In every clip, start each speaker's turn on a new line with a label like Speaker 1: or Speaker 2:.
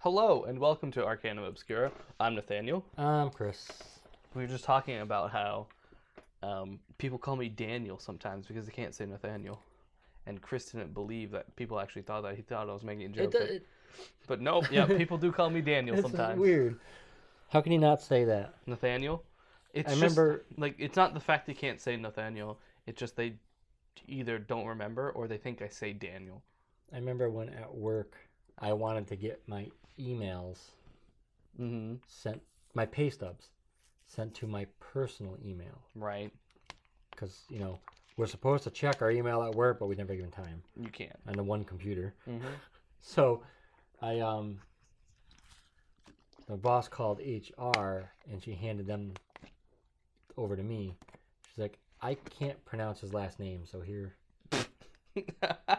Speaker 1: Hello and welcome to Arcanum Obscura. I'm Nathaniel.
Speaker 2: Um, Chris.
Speaker 1: We were just talking about how um, people call me Daniel sometimes because they can't say Nathaniel. And Chris didn't believe that people actually thought that. He thought I was making a joke.
Speaker 2: It,
Speaker 1: but,
Speaker 2: it,
Speaker 1: but nope, yeah, people do call me Daniel
Speaker 2: it's
Speaker 1: sometimes.
Speaker 2: weird. How can you not say that?
Speaker 1: Nathaniel. It's
Speaker 2: I
Speaker 1: just,
Speaker 2: remember-
Speaker 1: like it's not the fact they can't say Nathaniel. It's just they either don't remember or they think I say Daniel.
Speaker 2: I remember when at work I wanted to get my emails
Speaker 1: Mm-hmm.
Speaker 2: sent, my pay stubs sent to my personal email
Speaker 1: Right.
Speaker 2: because you know we're supposed to check our email at work, but we never given time
Speaker 1: You can't.
Speaker 2: on the one computer.
Speaker 1: Mm-hmm.
Speaker 2: So, I um, the boss called HR and she handed them over to me. She's like, I can't pronounce his last name, so here.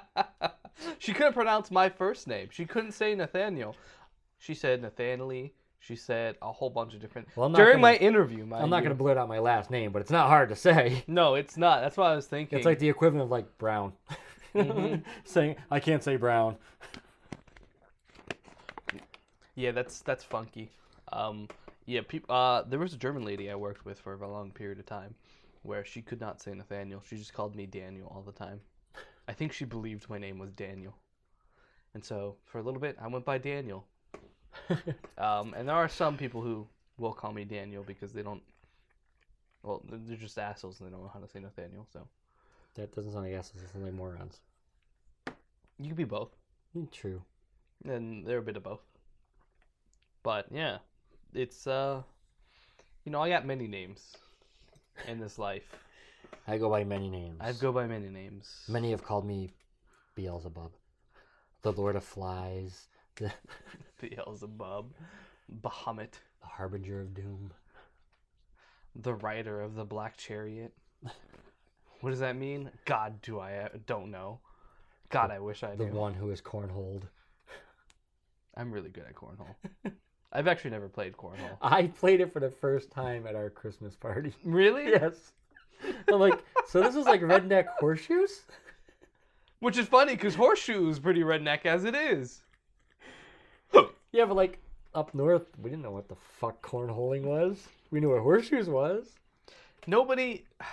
Speaker 1: she couldn't pronounce my first name. She couldn't say Nathaniel. She said Nathaniel. She said a whole bunch of different.
Speaker 2: Well, I'm not
Speaker 1: During
Speaker 2: gonna-
Speaker 1: my interview, mind
Speaker 2: I'm not
Speaker 1: you.
Speaker 2: going to blurt out my last name, but it's not hard to say.
Speaker 1: No, it's not. That's what I was thinking.
Speaker 2: It's like the equivalent of like Brown. Mm-hmm.
Speaker 1: Mhm.
Speaker 2: Saying I can't say Brown.
Speaker 1: yeah, that's that's funky. Um, yeah, peop- uh, there was a German lady I worked with for a long period of time, where she could not say Nathaniel. She just called me Daniel all the time. I think she believed my name was Daniel, and so for a little bit I went by Daniel. Um, and there are some people who will call me Daniel because they don't. Well, they're- they're just assholes and they don't know how to say Nathaniel. So
Speaker 2: that doesn't sound like assholes. It sounds like morons.
Speaker 1: you could be both,
Speaker 2: Mm, True.
Speaker 1: and they're a bit of both. But yeah, it's uh, you know, I got many names in this life.
Speaker 2: I go by many names.
Speaker 1: I go by many names.
Speaker 2: Many have called me Beelzebub, the Lord of Flies, the,
Speaker 1: Beelzebub, Bahamut,
Speaker 2: the Harbinger of Doom.
Speaker 1: the rider of the black chariot. What does that mean? God, do I uh, don't know. God, I wish I
Speaker 2: The
Speaker 1: knew.
Speaker 2: one who is cornholed.
Speaker 1: I'm really good at cornhole. I've actually never played cornhole.
Speaker 2: I played it for the first time at our Christmas party.
Speaker 1: Really?
Speaker 2: yes. I'm like, so this is like redneck horseshoes?
Speaker 1: Which is funny because horseshoe is pretty redneck as it is.
Speaker 2: Yeah, but like up north, we didn't know what the fuck cornholing was. We knew what horseshoes was.
Speaker 1: Nobody.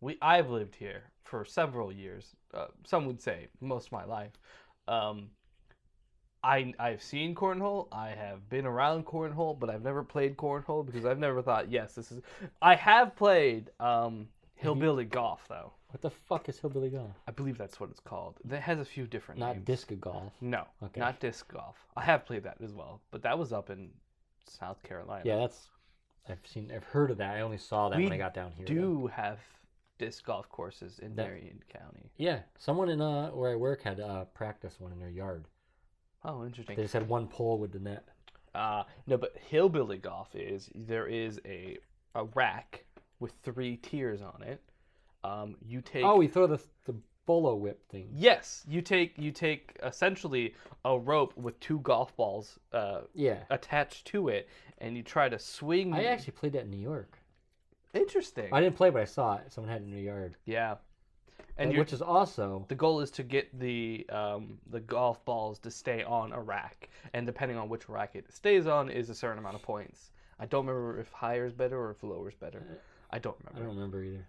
Speaker 1: We I've lived here for several years. Uh, some would say most of my life. Um, I I've seen cornhole. I have been around cornhole, but I've never played cornhole because I've never thought. Yes, this is. I have played um, hillbilly golf though.
Speaker 2: What the fuck is hillbilly golf?
Speaker 1: I believe that's what it's called. That has a few different
Speaker 2: Not
Speaker 1: names.
Speaker 2: disc golf.
Speaker 1: No,
Speaker 2: Okay.
Speaker 1: not disc golf. I have played that as well, but that was up in South Carolina.
Speaker 2: Yeah, that's. I've seen. I've heard of that. I only saw that
Speaker 1: We
Speaker 2: when I got down here. though.
Speaker 1: do have disc golf courses in
Speaker 2: That-
Speaker 1: Marion County.
Speaker 2: Yeah, someone in uh where I work had uh practice one in their yard.
Speaker 1: Oh, interesting.
Speaker 2: They just had one pole with the net.
Speaker 1: Uh, no, but hillbilly golf is there is a a rack with three tiers on it. Um, you take
Speaker 2: Oh, we throw the the bolo whip thing.
Speaker 1: yes, you take you take essentially a rope with two golf balls uh,
Speaker 2: Yeah,
Speaker 1: attached to it, and you try to swing.
Speaker 2: I actually played that in New York.
Speaker 1: interesting.
Speaker 2: I didn't play, but I saw it. Someone had it in their yard,
Speaker 1: yeah, and
Speaker 2: But-
Speaker 1: you
Speaker 2: which is also
Speaker 1: The goal is to get the um, the golf balls to stay on a rack, and depending on which rack it stays on, is a certain amount of points. I don't remember if higher is better or if lower is better. I don't
Speaker 2: I
Speaker 1: remember.
Speaker 2: don't remember either.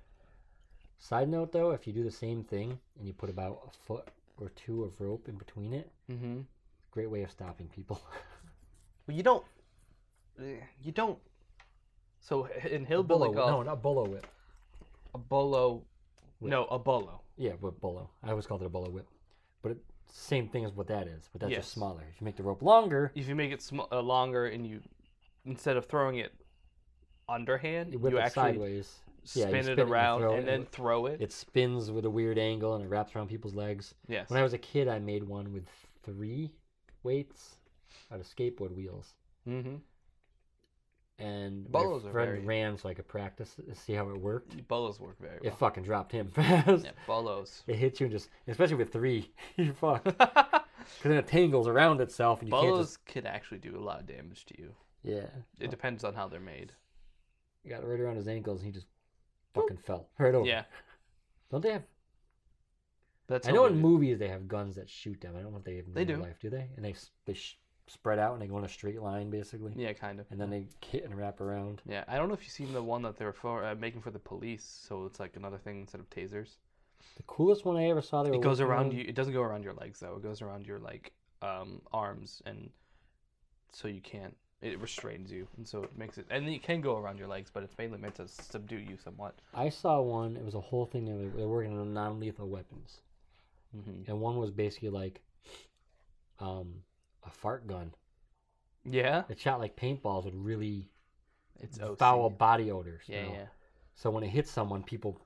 Speaker 2: Side note though, if you do the same thing and you put about a foot or two of rope in between it,
Speaker 1: hmm
Speaker 2: great way of stopping people.
Speaker 1: Well, you don't. eh, You don't. So in hillbilly
Speaker 2: Bolo-
Speaker 1: golf,
Speaker 2: No, not bolo whip.
Speaker 1: a bolo.
Speaker 2: Whip.
Speaker 1: No, a bolo.
Speaker 2: Yeah, but bolo. I always called it a bolo whip. But it, same thing as what that is, but that's
Speaker 1: Yes.
Speaker 2: just smaller. If you make the rope longer,
Speaker 1: If you make it sm- uh, longer and you, instead of throwing it underhand,
Speaker 2: you
Speaker 1: you,
Speaker 2: whip it
Speaker 1: actually
Speaker 2: sideways. Yeah, you
Speaker 1: spin, it
Speaker 2: and you
Speaker 1: around
Speaker 2: throw
Speaker 1: and,
Speaker 2: it,
Speaker 1: then throw it.
Speaker 2: it spins with a weird angle and it wraps around people's legs.
Speaker 1: yes.
Speaker 2: When I was a kid, I made one with three weights out of skateboard wheels.
Speaker 1: hmm
Speaker 2: And
Speaker 1: Bolos
Speaker 2: my
Speaker 1: are
Speaker 2: friend
Speaker 1: very-
Speaker 2: ran so I could practice it, see how it worked.
Speaker 1: Bolos work very well.
Speaker 2: It fucking dropped him fast.
Speaker 1: Yeah, bolos.
Speaker 2: It hits you and just, especially with three, you fuck. Because then it tangles around itself and you can't
Speaker 1: bolos
Speaker 2: just. Oh.
Speaker 1: could actually do a lot of damage to you.
Speaker 2: Yeah.
Speaker 1: It depends on how they're made.
Speaker 2: He got it right around his ankles and he just fucking fell right over.
Speaker 1: Yeah,
Speaker 2: Don't they have?
Speaker 1: that's.
Speaker 2: I know in
Speaker 1: hopefully-
Speaker 2: movies they have guns that shoot them. I don't know if they have in
Speaker 1: They
Speaker 2: real
Speaker 1: do.
Speaker 2: life, do they? And they s- they sh- spread out and they go in a straight line basically,
Speaker 1: Yeah, kind of.
Speaker 2: and then they hit and wrap around.
Speaker 1: Yeah, I don't know if you've seen the one that they're for uh, making for the police. So it's like another thing instead of tasers.
Speaker 2: The coolest one I ever saw. They were
Speaker 1: It goes
Speaker 2: working
Speaker 1: around
Speaker 2: on-
Speaker 1: you. It doesn't go around your legs though. It goes around your like um, arms, and so you can't. It restrains you, and so it makes it. And it can go around your legs, but it's mainly meant to subdue you somewhat.
Speaker 2: I saw one. It was a whole thing. They were, they were working on non-lethal weapons,
Speaker 1: hmm
Speaker 2: and one was basically like, um, a fart gun.
Speaker 1: Yeah,
Speaker 2: It shot like paintballs with really
Speaker 1: it's OC.
Speaker 2: foul body odors. you
Speaker 1: Yeah,
Speaker 2: know?
Speaker 1: yeah.
Speaker 2: So when it hits someone, people,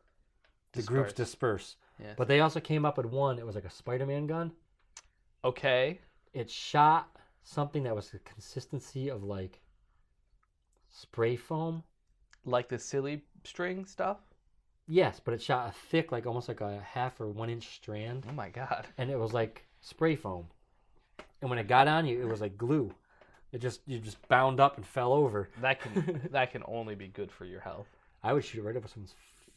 Speaker 2: the groups disperse.
Speaker 1: Yeah.
Speaker 2: But they also came up with one. It was like a Spider-Man gun.
Speaker 1: Okay.
Speaker 2: It shot something that was the consistency of like spray foam.
Speaker 1: Like the silly string stuff.
Speaker 2: Yes, but it shot a thick, like almost like a half or one inch strand,
Speaker 1: Oh my god.
Speaker 2: and it was like spray foam. And when it got on you, it was like glue. It just you just bound up and fell over.
Speaker 1: That can that can only be good for your health.
Speaker 2: I would shoot it right over someone's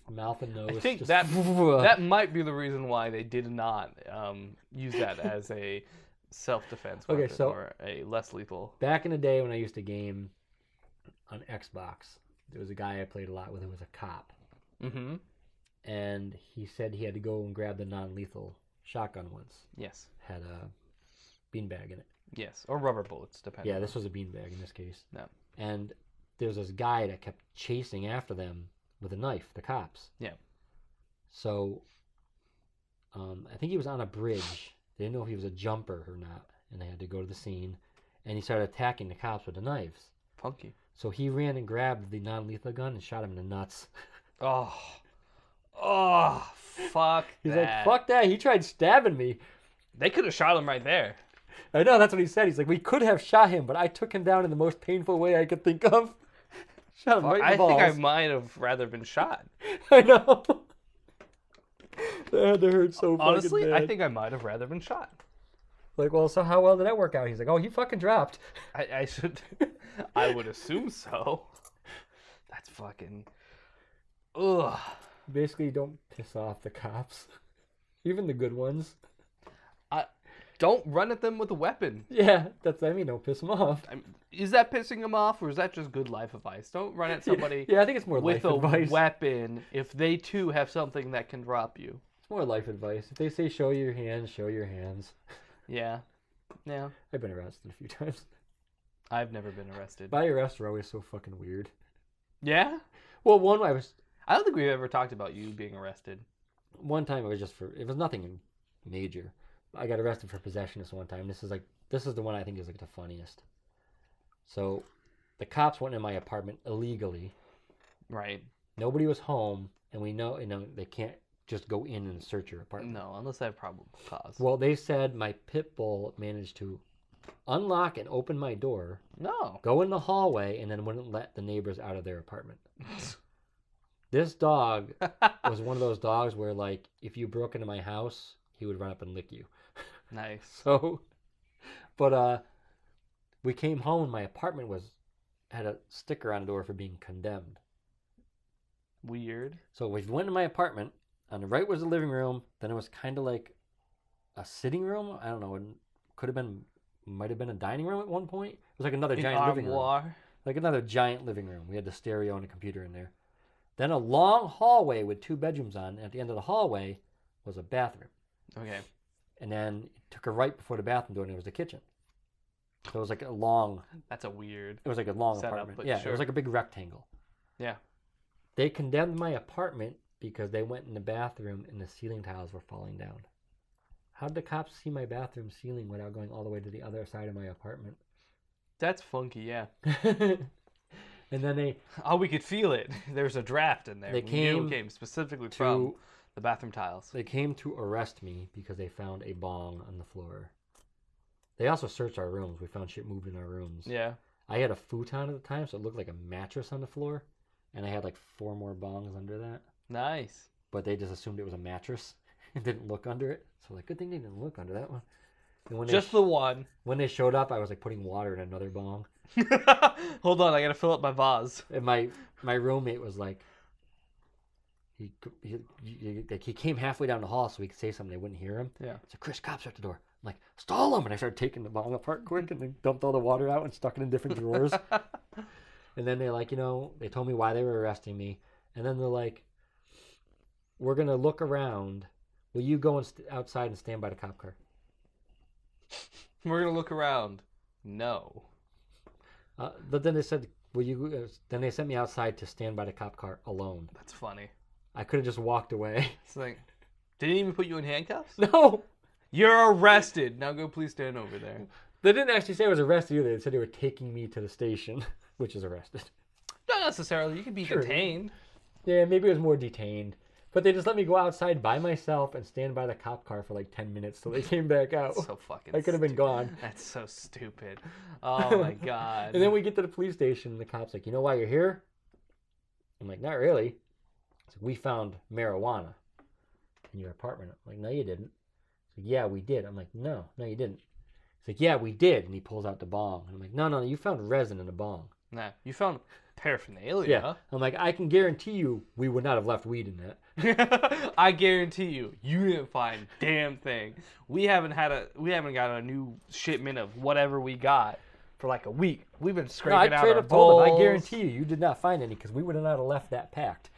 Speaker 2: f- mouth and nose.
Speaker 1: think
Speaker 2: just
Speaker 1: that- that might be the reason why they did not um, use that as a self-defense
Speaker 2: Okay,
Speaker 1: weapon
Speaker 2: so-
Speaker 1: or a less lethal.
Speaker 2: back in the day when I used to game on Xbox, there was a guy I played a lot with who was a cop,
Speaker 1: Mm-hmm.
Speaker 2: and he said he had to go and grab the non-lethal shotgun once.
Speaker 1: Yes.
Speaker 2: Had a beanbag in it.
Speaker 1: Yes. Or rubber bullets, depending.
Speaker 2: Yeah, this was a beanbag in this case.
Speaker 1: Yeah.
Speaker 2: And there's this guy that kept chasing after them with a knife, the cops.
Speaker 1: Yeah.
Speaker 2: So um, I think he was on a bridge. They didn't know if he was a jumper or not, and they had to go to the scene. And he started attacking the cops with the knives.
Speaker 1: Funky.
Speaker 2: So he ran and grabbed the non lethal gun and shot him in the nuts.
Speaker 1: Oh. Oh. Fuck.
Speaker 2: He's
Speaker 1: that.
Speaker 2: like, fuck that. He tried stabbing me.
Speaker 1: They could have shot him right there.
Speaker 2: I know, that's what he said. He's like, we could have shot him, but I took him down in the most painful way I could think of. shot him right in the
Speaker 1: I think I
Speaker 2: balls.
Speaker 1: might have rather been shot.
Speaker 2: I know. that had to hurt so fucking
Speaker 1: Honestly, I
Speaker 2: bad.
Speaker 1: think I might have rather been shot.
Speaker 2: Like, well, so how well did that work out? He's like, oh, he fucking dropped.
Speaker 1: I, I should. I would assume so. That's fucking. Ugh.
Speaker 2: Basically, don't piss off the cops, even the good ones.
Speaker 1: Don't run at them with a weapon.
Speaker 2: Yeah, that's what I mean. Don't piss them off.
Speaker 1: I mean, is that pissing him off, or is that just good life advice? Don't run at somebody
Speaker 2: Yeah, I think it's more
Speaker 1: with
Speaker 2: life
Speaker 1: a
Speaker 2: advice.
Speaker 1: weapon if they too have something that can drop you.
Speaker 2: It's more life advice. If they say show your hands, show your hands.
Speaker 1: Yeah, yeah.
Speaker 2: I've been arrested a few times.
Speaker 1: I've never been arrested.
Speaker 2: My arrests are always so fucking weird.
Speaker 1: yeah,
Speaker 2: Well, one I was
Speaker 1: I don't think we've ever talked about you being arrested.
Speaker 2: one time it was just for it was nothing major. I got arrested for possession this one time. This is like this is the one I think is like the funniest. So the cops went in my apartment illegally.
Speaker 1: Right?
Speaker 2: Nobody was home and we know you know they can't just go in and search your apartment.
Speaker 1: No, unless I have probable cause.
Speaker 2: Well, they said my pit bull managed to unlock and open my door,
Speaker 1: no.
Speaker 2: go in the hallway and then wouldn't let the neighbors out of their apartment. This dog was one of those dogs where like if you broke into my house, he would run up and lick you.
Speaker 1: nice.
Speaker 2: So, but uh, we came home and my apartment was had a sticker on the door for being condemned.
Speaker 1: Weird.
Speaker 2: So we went to my apartment. On the right was the living room. Then it was kind of like a sitting room. I don't know. It could have been, might have been a dining room at one point. It was like another
Speaker 1: An
Speaker 2: giant living room,
Speaker 1: armoire.
Speaker 2: like another giant living room. We had the stereo and a computer in there. Then a long hallway with two bedrooms on. And at the end of the hallway was a bathroom.
Speaker 1: Okay.
Speaker 2: and then it took her right before the bathroom door, and it was the kitchen. So it was like a long,
Speaker 1: That's a weird.
Speaker 2: it was like a long
Speaker 1: Setup,
Speaker 2: apartment.
Speaker 1: but
Speaker 2: Yeah, it
Speaker 1: sure.
Speaker 2: was like a big rectangle.
Speaker 1: Yeah.
Speaker 2: They condemned my apartment because they went in the bathroom and the ceiling tiles were falling down. How did the cops see my bathroom ceiling without going all the way to the other side of my apartment?
Speaker 1: That's funky. Yeah.
Speaker 2: and then they
Speaker 1: Oh, we could feel it. There's a draft in there.
Speaker 2: They
Speaker 1: we knew
Speaker 2: came
Speaker 1: it came specifically from
Speaker 2: to
Speaker 1: the bathroom tiles.
Speaker 2: they came to arrest me because they found a bong on the floor. They also searched our rooms. We found shit moved in our rooms.
Speaker 1: Yeah.
Speaker 2: I had a futon at the time, so it looked like a mattress on the floor, and I had like four more bongs under that.
Speaker 1: Nice.
Speaker 2: But they just assumed it was a mattress and didn't look under it. So like, good thing they didn't look under that one. And when
Speaker 1: Just
Speaker 2: they,
Speaker 1: the one.
Speaker 2: when they showed up, I was like putting water in another bong,
Speaker 1: Hold on, I gotta fill up my vase.
Speaker 2: and my my roommate was like, He, he, he, like, he came halfway down the hall so we could say something. They wouldn't hear him.
Speaker 1: Yeah.
Speaker 2: So Chris, cops are at the door. I'm like, stall him. And I started taking the bong apart quick and then dumped all the water out and stuck it in different drawers. and then they like, you know, they told me why they were arresting me. And then they're like, we're going to look around. Will you go and st- outside and stand by the cop car?
Speaker 1: We're gonna look around. No.
Speaker 2: Uh, but then they said, will you, uh, then they sent me outside to stand by the cop car alone.
Speaker 1: That's funny.
Speaker 2: I could have just walked away.
Speaker 1: It's like, they didn't even put you in handcuffs?
Speaker 2: no,
Speaker 1: You're arrested. Now go please stand over there.
Speaker 2: they didn't actually say I was arrested either. They said they were taking me to the station, which is arrested.
Speaker 1: Not necessarily. You could be
Speaker 2: Sure.
Speaker 1: detained.
Speaker 2: Yeah, maybe it was more detained. But they just let me go outside by myself and stand by the cop car for like 10 minutes till they came back out.
Speaker 1: That's so fucking
Speaker 2: I could have been
Speaker 1: stu-
Speaker 2: gone.
Speaker 1: That's so stupid. Oh my god.
Speaker 2: And then we get to the police station and the cop's like, You know why you're here? I'm like, Not really. It's like, we found marijuana in your apartment. I'm like, No, you didn't. He's like, Yeah, we did. I'm like, No, no, you didn't. He's like, Yeah, we did. And he pulls out the bong. And I'm like, No, no, no, you found resin in the bong.
Speaker 1: Nah, you found paraphernalia.
Speaker 2: Yeah. I'm like, I can guarantee you we would not have left weed in that.
Speaker 1: I guarantee you, you didn't find damn thing. We haven't had a we haven't got a new shipment of whatever we got for like a week. We've been
Speaker 2: No,
Speaker 1: scraping
Speaker 2: I
Speaker 1: out
Speaker 2: straight
Speaker 1: our
Speaker 2: up told him, I
Speaker 1: bowls."
Speaker 2: guarantee you, you did not find any because we would have not have left that packed.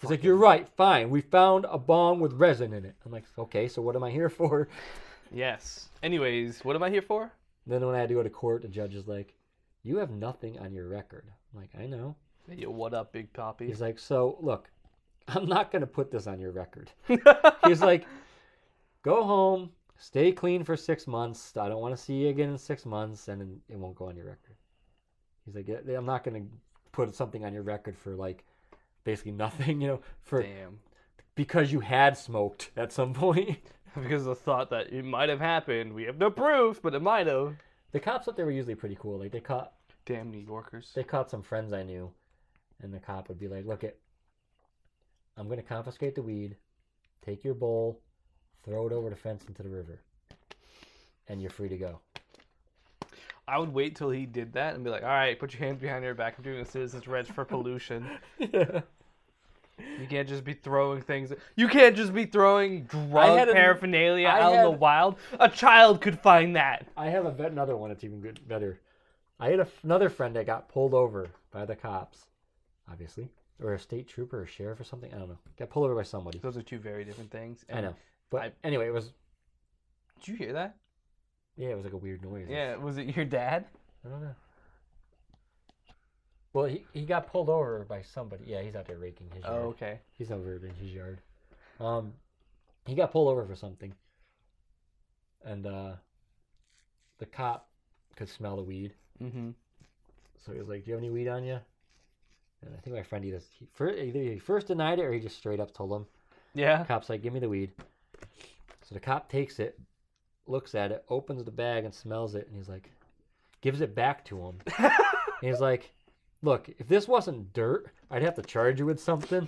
Speaker 2: He's like, you're right, fine. We found a bong with resin in it. I'm like, okay, so what am I here for?
Speaker 1: Yes. Anyways, what am I here for?
Speaker 2: then when I had to go to court, the judge is like, you have nothing on your record. I'm like, I know.
Speaker 1: Yo, what up, Big Poppy?
Speaker 2: He's like, so look, I'm not going to put this on your record. He's like, go home, stay clean for six months. I don't want to see you again in six months, and then it won't go on your record. He's like, "Yeah, I'm not going to put something on your record for like basically nothing, you know, for
Speaker 1: Damn.
Speaker 2: because you had smoked at some point.
Speaker 1: Because of the thought that it might have happened, we have no proof, but it might have.
Speaker 2: the cops up there were usually pretty cool. Like they caught
Speaker 1: Damn New Yorkers.
Speaker 2: they caught some friends I knew, and the cop would be like, "Look it, I'm gonna confiscate the weed, take your bowl, throw it over the fence into the river, and you're free to go."
Speaker 1: I would wait till he did that and be like, all right, put your hands behind your back. I'm doing a citizen's arrest for pollution. You can't just be throwing things. You can't just be throwing drug
Speaker 2: had a-
Speaker 1: paraphernalia
Speaker 2: I
Speaker 1: out in the
Speaker 2: had-
Speaker 1: wild. A child could find that.
Speaker 2: I have a vet, another one that's even good, better. I had a, another friend that got pulled over by the cops, obviously, or a state trooper or sheriff or something. I don't know. Got pulled over by somebody.
Speaker 1: Those are two very different things.
Speaker 2: I know. But
Speaker 1: I-
Speaker 2: anyway, it was
Speaker 1: Did you hear that?
Speaker 2: yeah, it was like a weird noise.
Speaker 1: Yeah. Was it your dad?
Speaker 2: I don't know. Well, he, he got pulled over by somebody. Yeah, he's out there raking his yard.
Speaker 1: Oh, okay.
Speaker 2: He's over in his yard. Um, he got pulled over for something, and uh, the cop could smell the weed,
Speaker 1: Mm-hmm.
Speaker 2: so he was like, "Do you have any weed on you?" And I think my friend he just he fir- either he first denied it or he just straight up told him.
Speaker 1: Yeah.
Speaker 2: Cop's like, "Give me the weed." So the cop takes it, looks at it, opens the bag and smells it, and he's like, gives it back to him. And he's like, "Look, if this wasn't dirt, I'd have to charge you with something."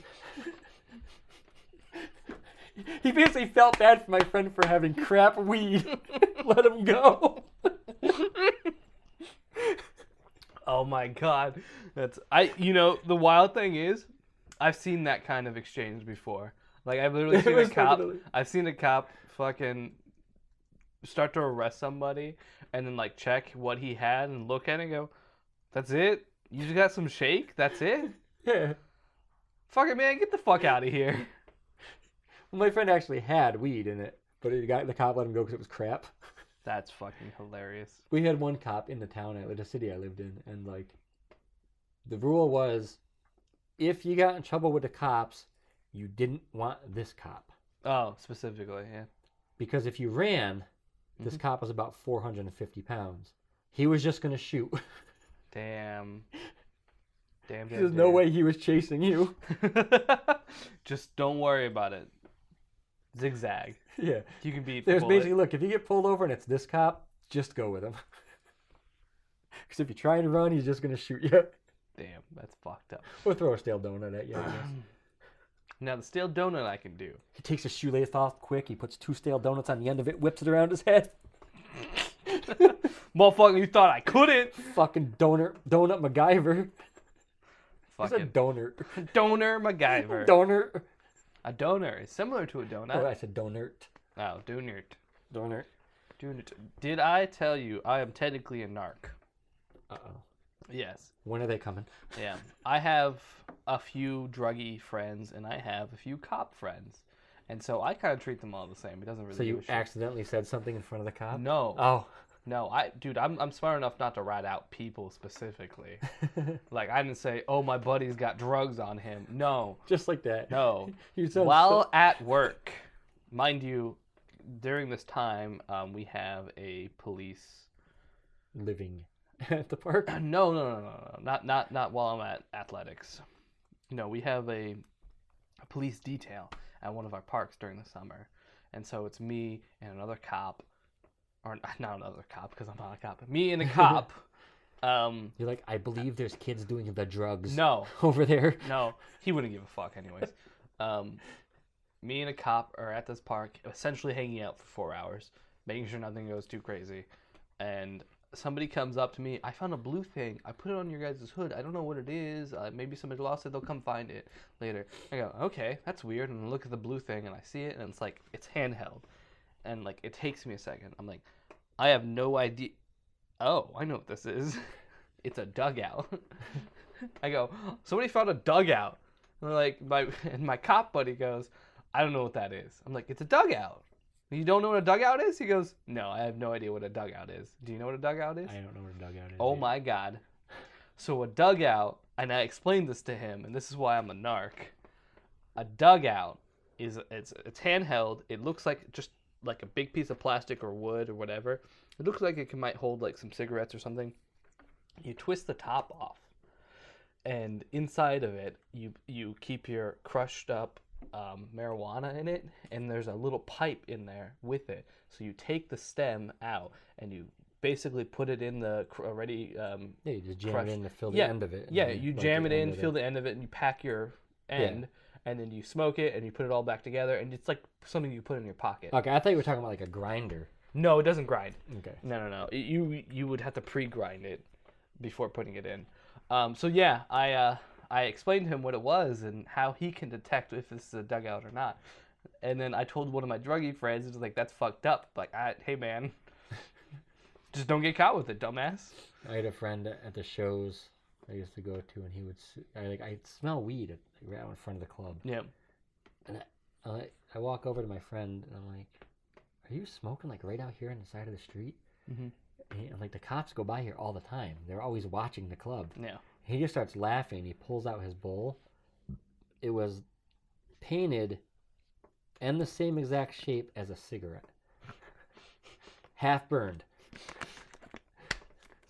Speaker 2: he basically felt bad for my friend for having crap weed. Let him go.
Speaker 1: oh my god. That's I. You know the wild thing is, I've seen that kind of exchange before. Like I've literally
Speaker 2: It
Speaker 1: seen a
Speaker 2: was
Speaker 1: cop.
Speaker 2: literally-
Speaker 1: I've seen a cop fucking start to arrest somebody and then like check what he had and look at it and go, "That's it. You just got some shake. That's it."
Speaker 2: Yeah.
Speaker 1: Fuck it, man. Get the fuck out of here.
Speaker 2: My friend actually had weed in it, but it got, the cop let him go because it was crap.
Speaker 1: That's fucking hilarious.
Speaker 2: we had one cop in the town I the city I lived in, and like the rule was if you got in trouble with the cops, you didn't want this cop.
Speaker 1: Oh, specifically, yeah.
Speaker 2: Because if you ran, this cop was about four hundred and fifty pounds. He was just gonna shoot.
Speaker 1: Damn. Damn. damn
Speaker 2: There's no
Speaker 1: damn.
Speaker 2: way he was chasing you.
Speaker 1: Just don't worry about it. Zigzag.
Speaker 2: yeah.
Speaker 1: You can beat the
Speaker 2: There's
Speaker 1: bullet.
Speaker 2: basically look, if you get pulled over and it's this cop, just go with him. Because if you try and run, he's just gonna shoot you.
Speaker 1: Damn, that's fucked up.
Speaker 2: Or throw a stale donut at you. I guess.
Speaker 1: Now the stale donut I can do.
Speaker 2: He takes his shoelace off quick. He puts two stale donuts on the end of it, whips it around his head.
Speaker 1: Motherfucker, you thought I couldn't?
Speaker 2: Fucking donut, donut MacGyver. He's a
Speaker 1: fucking
Speaker 2: donor.
Speaker 1: donor MacGyver.
Speaker 2: Donor.
Speaker 1: a donor is similar to a
Speaker 2: Oh,
Speaker 1: donut.
Speaker 2: I said donor.
Speaker 1: Oh, donut.
Speaker 2: Donor.
Speaker 1: Donut. Did I tell you I am technically a narc?
Speaker 2: Uh oh.
Speaker 1: Yes.
Speaker 2: When are they coming?
Speaker 1: Yeah. I have a few druggy friends and I have a few cop friends. And so I kind of treat them all the same. It doesn't really
Speaker 2: So
Speaker 1: give
Speaker 2: you
Speaker 1: a shit.
Speaker 2: accidentally said something in front of the cop?
Speaker 1: No.
Speaker 2: Oh.
Speaker 1: No, I dude, I'm I'm smart enough not to rat out people specifically. like I didn't say, "Oh, my buddy's got drugs on him." No.
Speaker 2: Just like that.
Speaker 1: No.
Speaker 2: You sound
Speaker 1: While at work, mind you, during this time, um, we have a police
Speaker 2: so living at the park.
Speaker 1: No, no, no, no, no, not not not while I'm at athletics. No, we have a, a police detail at one of our parks during the summer, and so it's me and another cop, or not another cop because I'm not a cop. Me and a cop. um,
Speaker 2: You're like, I believe there's kids doing the drugs
Speaker 1: no,
Speaker 2: over there.
Speaker 1: no, he wouldn't give a fuck anyways. Um, me and a cop are at this park, essentially hanging out for four hours, making sure nothing goes too crazy. And somebody comes up to me. I found a blue thing. I put it on your guys' hood. I don't know what it is. Uh, maybe somebody lost it. They'll come find it later. I go, okay, that's weird. And I look at the blue thing, and I see it, and it's like it's handheld, and like it takes me a second. I'm like, I have no idea. Oh, I know what this is. it's a dugout. I go, somebody found a dugout. And they're like my and my cop buddy goes, I don't know what that is. I'm like, it's a dugout. You don't know what a dugout is? He goes, No, I have no idea what a dugout is. Do you know what a dugout is?
Speaker 2: I don't know where the dugout is.
Speaker 1: Oh
Speaker 2: dude.
Speaker 1: my god. So a dugout, and I explained this to him, and this is why I'm a narc. A dugout is it's it's handheld. It looks like just like a big piece of plastic or wood or whatever. It looks like it can might hold like some cigarettes or something. You twist the top off, and inside of it, you you keep your crushed up um, marijuana in it, and there's a little pipe in there with it. So you take the stem out and you basically put it in the cr- already. Um,
Speaker 2: Yeah, you just jam
Speaker 1: crushed-
Speaker 2: it in to fill
Speaker 1: Yeah,
Speaker 2: the end of it. and
Speaker 1: yeah,
Speaker 2: then,
Speaker 1: you
Speaker 2: like,
Speaker 1: jam
Speaker 2: the
Speaker 1: it in,
Speaker 2: end of
Speaker 1: feel the end of it, and you pack your end, and then you smoke it, and you put it all back together, and it's like something you put in your pocket.
Speaker 2: Okay, I thought you were talking about like a grinder.
Speaker 1: no, it doesn't grind.
Speaker 2: Okay.
Speaker 1: No, no, no. You you would have to pre-grind it before putting it in. Um, so yeah, I uh, I explained to him what it was and how he can detect if this is a dugout or not. And then I told one of my druggy friends, he's like, "That's fucked up." Like, I, hey man, just don't get caught with it, dumbass.
Speaker 2: I had a friend at the shows I used to go to, and he would. s- I like I smell weed at- right out in front of the club,
Speaker 1: Yeah.
Speaker 2: and I, I, I walk over to my friend, and I'm like, "Are you smoking like right out here on the side of the street?"
Speaker 1: Mhm.
Speaker 2: And, he- like the cops go by here all the time. They're always watching the club.
Speaker 1: Yeah.
Speaker 2: He just starts laughing. He pulls out his bowl. It was painted and the same exact shape as a cigarette. Half burned.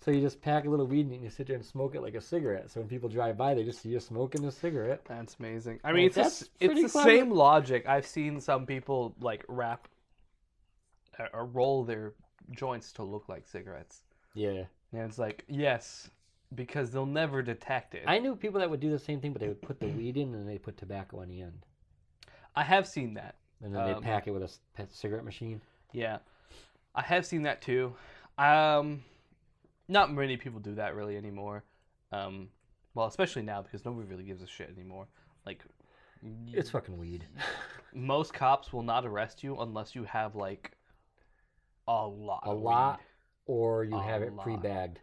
Speaker 2: So you just pack a little weed and you sit there and smoke it like a cigarette. So when people drive by, they just see you smoking a cigarette.
Speaker 1: That's amazing. I mean,
Speaker 2: Like,
Speaker 1: it's the
Speaker 2: that's
Speaker 1: s it's
Speaker 2: pretty
Speaker 1: the
Speaker 2: clever.
Speaker 1: same logic. I've seen some people like wrap or- or roll their joints to look like cigarettes,
Speaker 2: Yeah.
Speaker 1: and it's like yes, because they'll never detect it.
Speaker 2: I knew people that would do the same thing, but they would put the weed in and they put tobacco on the end.
Speaker 1: I have seen that.
Speaker 2: And then
Speaker 1: Um,
Speaker 2: they pack it with a s- pe- cigarette machine.
Speaker 1: Yeah, I have seen that too. Um, not many people do that really anymore. Um, well, especially now because nobody really gives a shit anymore. Like, y-
Speaker 2: It's fucking weed.
Speaker 1: most cops will not arrest you unless you have like a lot.
Speaker 2: A
Speaker 1: of weed.
Speaker 2: lot, or you
Speaker 1: A
Speaker 2: have it
Speaker 1: lot.
Speaker 2: pre-bagged.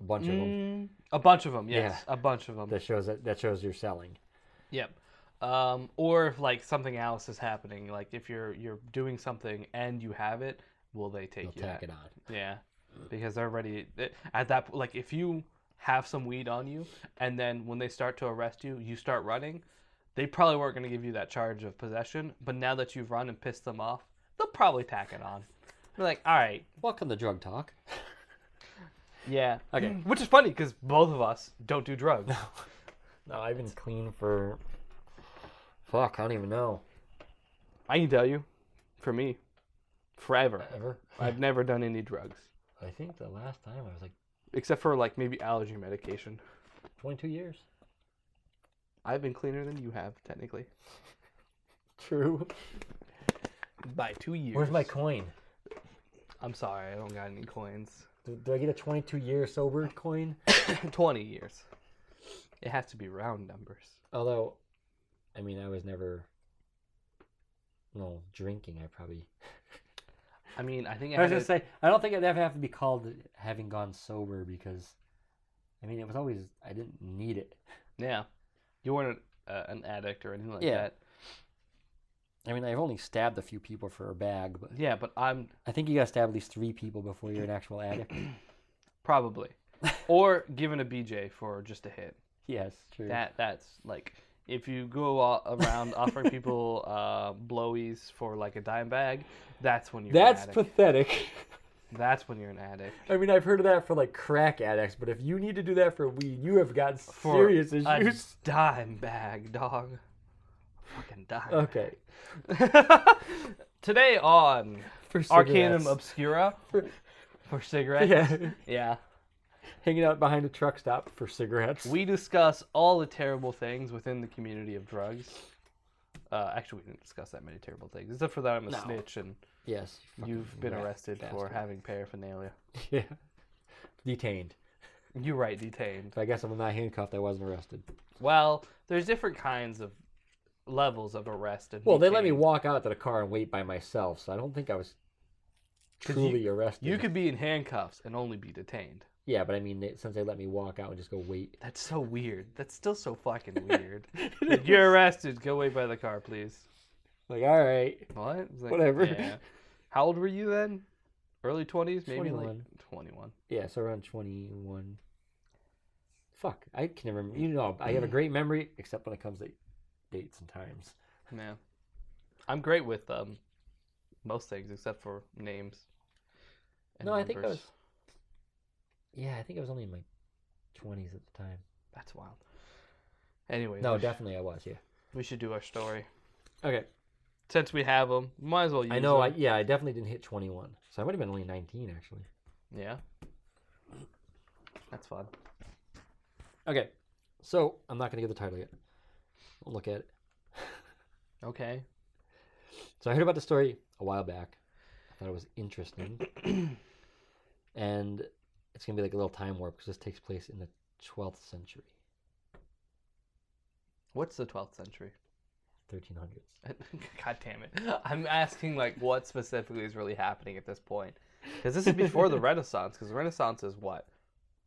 Speaker 2: A bunch of them.
Speaker 1: Mm, a bunch of them. Yes, a bunch of them.
Speaker 2: That shows that, that shows you're selling.
Speaker 1: Yep. Um, or if like something else is happening, like if you're you're doing something and you have it, will they
Speaker 2: They'll
Speaker 1: take you?
Speaker 2: tack it on.
Speaker 1: Yeah, because they're already at that. po- Like, if you have some weed on you, and then when they start to arrest you, you start running. They probably weren't going to give you that charge of possession, but now that you've run and pissed them off, they'll probably tack it on. They're like, all right,
Speaker 2: Welcome to Drug Talk.
Speaker 1: yeah, Mm,
Speaker 2: Okay.
Speaker 1: Which is funny because both of us don't do drugs.
Speaker 2: No, I've been clean for. Fuck, I don't even know.
Speaker 1: I can tell you, for me, forever,
Speaker 2: Ever?
Speaker 1: I've never done any drugs
Speaker 2: I think the last time I was like
Speaker 1: except for like maybe allergy medication.
Speaker 2: 22 years.
Speaker 1: I've been cleaner than you have technically
Speaker 2: True.
Speaker 1: by two years.
Speaker 2: Where's my coin?
Speaker 1: I'm sorry, I don't got any coins.
Speaker 2: Do, do I get a 22 year sober coin?
Speaker 1: Twenty years. It has to be round numbers.
Speaker 2: Although, I mean, I was never. Well, drinking, I probably.
Speaker 1: I mean, I think it
Speaker 2: I was
Speaker 1: had
Speaker 2: gonna
Speaker 1: to-
Speaker 2: say, I don't think it'd ever have to be called having gone sober because, I mean, it was always I didn't need it.
Speaker 1: yeah, you weren't uh, an addict or anything like
Speaker 2: Yeah.
Speaker 1: that.
Speaker 2: I mean, I've only stabbed a few people for a bag, but
Speaker 1: Yeah, but I'm
Speaker 2: I think you gotta stab at least three people before you're an actual addict.
Speaker 1: probably, or given a BJ for just a hit.
Speaker 2: yes, true.
Speaker 1: That that's like if you go a- around offering people uh, blowies for like a dime bag, that's when you're
Speaker 2: That's
Speaker 1: an addict.
Speaker 2: pathetic.
Speaker 1: that's when you're an addict.
Speaker 2: I mean, I've heard of that for like crack addicts, but if you need to do that for weed, you have got
Speaker 1: For
Speaker 2: serious
Speaker 1: a
Speaker 2: issues.
Speaker 1: dime bag, dog. Fucking dime.
Speaker 2: Okay.
Speaker 1: Today on
Speaker 2: For
Speaker 1: Arcanum
Speaker 2: cigarettes.
Speaker 1: Obscura
Speaker 2: For-
Speaker 1: for cigarettes.
Speaker 2: Yeah.
Speaker 1: yeah.
Speaker 2: Hanging out behind a truck stop for cigarettes.
Speaker 1: We discuss all the terrible things within the community of drugs. Uh, actually, we didn't discuss that many terrible things, except for that I'm a
Speaker 2: No.
Speaker 1: snitch and
Speaker 2: yes.
Speaker 1: you've been arrested for
Speaker 2: having.
Speaker 1: having paraphernalia.
Speaker 2: Yeah. Detained.
Speaker 1: You're right, detained.
Speaker 2: So I guess I'm not handcuffed. I wasn't arrested.
Speaker 1: Well, there's different kinds of levels of arrest. And
Speaker 2: Well, they let me
Speaker 1: detained.
Speaker 2: walk out to the car and wait by myself, so I don't think I was
Speaker 1: 'Cause
Speaker 2: truly
Speaker 1: you-
Speaker 2: arrested.
Speaker 1: You could be in handcuffs and only be detained.
Speaker 2: Yeah, but I mean, they, since they let me walk out and just go wait.
Speaker 1: That's so weird. That's still so fucking weird. Like, You're arrested. Go away by the car, please.
Speaker 2: Like, all right.
Speaker 1: What? It's like,
Speaker 2: Whatever.
Speaker 1: yeah. How old were you then? Early 20s, maybe like
Speaker 2: 21.
Speaker 1: 21.
Speaker 2: Yeah, so around 21. Fuck, I can remember. You know, I have a great memory, except when it comes to dates and times.
Speaker 1: Yeah. I'm great with um most things except for names. and
Speaker 2: no, I think I
Speaker 1: numbers.
Speaker 2: was. Yeah, I think I was only in my 20s at the time.
Speaker 1: That's wild. Anyway,
Speaker 2: No,
Speaker 1: we, sh-
Speaker 2: definitely I was, yeah.
Speaker 1: we should do our story.
Speaker 2: Okay.
Speaker 1: Since we have them, might as well use
Speaker 2: I know, I,
Speaker 1: 'em.
Speaker 2: yeah, I definitely didn't hit 21. So I would have been only 19, actually.
Speaker 1: Yeah. That's fun.
Speaker 2: Okay, so I'm not going to get the title yet. I'll look at it.
Speaker 1: Okay.
Speaker 2: So I heard about the story a while back. I thought it was interesting. and it's going to be like a little time warp because this takes place in the 12th century,
Speaker 1: What's the 12th century?
Speaker 2: 1300s.
Speaker 1: God damn it. I'm asking, like, what specifically is really happening at this point? Because this is before the Renaissance, because the Renaissance is what?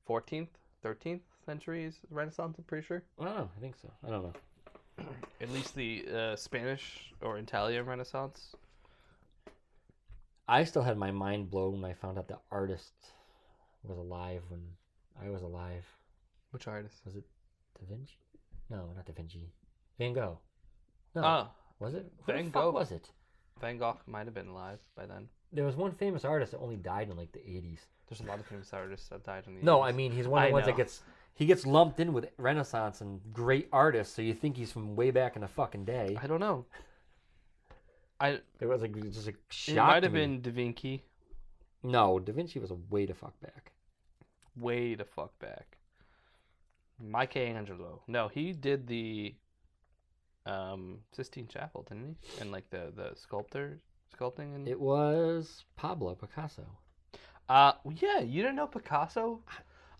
Speaker 1: 14th? 13th centuries Renaissance, I'm pretty sure.
Speaker 2: I don't know. I think so. I don't know.
Speaker 1: At least the uh, Spanish or Italian Renaissance.
Speaker 2: I still had my mind blown when I found out the artist was alive when I was alive.
Speaker 1: Which artist?
Speaker 2: Was it Da Vinci? No, not Da Vinci. Van Gogh. No,
Speaker 1: Ah,
Speaker 2: was it?
Speaker 1: Van
Speaker 2: Who the
Speaker 1: Gogh.
Speaker 2: fuck was it?
Speaker 1: Van Gogh might have been alive by then.
Speaker 2: There was one famous artist that only died in like the 80s.
Speaker 1: There's a lot of famous artists that died in the
Speaker 2: No,
Speaker 1: 80s.
Speaker 2: I mean he's one of the
Speaker 1: I
Speaker 2: ones
Speaker 1: know.
Speaker 2: that gets he gets lumped in with Renaissance and great artists, so you think he's from way back in the fucking day.
Speaker 1: I don't know. I
Speaker 2: It was like just like shock.
Speaker 1: It might
Speaker 2: to
Speaker 1: have
Speaker 2: me.
Speaker 1: been Da Vinci.
Speaker 2: no. Da Vinci was a way to fuck back.
Speaker 1: way the fuck back. Michelangelo. No, he did the um Sistine Chapel, didn't he? And like the the sculptor sculpting and
Speaker 2: It was Pablo Picasso.
Speaker 1: uh yeah, you didn't know Picasso?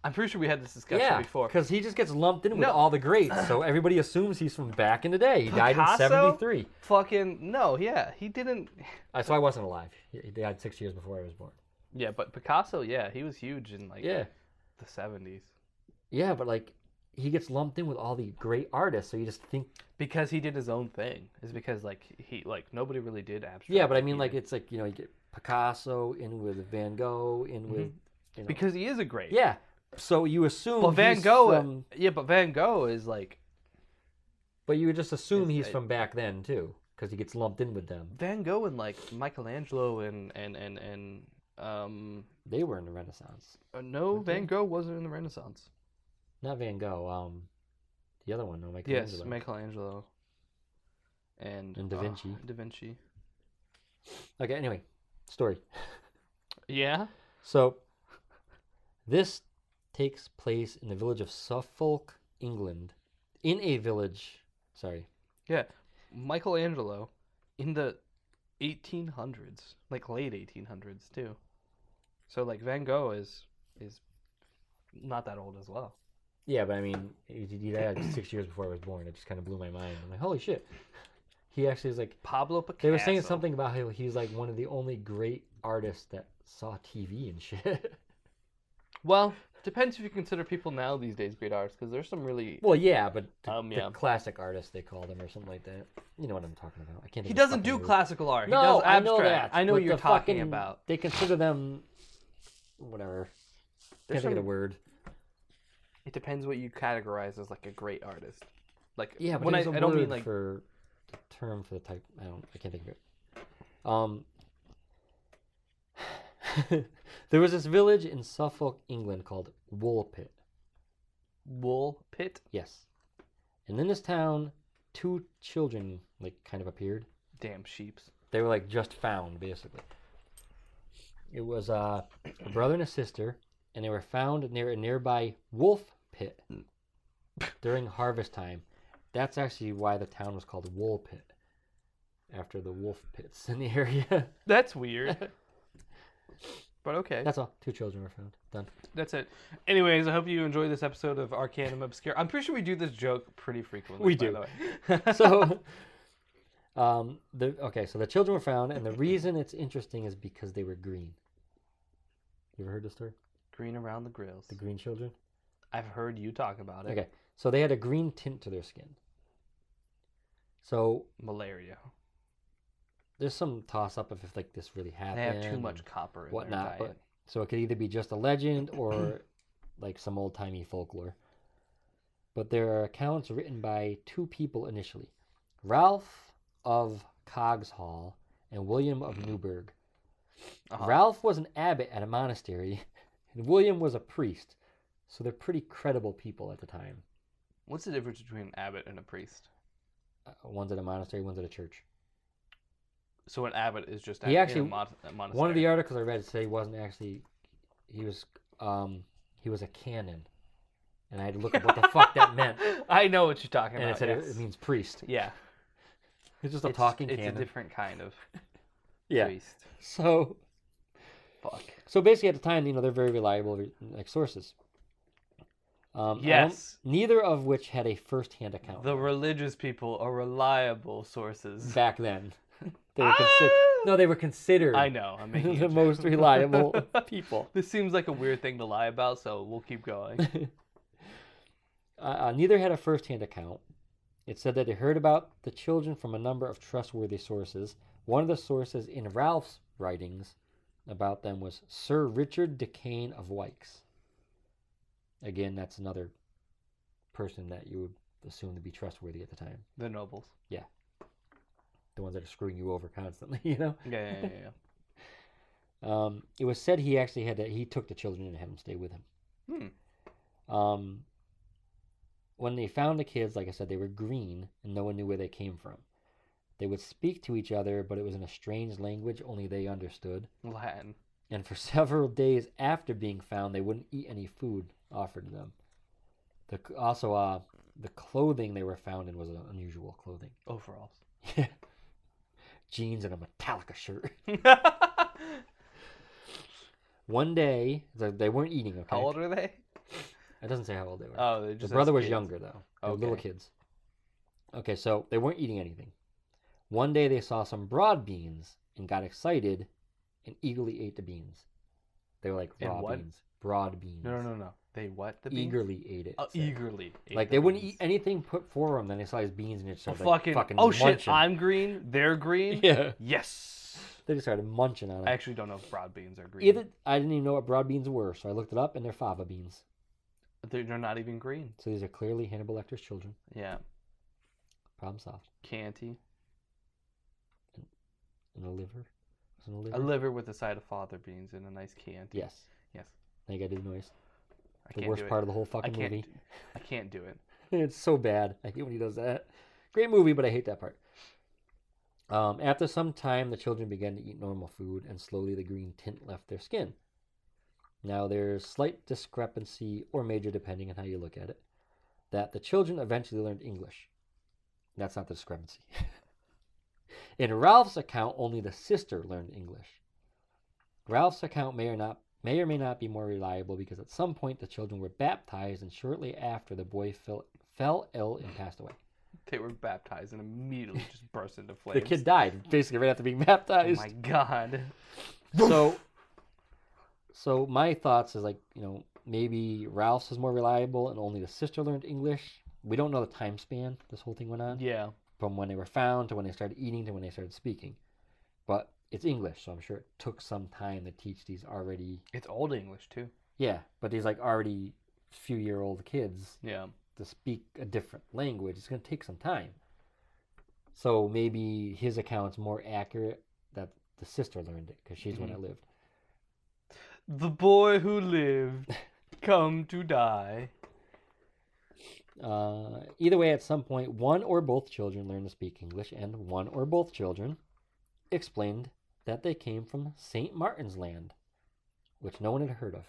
Speaker 1: I'm pretty sure we had this discussion before.
Speaker 2: because he just gets lumped in with
Speaker 1: No.
Speaker 2: all the greats, so everybody assumes he's from back in the day. He died in
Speaker 1: Picasso?
Speaker 2: '73.
Speaker 1: Fucking no, yeah, he didn't
Speaker 2: Uh, so I wasn't alive. He he died six years before I was born.
Speaker 1: Yeah, but Picasso, yeah, he was huge in like
Speaker 2: Yeah,
Speaker 1: the seventies.
Speaker 2: yeah, but like he gets lumped in with all the great artists, so you just think.
Speaker 1: Because he did his own thing. Is because like he like nobody really did abstract.
Speaker 2: Yeah, but I mean,
Speaker 1: He
Speaker 2: like
Speaker 1: did-
Speaker 2: it's like you know you get Picasso in with Van Gogh in with you know.
Speaker 1: Mm-hmm. because he is a great
Speaker 2: yeah. So you assume
Speaker 1: But Van
Speaker 2: he's
Speaker 1: Gogh
Speaker 2: from-
Speaker 1: Yeah, but Van Gogh is like
Speaker 2: but you would just assume
Speaker 1: Is-
Speaker 2: he's
Speaker 1: I-
Speaker 2: from back then too, because he gets lumped in with them.
Speaker 1: Van Gogh and like Michelangelo and and and and um
Speaker 2: They were in the Renaissance,
Speaker 1: uh, no
Speaker 2: Okay.
Speaker 1: Van Gogh wasn't in the Renaissance.
Speaker 2: not Van Gogh. Um, the other one, no,
Speaker 1: Yes,
Speaker 2: Michelangelo.
Speaker 1: Michelangelo. And,
Speaker 2: And Da
Speaker 1: uh,
Speaker 2: Vinci.
Speaker 1: da Vinci.
Speaker 2: okay, anyway, story.
Speaker 1: Yeah.
Speaker 2: So this takes place in the village of Suffolk, England, in a village. Sorry,
Speaker 1: Yeah. Michelangelo in the 1800s, like late 1800s too. So like Van Gogh is is not that old as well.
Speaker 2: Yeah, but I mean, he he died like six years before I was born. It just kind of blew my mind. I'm like, holy shit. He actually is like,
Speaker 1: Pablo Picasso.
Speaker 2: they were saying something about how he's like one of the only great artists that saw TV and shit.
Speaker 1: Well, depends if you consider people now these days great artists, because there's some really.
Speaker 2: well, yeah, but the,
Speaker 1: Um,
Speaker 2: the
Speaker 1: yeah.
Speaker 2: classic artist they called him or something like that. You know what I'm talking about? I can't.
Speaker 1: He
Speaker 2: think of his
Speaker 1: doesn't do
Speaker 2: fucking name.
Speaker 1: classical art.
Speaker 2: No,
Speaker 1: he does
Speaker 2: I
Speaker 1: abstract.
Speaker 2: know that.
Speaker 1: I know
Speaker 2: but
Speaker 1: what you're
Speaker 2: the
Speaker 1: talking
Speaker 2: fucking-
Speaker 1: about.
Speaker 2: They consider them, whatever.
Speaker 1: There's
Speaker 2: Can't think of the
Speaker 1: some-
Speaker 2: word.
Speaker 1: It depends what you categorize as like a great artist. Like
Speaker 2: Yeah, but
Speaker 1: when I,
Speaker 2: there's a
Speaker 1: I don't
Speaker 2: word
Speaker 1: mean like
Speaker 2: for the term for the type. I don't. I can't think of it. Um, there was this village in Suffolk, England, called Woolpit.
Speaker 1: wool pit.
Speaker 2: Yes, and in this town, two children like kind of appeared.
Speaker 1: Damn sheeps.
Speaker 2: They were like just found, basically. It was uh, a brother and a sister, and they were found near a nearby wolf pit during harvest time. That's actually why the town was called Wool Pit, after the wolf pits in the area.
Speaker 1: That's weird. but okay, that's,
Speaker 2: That's all. Two children were found. Done.
Speaker 1: it. Anyways, I hope you enjoyed this episode of Arcanum Obscure. I'm pretty sure we do this joke pretty frequently.
Speaker 2: We
Speaker 1: by
Speaker 2: do.
Speaker 1: the way.
Speaker 2: So, um, the okay. So the children were found, and the reason it's interesting is because they were green. You ever heard this story?
Speaker 1: Green around the grills.
Speaker 2: The green children.
Speaker 1: I've heard you talk about it.
Speaker 2: Okay, so they had a green tint to their skin. So
Speaker 1: Malaria.
Speaker 2: there's some toss up of if like this really
Speaker 1: They
Speaker 2: happened.
Speaker 1: have too much
Speaker 2: and
Speaker 1: copper in
Speaker 2: whatnot,
Speaker 1: their
Speaker 2: but
Speaker 1: diet.
Speaker 2: so it could either be just a legend or like some old timey folklore. But there are accounts written by two people initially, Ralph of Cogs Hall and William of Newburgh.
Speaker 1: Mm-hmm. Uh-huh.
Speaker 2: Ralph was an abbot at a monastery, and William was a priest, so they're pretty credible people at the time.
Speaker 1: What's the difference between an abbot and a priest?
Speaker 2: Uh, one's at a monastery, one's at a church.
Speaker 1: So an abbot is just
Speaker 2: He
Speaker 1: in a
Speaker 2: actually-
Speaker 1: mon- a monastery.
Speaker 2: One of the articles I read said he wasn't actually. He was. Um, he was a canon, and I had to look up what the fuck that meant.
Speaker 1: I know what you're talking
Speaker 2: And
Speaker 1: about.
Speaker 2: it said it,
Speaker 1: yes.
Speaker 2: it means priest.
Speaker 1: yeah,
Speaker 2: It's just a talking
Speaker 1: It's
Speaker 2: canon.
Speaker 1: a different kind of
Speaker 2: yeah.
Speaker 1: priest.
Speaker 2: So
Speaker 1: Fuck.
Speaker 2: so basically, at the time, you know, they're very reliable like sources. Um, I don't-
Speaker 1: Yes.
Speaker 2: Neither of which had a first-hand account
Speaker 1: The religious people are reliable sources.
Speaker 2: back then. They were considered. No, they were considered
Speaker 1: Ah! I know. I'm making
Speaker 2: the
Speaker 1: it.
Speaker 2: most reliable people.
Speaker 1: This seems like a weird thing to lie about, so we'll keep going.
Speaker 2: Uh, uh, neither had a first-hand account. It said that they heard about the children from a number of trustworthy sources. One of the sources in Ralph's writings about them was Sir Richard de Cane of Wykes. Again, that's another person that you would assume to be trustworthy at the time.
Speaker 1: the nobles.
Speaker 2: The ones that are screwing you over constantly, you know.
Speaker 1: Yeah, yeah, yeah. yeah.
Speaker 2: Um, it was said he actually had to, he took the children and had them stay with him.
Speaker 1: Hmm.
Speaker 2: Um, when they found the kids, like I said, they were green and no one knew where they came from. They would speak to each other, but it was in a strange language only they understood.
Speaker 1: Latin.
Speaker 2: And for several days after being found, they wouldn't eat any food offered to them. The, also, uh, the clothing they were found in was unusual clothing.
Speaker 1: Overalls.
Speaker 2: Yeah. Jeans and a Metallica shirt.
Speaker 1: How
Speaker 2: One day, they they weren't eating, okay?
Speaker 1: old are they?
Speaker 2: It doesn't say how old they were.
Speaker 1: Oh, they
Speaker 2: The
Speaker 1: just
Speaker 2: brother was
Speaker 1: kids.
Speaker 2: younger though. They were little
Speaker 1: Okay.
Speaker 2: kids. Okay, so they weren't eating anything. One day they saw some broad beans and got excited and eagerly ate the beans. They were like
Speaker 1: And
Speaker 2: raw
Speaker 1: what?
Speaker 2: beans. Broad beans.
Speaker 1: No, no, no, no. They what? The beans?
Speaker 2: eagerly ate it.
Speaker 1: Oh,
Speaker 2: it said.
Speaker 1: eagerly. ate
Speaker 2: Like
Speaker 1: the
Speaker 2: they wouldn't
Speaker 1: beans.
Speaker 2: eat anything put for them. Then they saw these beans and
Speaker 1: Oh,
Speaker 2: it started like,
Speaker 1: fucking,
Speaker 2: fucking,
Speaker 1: oh shit!
Speaker 2: munching.
Speaker 1: I'm green. They're green.
Speaker 2: Yeah.
Speaker 1: Yes.
Speaker 2: They just started munching on
Speaker 1: I
Speaker 2: it.
Speaker 1: actually don't know if broad beans are green.
Speaker 2: Either I didn't even know what broad beans were, so I looked it up and they're fava beans.
Speaker 1: They're, they're not even green.
Speaker 2: So these are clearly Hannibal Lecter's children.
Speaker 1: Yeah.
Speaker 2: Problem solved.
Speaker 1: Canty.
Speaker 2: And a liver. Was it a liver?
Speaker 1: A liver with a side of father beans and a nice canty.
Speaker 2: Yes.
Speaker 1: Yes.
Speaker 2: Now you gotta do the noise.
Speaker 1: I
Speaker 2: the
Speaker 1: can't
Speaker 2: worst
Speaker 1: do it.
Speaker 2: part of the whole
Speaker 1: I
Speaker 2: fucking
Speaker 1: can't.
Speaker 2: movie.
Speaker 1: do- I can't do it.
Speaker 2: It's so bad. I hate when he does that. Great movie, but I hate that part. Um, after some time, the children began to eat normal food, and slowly the green tint left their skin. Now, there's slight discrepancy, or major depending on how you look at it, that the children eventually learned English. That's not the discrepancy. In Ralph's account, only the sister learned English. Ralph's account may or not may or may not be more reliable because at some point the children were baptized and shortly after the boy fell, fell ill and passed away.
Speaker 1: They were baptized and immediately just burst into flames.
Speaker 2: The kid died basically right after being
Speaker 1: Oh
Speaker 2: baptized.
Speaker 1: my god.
Speaker 2: so so my thoughts is like you know maybe ralph's is more reliable and only the sister learned english we don't know the time span this whole thing went on
Speaker 1: Yeah.
Speaker 2: from when they were found to when they started eating to when they started speaking but it's english so i'm sure it took some time to teach these already
Speaker 1: It's old English too.
Speaker 2: yeah but these like already few year old kids
Speaker 1: Yeah.
Speaker 2: to speak a different language it's going to take some time so maybe his account's more accurate that the sister learned it because she's the one
Speaker 1: Mm-hmm.
Speaker 2: that lived
Speaker 1: The boy who lived come to die.
Speaker 2: Uh, either way, at some point, one or both children learned to speak English, and one or both children explained that they came from St. Martin's Land, which no one had heard of.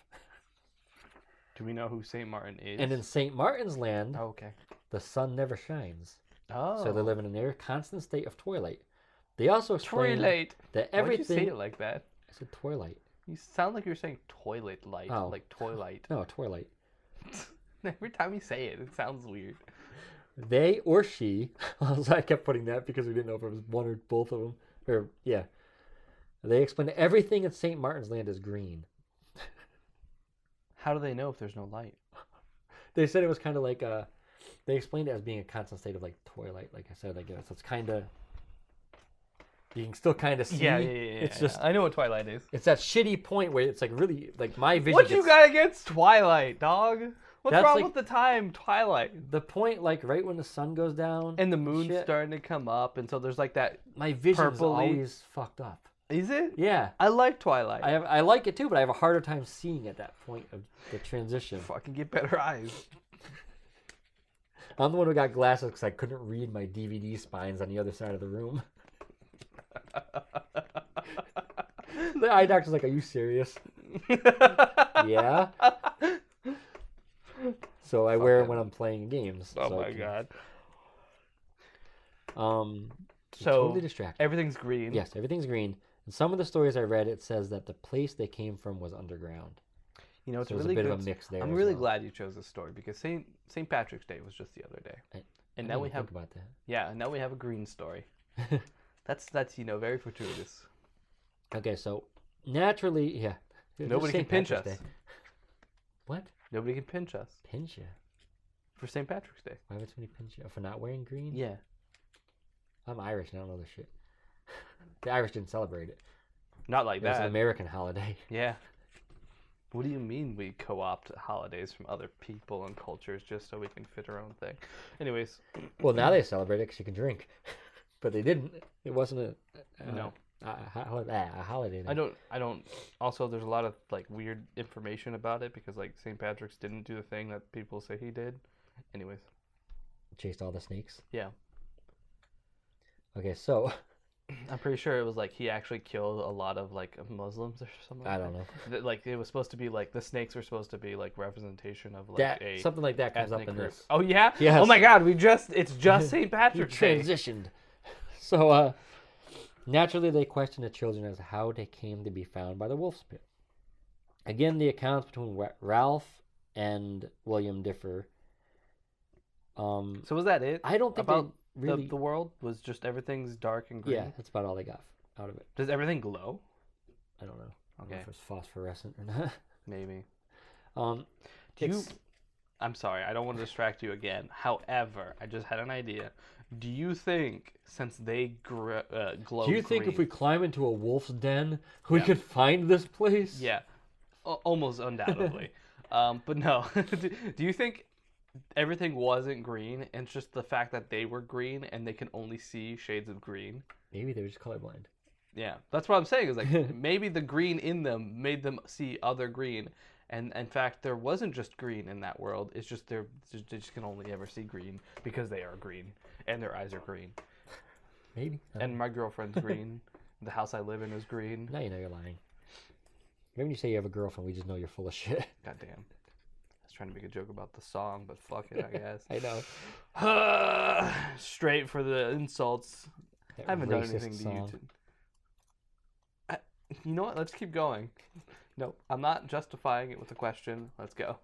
Speaker 1: Do we know who Saint Martin is?
Speaker 2: And in St. Martin's Land,
Speaker 1: oh, okay.
Speaker 2: the sun never shines,
Speaker 1: Oh.
Speaker 2: so they live in a near constant state of twilight. They also explained
Speaker 1: Twilight.
Speaker 2: that
Speaker 1: Why'd you
Speaker 2: everything.
Speaker 1: say it like that?
Speaker 2: I said twilight.
Speaker 1: You sound like you're saying toilet light,
Speaker 2: Oh.
Speaker 1: like twilight.
Speaker 2: No, twilight.
Speaker 1: Every time you say it, it sounds weird.
Speaker 2: They or she. also, I kept putting that because we didn't know if it was one or both of them. Or yeah, they explained everything in St. Martin's Land is green.
Speaker 1: How do they know if there's no light?
Speaker 2: they said it was kind of like uh they explained it as being a constant state of like twilight like i said i guess it's kind of you can still kind of see
Speaker 1: Yeah, yeah, yeah, yeah.
Speaker 2: it's
Speaker 1: yeah.
Speaker 2: just
Speaker 1: I know what twilight is.
Speaker 2: it's that shitty point where it's like really like my vision
Speaker 1: What you
Speaker 2: gets-
Speaker 1: got against twilight, dog? What's
Speaker 2: That's
Speaker 1: wrong
Speaker 2: like-
Speaker 1: with the time twilight?
Speaker 2: the point like right when the sun goes down
Speaker 1: And the moon's
Speaker 2: Shit.
Speaker 1: starting to come up, and so there's like that.
Speaker 2: my vision's
Speaker 1: purpley.
Speaker 2: always fucked up
Speaker 1: Is it?
Speaker 2: yeah
Speaker 1: I like twilight.
Speaker 2: i have i like it too but i have a harder time seeing at that point of the transition
Speaker 1: fucking get better eyes.
Speaker 2: i'm the one who got glasses because i couldn't read my dvd spines on the other side of the room the eye doctor's like are you serious
Speaker 1: Oh
Speaker 2: yeah. So I wear it when I'm playing games.
Speaker 1: Oh
Speaker 2: so I
Speaker 1: my
Speaker 2: can-
Speaker 1: god.
Speaker 2: Um, so
Speaker 1: So-
Speaker 2: totally distracted.
Speaker 1: Everything's green.
Speaker 2: Yes, everything's green. And some of the stories I read, it says that the place they came from was underground.
Speaker 1: You know, it's
Speaker 2: so there's
Speaker 1: really
Speaker 2: a bit
Speaker 1: good.
Speaker 2: of a mix there.
Speaker 1: I'm
Speaker 2: as
Speaker 1: really
Speaker 2: well.
Speaker 1: glad you chose this story because Saint Saint Patrick's Day was just the other day,
Speaker 2: I-
Speaker 1: and
Speaker 2: I
Speaker 1: now we
Speaker 2: didn't
Speaker 1: have
Speaker 2: think about that.
Speaker 1: yeah, now we have a green story. that's that's you know very fortuitous.
Speaker 2: Okay, so naturally, yeah. It was
Speaker 1: Nobody can
Speaker 2: St.
Speaker 1: pinch
Speaker 2: Patrick's
Speaker 1: us.
Speaker 2: Day. What
Speaker 1: Nobody can pinch us
Speaker 2: pinch you?
Speaker 1: for Saint Patrick's Day.
Speaker 2: Why would somebody pinch you for not wearing green?
Speaker 1: Yeah,
Speaker 2: I'm Irish and I don't know this shit. The Irish didn't celebrate it.
Speaker 1: not like
Speaker 2: It was an
Speaker 1: that.
Speaker 2: American holiday.
Speaker 1: Yeah. What do you mean we co-opt holidays from other people and cultures just so we can fit our own thing? Anyways,
Speaker 2: Well, now they celebrate it because you can drink, but they didn't. It wasn't a, a
Speaker 1: No.
Speaker 2: a, a, ho- a holiday.
Speaker 1: I
Speaker 2: Then.
Speaker 1: don't. I don't. Also, there's a lot of like weird information about it because like St. Patrick's didn't do the thing that people say he did. Anyways,
Speaker 2: chased all the snakes.
Speaker 1: Yeah.
Speaker 2: Okay, so
Speaker 1: I'm pretty sure it was like he actually killed a lot of like Muslims or something. Like
Speaker 2: I don't know
Speaker 1: That. Th- Like it was supposed to be like the snakes were supposed to be like representation of like
Speaker 2: that
Speaker 1: a
Speaker 2: something like that comes up
Speaker 1: ethnic
Speaker 2: in
Speaker 1: group.
Speaker 2: this.
Speaker 1: Oh yeah.
Speaker 2: Yes.
Speaker 1: Oh my God. We just it's just St.
Speaker 2: You
Speaker 1: Patrick's Day.
Speaker 2: transitioned. So uh, naturally, they question the children as how they came to be found by the wolf's pit. Again, the accounts between Wa- Ralph and William differ. Um,
Speaker 1: So was that it?
Speaker 2: I don't think
Speaker 1: about
Speaker 2: they really.
Speaker 1: the, the world was just everything's dark and green.
Speaker 2: yeah, that's about all they got out of it.
Speaker 1: Does everything glow?
Speaker 2: I don't know. I don't know
Speaker 1: Okay.
Speaker 2: if it's phosphorescent or not.
Speaker 1: Maybe.
Speaker 2: Um,
Speaker 1: Do you?
Speaker 2: it's-
Speaker 1: I'm sorry. I don't want to distract you again. However, I just had an idea. Do you think since they gr- uh, glow?
Speaker 2: do you think if
Speaker 1: green-
Speaker 2: we climb into a wolf's den, we
Speaker 1: Yeah.
Speaker 2: could find this place?
Speaker 1: Yeah, Al almost undoubtedly. um, but no, do, do you think everything wasn't green, and it's just the fact that they were green and they can only see shades of green?
Speaker 2: Maybe they were just colorblind.
Speaker 1: Yeah, that's what I'm saying. Is like maybe the green in them made them see other green, and in fact there wasn't just green in that world. It's just they're just, they just can only ever see green because they are green and their eyes are green.
Speaker 2: Maybe. I don't
Speaker 1: And my girlfriend's green. the house I live in is green.
Speaker 2: know. now you know you're lying. Maybe when you say you have a girlfriend, we just know you're full of shit.
Speaker 1: God damn. I was trying to make a joke about the song, but fuck it, I guess.
Speaker 2: I know.
Speaker 1: Straight for the insults.
Speaker 2: That
Speaker 1: I haven't done
Speaker 2: racist
Speaker 1: anything to you.
Speaker 2: song.
Speaker 1: To... I, You know what? Let's keep going. No, I'm not justifying it with a question. Let's go.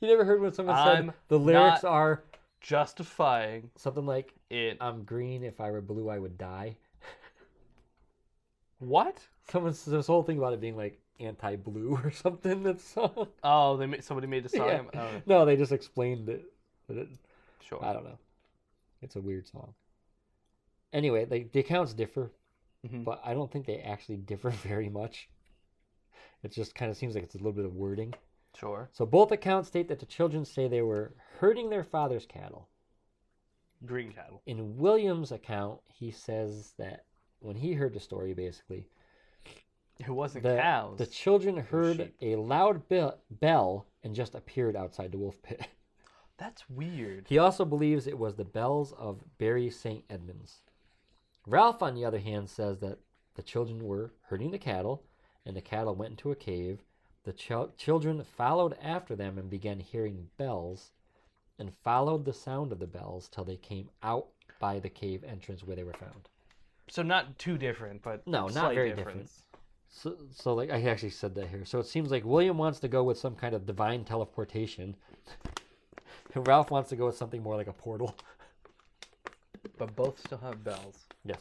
Speaker 2: You never heard when someone said
Speaker 1: I'm
Speaker 2: the lyrics
Speaker 1: not-
Speaker 2: are
Speaker 1: Justifying
Speaker 2: something like
Speaker 1: it. Uh,
Speaker 2: "I'm green. If I were blue, I would die."
Speaker 1: What?
Speaker 2: Someone says this whole thing about it being like anti-blue or something. That's
Speaker 1: Oh, they made, somebody made a song.
Speaker 2: yeah.
Speaker 1: Oh,
Speaker 2: no, they just explained it. But it
Speaker 1: sure.
Speaker 2: I don't know. It's a weird song. Anyway, they, the accounts differ,
Speaker 1: Mhm.
Speaker 2: but I don't think they actually differ very much. It just kind of seems like it's a little bit of wording.
Speaker 1: Sure.
Speaker 2: So both accounts state that the children say they were herding their father's cattle.
Speaker 1: Green cattle.
Speaker 2: In William's account, he says that when he heard the story, basically,
Speaker 1: It wasn't
Speaker 2: the,
Speaker 1: cows.
Speaker 2: the children heard
Speaker 1: sheep.
Speaker 2: a loud be- bell and just appeared outside the wolf pit.
Speaker 1: That's weird.
Speaker 2: He also believes it was the bells of Bury St. Edmunds. Ralph, on the other hand, says that the children were herding the cattle, and the cattle went into a cave. The chil- children followed after them and began hearing bells, and followed the sound of the bells till they came out by the cave entrance where they were found.
Speaker 1: So not too different, but
Speaker 2: No, not
Speaker 1: slight
Speaker 2: very
Speaker 1: difference.
Speaker 2: So, so like I actually said that here. So it seems like William wants to go with some kind of divine teleportation, and Ralph wants to go with something more like a portal.
Speaker 1: But both still have bells.
Speaker 2: Yes.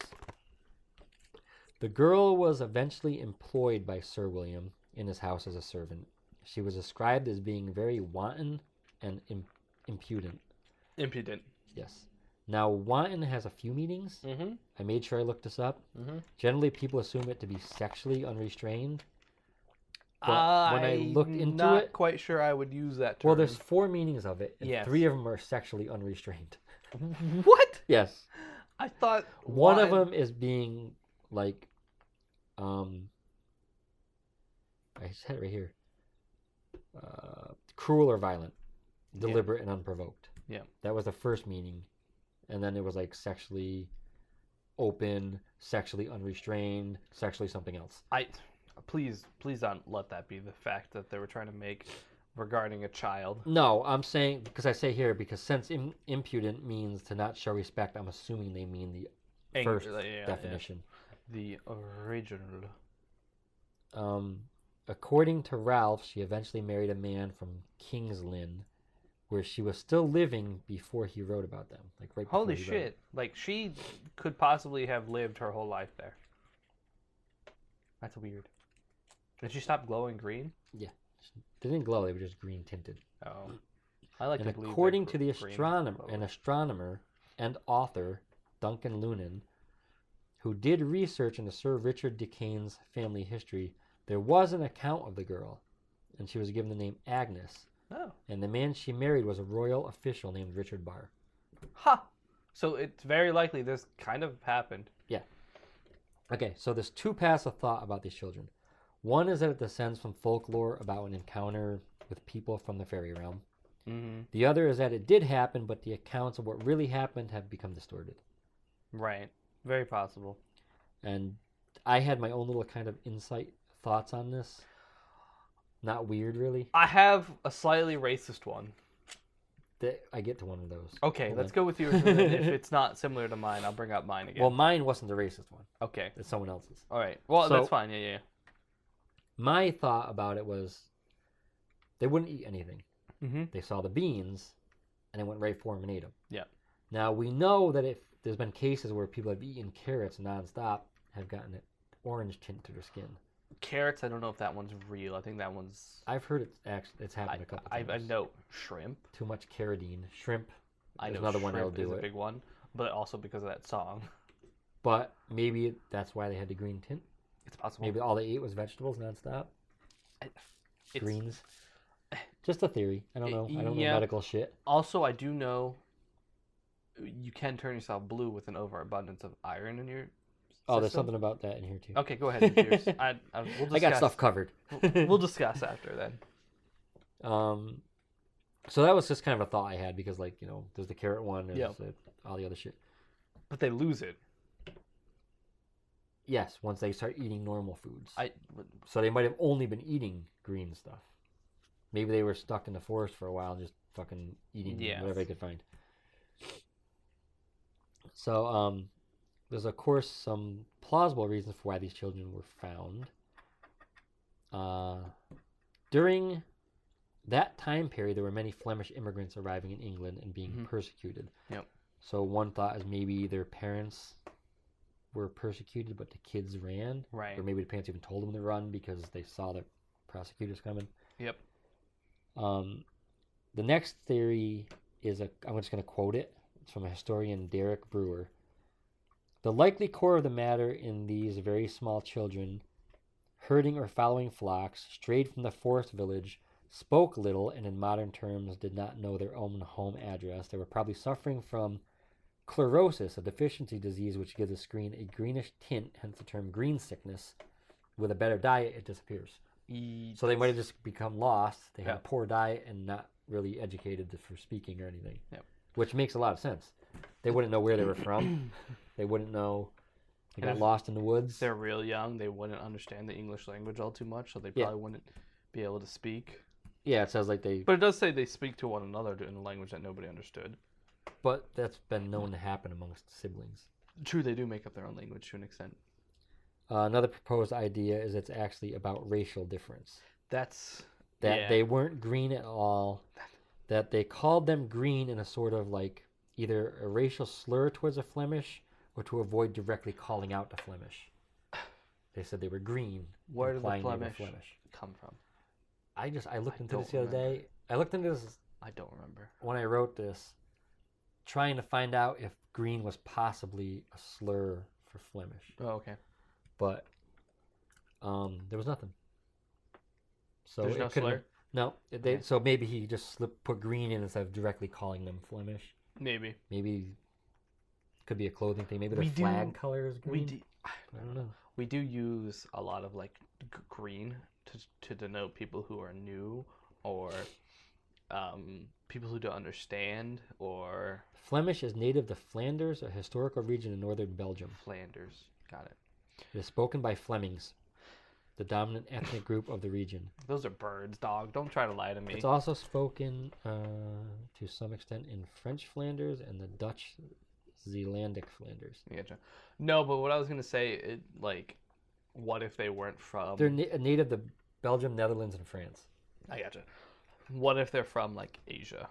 Speaker 2: The girl was eventually employed by Sir William in his house as a servant. She was described as being very wanton and im- impudent.
Speaker 1: Impudent.
Speaker 2: Yes. Now, wanton has a few meanings.
Speaker 1: Mm-hmm.
Speaker 2: I made sure I looked this up.
Speaker 1: Mhm.
Speaker 2: Generally, people assume it to be sexually unrestrained. But when I
Speaker 1: I'm
Speaker 2: looked into
Speaker 1: not
Speaker 2: it-
Speaker 1: quite sure I would use that term.
Speaker 2: Well, there's four meanings of it, and
Speaker 1: Yes.
Speaker 2: three of them are sexually unrestrained.
Speaker 1: what?
Speaker 2: Yes.
Speaker 1: I thought
Speaker 2: One of
Speaker 1: why-
Speaker 2: them is being like, um, I just had it right here. Uh, cruel or violent, deliberate and unprovoked.
Speaker 1: Yeah.
Speaker 2: that was the first meaning, and then it was like sexually open, sexually unrestrained, sexually something else.
Speaker 1: I please please don't let that be the fact that they were trying to make regarding a child.
Speaker 2: No, I'm saying because I say here because since Im- impudent means to not show respect, I'm assuming they mean the
Speaker 1: Ang-
Speaker 2: first
Speaker 1: yeah, yeah.
Speaker 2: definition.
Speaker 1: The original.
Speaker 2: Um, according to Ralph, she eventually married a man from King's Lynn, where she was still living before he wrote about them. Like right. before
Speaker 1: Holy
Speaker 2: he wrote.
Speaker 1: shit! Like she could possibly have lived her whole life there. That's weird. Did she stop glowing green?
Speaker 2: They didn't glow; they were just green tinted.
Speaker 1: Oh, I like.
Speaker 2: and
Speaker 1: to believe
Speaker 2: according
Speaker 1: that
Speaker 2: to the
Speaker 1: gr- green
Speaker 2: astronomer,
Speaker 1: glowed.
Speaker 2: an astronomer and author Duncan Lunan, who did research into Sir Richard Decane's family history, there was an account of the girl, and she was given the name Agnes.
Speaker 1: Oh,
Speaker 2: And the man she married was a royal official named Richard Barr.
Speaker 1: ha! So it's very likely this kind of happened.
Speaker 2: Okay, so there's two paths of thought about these children. One is that it descends from folklore about an encounter with people from the fairy realm.
Speaker 1: Mm-hmm.
Speaker 2: The other is that it did happen, but the accounts of what really happened have become distorted.
Speaker 1: Right. Very possible.
Speaker 2: And I had my own little kind of insight thoughts on this. Not weird, really.
Speaker 1: I have a slightly racist one.
Speaker 2: Th- I get to one of those.
Speaker 1: Okay,
Speaker 2: Hold
Speaker 1: let's
Speaker 2: on.
Speaker 1: go with yours. and then if it's not similar to mine, I'll bring up mine again.
Speaker 2: Well, mine wasn't the racist one,
Speaker 1: okay.
Speaker 2: it's someone else's.
Speaker 1: All right. Well,
Speaker 2: So-
Speaker 1: that's fine. Yeah, yeah.
Speaker 2: My thought about it was they wouldn't eat anything.
Speaker 1: Mm-hmm.
Speaker 2: they saw the beans and it went right for them and ate them.
Speaker 1: Yeah.
Speaker 2: Now we know that if there's been cases where people have eaten carrots nonstop, have gotten an orange tint to their skin.
Speaker 1: Carrots. I don't know if that one's real. I think that one's.
Speaker 2: I've heard it's actually it's happened a couple
Speaker 1: I,
Speaker 2: times.
Speaker 1: I know shrimp.
Speaker 2: Too much carotene, shrimp,
Speaker 1: I know
Speaker 2: There's another
Speaker 1: shrimp
Speaker 2: one that'll
Speaker 1: is
Speaker 2: do
Speaker 1: a
Speaker 2: it.
Speaker 1: big one, but also because of that song,
Speaker 2: but maybe that's why they had the green tint.
Speaker 1: it's possible.
Speaker 2: Maybe all they ate was vegetables nonstop,
Speaker 1: It's-
Speaker 2: greens. Just a theory. I don't
Speaker 1: Y-
Speaker 2: know. I don't
Speaker 1: yeah.
Speaker 2: know medical shit.
Speaker 1: Also, I do know you can turn yourself blue with an overabundance of iron in your.
Speaker 2: Oh, there's
Speaker 1: system.
Speaker 2: something about that in here too.
Speaker 1: Okay, go ahead. and Yours. I, I, we'll discuss.
Speaker 2: I got stuff covered.
Speaker 1: We'll discuss after then.
Speaker 2: Um, so that was just kind of a thought I had because, like, you know, there's the carrot one, there's
Speaker 1: Yeah.
Speaker 2: the, all the other shit.
Speaker 1: But they lose it.
Speaker 2: Yes, once they start eating normal foods.
Speaker 1: I
Speaker 2: So they might have only been eating green stuff. Maybe they were stuck in the forest for a while, just fucking eating
Speaker 1: Yes.
Speaker 2: whatever they could find. So um, there's of course some plausible reasons for why these children were found. Uh, during that time period, there were many Flemish immigrants arriving in England and being
Speaker 1: Mhm.
Speaker 2: persecuted.
Speaker 1: Yep.
Speaker 2: So one thought is maybe their parents were persecuted, but the kids ran,
Speaker 1: Right.
Speaker 2: or maybe the parents even told them to run because they saw the prosecutors coming.
Speaker 1: Yep.
Speaker 2: Um, the next theory is a. I'm just going to quote it. It's from a historian, Derek Brewer. The likely core of the matter in these very small children, herding or following flocks, strayed from the forest village, spoke little, and in modern terms did not know their own home address. They were probably suffering from chlorosis, a deficiency disease which gives a screen a greenish tint, hence the term green sickness. With a better diet, it disappears.
Speaker 1: E-
Speaker 2: So they might have just become lost. They had
Speaker 1: Yeah.
Speaker 2: a poor diet and not really educated to- for speaking or anything.
Speaker 1: Yep.
Speaker 2: Which makes a lot of sense. They wouldn't know where they were from. they wouldn't know. They
Speaker 1: And
Speaker 2: got
Speaker 1: if
Speaker 2: lost in the woods.
Speaker 1: they're real young. They wouldn't understand the English language all too much, so they
Speaker 2: Yeah.
Speaker 1: probably wouldn't be able to speak.
Speaker 2: Yeah, it sounds like they.
Speaker 1: But it does say they speak to one another in a language that nobody understood.
Speaker 2: But that's been known to happen amongst siblings.
Speaker 1: True, they do make up their own language to an extent.
Speaker 2: Uh, another proposed idea is it's actually about racial difference.
Speaker 1: That's
Speaker 2: That
Speaker 1: Yeah.
Speaker 2: they weren't green at all. That they called them green in a sort of like either a racial slur towards a Flemish or to avoid directly calling out the Flemish. They said they were green.
Speaker 1: where did the
Speaker 2: implying they were
Speaker 1: Flemish come from?
Speaker 2: I just I looked
Speaker 1: I
Speaker 2: into this the
Speaker 1: don't
Speaker 2: other day. I looked into this
Speaker 1: I don't remember.
Speaker 2: when I wrote this, trying to find out if green was possibly a slur for Flemish,
Speaker 1: Oh, okay.
Speaker 2: but um, there was nothing. So
Speaker 1: There's
Speaker 2: it
Speaker 1: no
Speaker 2: could've
Speaker 1: slur.
Speaker 2: been- No, it- they,
Speaker 1: Okay.
Speaker 2: so maybe he just slipped, put green in instead of directly calling them Flemish.
Speaker 1: Maybe
Speaker 2: Maybe could be a clothing thing. Maybe
Speaker 1: We
Speaker 2: their
Speaker 1: do-
Speaker 2: flag color is green.
Speaker 1: we do.
Speaker 2: I don't know.
Speaker 1: We do use a lot of like g- green to to denote people who are new or um, people who don't understand or
Speaker 2: Flemish is native to Flanders, a historical region in northern Belgium.
Speaker 1: Flanders. Got it.
Speaker 2: It is spoken by Flemings, the dominant ethnic group of the region.
Speaker 1: Those are birds, dog. Don't try to lie to me.
Speaker 2: It's also spoken uh, to some extent in French Flanders and the Dutch Zeelandic Flanders.
Speaker 1: I getcha. No, but what I was gonna say, it like, what if they weren't from?
Speaker 2: They're na- native to Belgium, Netherlands, and France.
Speaker 1: I gotcha. What if they're from like Asia,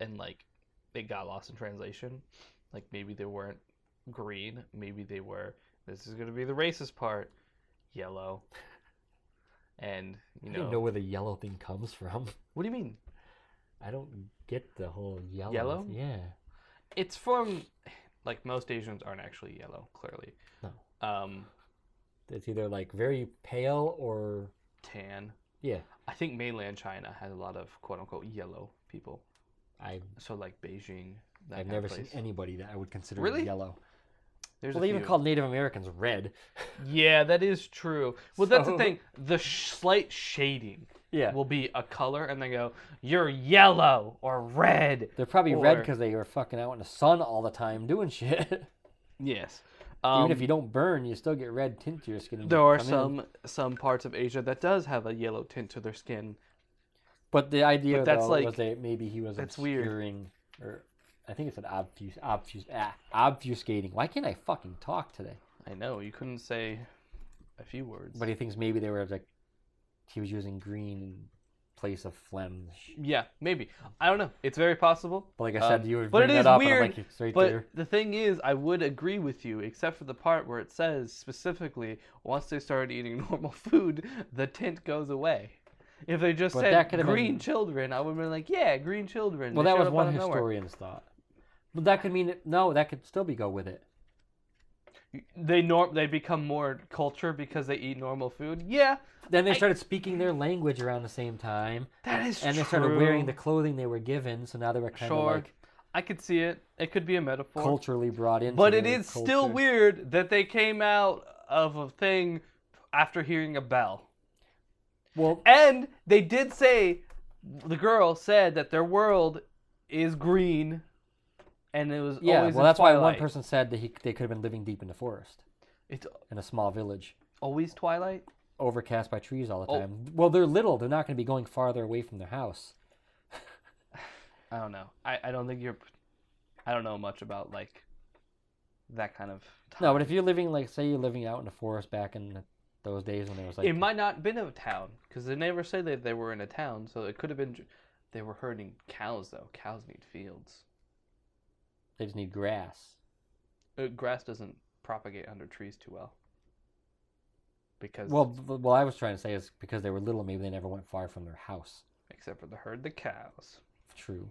Speaker 1: and like they got lost in translation? Like maybe they weren't green. Maybe they were. This is gonna be the racist part. Yellow. And you
Speaker 2: I
Speaker 1: know,
Speaker 2: don't know where the yellow thing comes from.
Speaker 1: what do you mean?
Speaker 2: I don't get the whole yellow.
Speaker 1: Yellow?
Speaker 2: Yeah.
Speaker 1: It's from like most Asians aren't actually yellow. Clearly,
Speaker 2: No.
Speaker 1: um,
Speaker 2: It's either like very pale or
Speaker 1: tan.
Speaker 2: yeah.
Speaker 1: I think mainland China has a lot of quote unquote yellow people.
Speaker 2: I
Speaker 1: So like Beijing. That
Speaker 2: I've
Speaker 1: kind of
Speaker 2: never seen
Speaker 1: place.
Speaker 2: anybody that I would consider
Speaker 1: Really?
Speaker 2: yellow.
Speaker 1: There's
Speaker 2: well,
Speaker 1: a
Speaker 2: they even
Speaker 1: few.
Speaker 2: called Native Americans red.
Speaker 1: Yeah, that is true. Well, that's the
Speaker 2: So-
Speaker 1: thing. The sh- slight shading
Speaker 2: Yeah.
Speaker 1: will be a color, and they go, "You're yellow or red."
Speaker 2: They're probably red
Speaker 1: Or-
Speaker 2: because they were fucking out in the sun all the time doing shit.
Speaker 1: Yes. Um,
Speaker 2: Even if you don't burn, you still get red tint to your skin. when
Speaker 1: there
Speaker 2: you
Speaker 1: are
Speaker 2: come in.
Speaker 1: some some parts of Asia that does have a yellow tint to their skin.
Speaker 2: but the idea
Speaker 1: but that's
Speaker 2: though,
Speaker 1: like-
Speaker 2: was that maybe he was
Speaker 1: that's weird.
Speaker 2: obscuring, or I think it's an obfus, obfus, ah, obfuscating. Why can't I fucking talk today?
Speaker 1: I know you couldn't say a few words.
Speaker 2: But he thinks maybe they were like he was using green in place of Flemish.
Speaker 1: yeah, maybe I don't know. It's very possible.
Speaker 2: But like I said,
Speaker 1: Um,
Speaker 2: you would
Speaker 1: but
Speaker 2: bring
Speaker 1: it
Speaker 2: that
Speaker 1: is
Speaker 2: up,
Speaker 1: weird,
Speaker 2: and I'm like, it's right
Speaker 1: But
Speaker 2: there.
Speaker 1: the thing is, I would agree with you, except for the part where it says specifically, once they started eating normal food, the tint goes away. If they just
Speaker 2: But
Speaker 1: said
Speaker 2: that could've
Speaker 1: green
Speaker 2: been-
Speaker 1: children, I would have been like, yeah, green children.
Speaker 2: Well,
Speaker 1: they
Speaker 2: that
Speaker 1: showed
Speaker 2: was
Speaker 1: up out
Speaker 2: one
Speaker 1: of nowhere."
Speaker 2: historian's thought. But that could mean it, no, that could still be go with it.
Speaker 1: They norm they become more culture because they eat normal food. Yeah,
Speaker 2: Then
Speaker 1: I-
Speaker 2: they started speaking their language around the same time.
Speaker 1: that is
Speaker 2: and they started wearing the clothing they were given, so now they were kind of
Speaker 1: Sure.
Speaker 2: like
Speaker 1: I could see it. It could be a metaphor.
Speaker 2: culturally brought in.
Speaker 1: But it is still weird that they came out of a thing after hearing a bell.
Speaker 2: Well,
Speaker 1: And they did say the girl said that their world is green, and it was
Speaker 2: yeah.
Speaker 1: Always
Speaker 2: Well,
Speaker 1: in
Speaker 2: that's why one
Speaker 1: twilight.
Speaker 2: person said that he, they could have been living deep in the forest
Speaker 1: It's
Speaker 2: in a small village,
Speaker 1: always twilight.
Speaker 2: overcast by trees all the
Speaker 1: Oh.
Speaker 2: time. Well, they're little; they're not going to be going farther away from their house.
Speaker 1: I don't know. I, I don't think you're. I don't know much about like that kind of. Time.
Speaker 2: No, but if you're living, like, say, you're living out in the forest back in the Those days when there was like
Speaker 1: it might not have been a town because they never say that they were in a town, so it could have been. They were herding cows though. Cows need fields.
Speaker 2: they just need grass.
Speaker 1: Uh, grass doesn't propagate under trees too well. Because
Speaker 2: Well, b- b- what I was trying to say is because they were little, maybe they never went far from their house.
Speaker 1: except for the herd, the cows.
Speaker 2: True,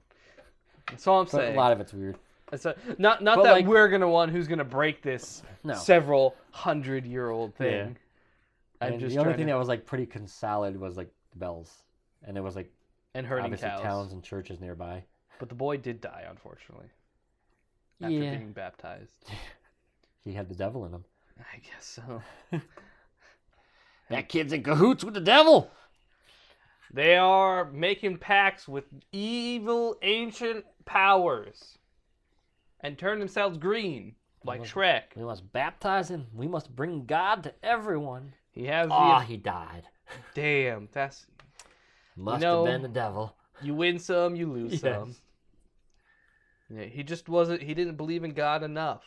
Speaker 1: That's all I'm
Speaker 2: but
Speaker 1: saying.
Speaker 2: a lot of it's weird.
Speaker 1: It's a- not not
Speaker 2: But,
Speaker 1: that
Speaker 2: like-
Speaker 1: we're gonna one who's gonna break this
Speaker 2: No,
Speaker 1: several hundred year old
Speaker 2: Yeah.
Speaker 1: thing. I'm
Speaker 2: and
Speaker 1: just
Speaker 2: the only
Speaker 1: trying
Speaker 2: thing
Speaker 1: to,
Speaker 2: that was like pretty con- solid was like the bells, and there was like
Speaker 1: and herding
Speaker 2: obviously
Speaker 1: cows.
Speaker 2: towns and churches nearby.
Speaker 1: But the boy did die, unfortunately, after being baptized.
Speaker 2: he had the devil in him.
Speaker 1: I guess so.
Speaker 2: That kid's in cahoots with the devil.
Speaker 1: They are making pacts with evil ancient powers and turn themselves green like
Speaker 2: Wasn't-
Speaker 1: Shrek.
Speaker 2: We must baptize him. We must bring God to everyone.
Speaker 1: He has
Speaker 2: Ah,
Speaker 1: the
Speaker 2: he died.
Speaker 1: damn. That's
Speaker 2: Must
Speaker 1: know-
Speaker 2: have been the devil.
Speaker 1: you win some, you lose
Speaker 2: Yes.
Speaker 1: some. Yeah, he just wasn't. He didn't believe in God enough.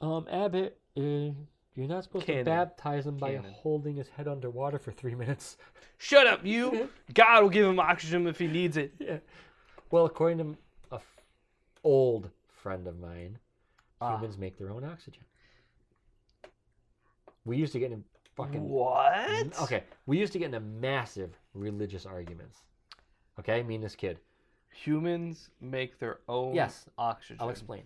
Speaker 2: Um, Abbott, uh, you're not supposed
Speaker 1: Cannon.
Speaker 2: to baptize him by
Speaker 1: Cannon.
Speaker 2: holding his head underwater for three minutes.
Speaker 1: Shut up,
Speaker 2: Mm-hmm.
Speaker 1: you. God will give him oxygen if he needs it.
Speaker 2: yeah. Well, according to a f- old friend of mine,
Speaker 1: Ah.
Speaker 2: humans make their own oxygen. We used to get in fucking
Speaker 1: What?
Speaker 2: okay. We used to get into massive religious arguments. Okay, me and this kid.
Speaker 1: Humans make their own
Speaker 2: Yes,
Speaker 1: oxygen.
Speaker 2: I'll explain.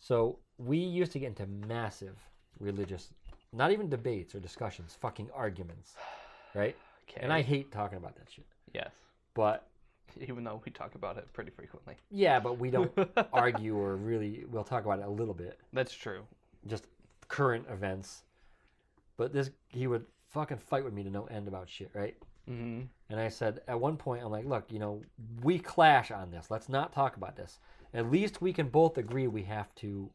Speaker 2: So we used to get into massive religious, not even debates or discussions, fucking arguments, right?
Speaker 1: Okay.
Speaker 2: And I hate talking about that shit.
Speaker 1: yes,
Speaker 2: But
Speaker 1: even though we talk about it pretty frequently.
Speaker 2: yeah, but we don't argue or really. We'll talk about it a little bit,
Speaker 1: That's true.
Speaker 2: just current events. But this, he would fucking fight with me to no end about shit, right?
Speaker 1: hmm
Speaker 2: And I said, at one point, I'm like, look, you know, we clash on this. Let's not talk about this. At least we can both agree we have to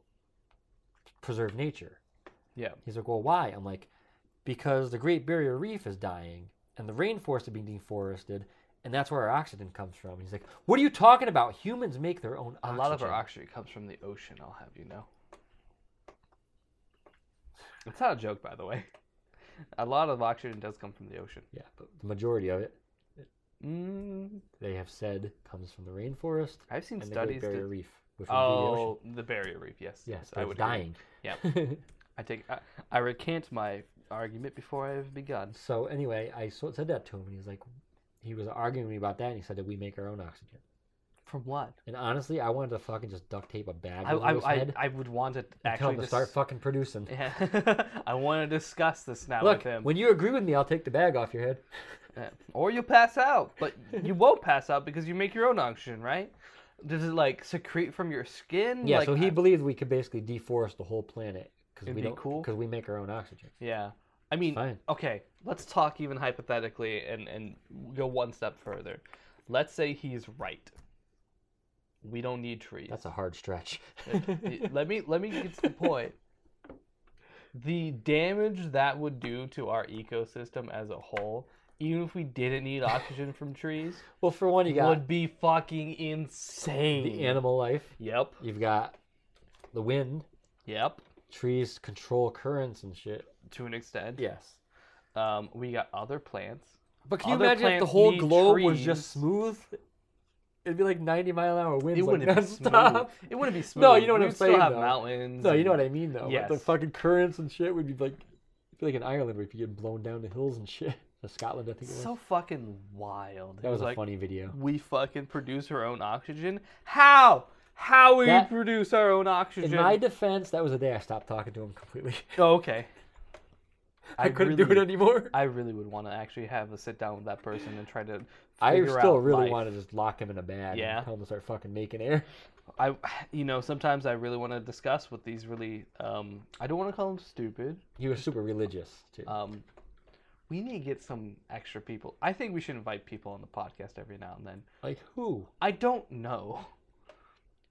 Speaker 2: preserve nature.
Speaker 1: Yeah.
Speaker 2: He's like, well, why? I'm like, because the Great Barrier Reef is dying and the rainforest is being deforested, and that's where our oxygen comes from. He's like, what are you talking about? Humans make their own
Speaker 1: A
Speaker 2: oxygen.
Speaker 1: lot of our oxygen comes from the ocean, I'll have you know. It's not a joke, by the way. A lot of oxygen does come from the ocean.
Speaker 2: Yeah, but the majority of it,
Speaker 1: Mm,
Speaker 2: they have said, comes from the rainforest
Speaker 1: I've seen
Speaker 2: and the Great
Speaker 1: studies.
Speaker 2: Barrier
Speaker 1: that...
Speaker 2: Reef, which would be the ocean.
Speaker 1: Oh, the barrier reef. Yes.
Speaker 2: Yes,
Speaker 1: I
Speaker 2: I
Speaker 1: would agree.
Speaker 2: dying.
Speaker 1: I take. I, I recant my argument before I have begun.
Speaker 2: So anyway, I so- said that to him, and he's like, he was arguing with me about that, and he said that we make our own oxygen.
Speaker 1: From what?
Speaker 2: And honestly, I wanted to fucking just duct tape a bag
Speaker 1: I,
Speaker 2: over his
Speaker 1: I, I,
Speaker 2: head
Speaker 1: I would want to
Speaker 2: and tell
Speaker 1: actually
Speaker 2: him to
Speaker 1: dis-
Speaker 2: start fucking producing.
Speaker 1: Yeah. I want to discuss this now
Speaker 2: Look,
Speaker 1: with him.
Speaker 2: when you agree with me, I'll take the bag off your head.
Speaker 1: Yeah. Or you'll pass out, but you won't pass out because you make your own oxygen, right? Does it like secrete from your skin?
Speaker 2: Yeah,
Speaker 1: Mm, Like,
Speaker 2: so he
Speaker 1: I-
Speaker 2: believed we could basically deforest the whole planet because
Speaker 1: It'd
Speaker 2: we
Speaker 1: be
Speaker 2: don't
Speaker 1: cool.
Speaker 2: because we make our own oxygen.
Speaker 1: yeah. I mean,
Speaker 2: Fine.
Speaker 1: okay, let's talk even hypothetically and and go one step further. Let's say he's right. We don't need trees.
Speaker 2: That's a hard stretch.
Speaker 1: let me let me get to the point. The damage that would do to our ecosystem as a whole, even if we didn't need oxygen from trees,
Speaker 2: well, for one, you got
Speaker 1: would be fucking insane.
Speaker 2: the animal life.
Speaker 1: Yep.
Speaker 2: You've got the wind.
Speaker 1: Yep.
Speaker 2: Trees control currents and shit.
Speaker 1: To an extent.
Speaker 2: Yes.
Speaker 1: Um, we got other plants.
Speaker 2: But can you
Speaker 1: Other
Speaker 2: imagine if the
Speaker 1: plants
Speaker 2: whole
Speaker 1: need
Speaker 2: globe was
Speaker 1: trees.
Speaker 2: just smooth? It'd be like 90 mile an hour winds.
Speaker 1: It
Speaker 2: like,
Speaker 1: wouldn't be smooth.
Speaker 2: nonstop.
Speaker 1: It wouldn't be smooth.
Speaker 2: No, you know what
Speaker 1: We'd
Speaker 2: I'm
Speaker 1: still
Speaker 2: saying,
Speaker 1: have
Speaker 2: though.
Speaker 1: mountains.
Speaker 2: No, you know
Speaker 1: and-
Speaker 2: what I mean though. Like,
Speaker 1: Yes.
Speaker 2: the fucking currents and shit would be like, it'd be like in Ireland where you get blown down to hills and shit. To Scotland, I think it was.
Speaker 1: So fucking wild. It
Speaker 2: that was a
Speaker 1: like
Speaker 2: funny video.
Speaker 1: we fucking produce our own oxygen. How? How we
Speaker 2: That-
Speaker 1: produce our own
Speaker 2: In
Speaker 1: oxygen?
Speaker 2: my defense, that was the day I stopped talking to him completely.
Speaker 1: Oh, okay.
Speaker 2: I, couldn't
Speaker 1: really,
Speaker 2: do it anymore.
Speaker 1: I really would want to actually have a sit down with that person and try to.
Speaker 2: I,
Speaker 1: figure
Speaker 2: still
Speaker 1: out
Speaker 2: really
Speaker 1: life.
Speaker 2: want to just lock him in a bag
Speaker 1: Yeah.
Speaker 2: and tell him to start fucking making air.
Speaker 1: I, you know, sometimes I really want to discuss with these really. Um, I don't want to call them stupid.
Speaker 2: He was super religious too.
Speaker 1: Um, we need to get some extra people. I think we should invite people on the podcast every now and then.
Speaker 2: like who?
Speaker 1: I don't know.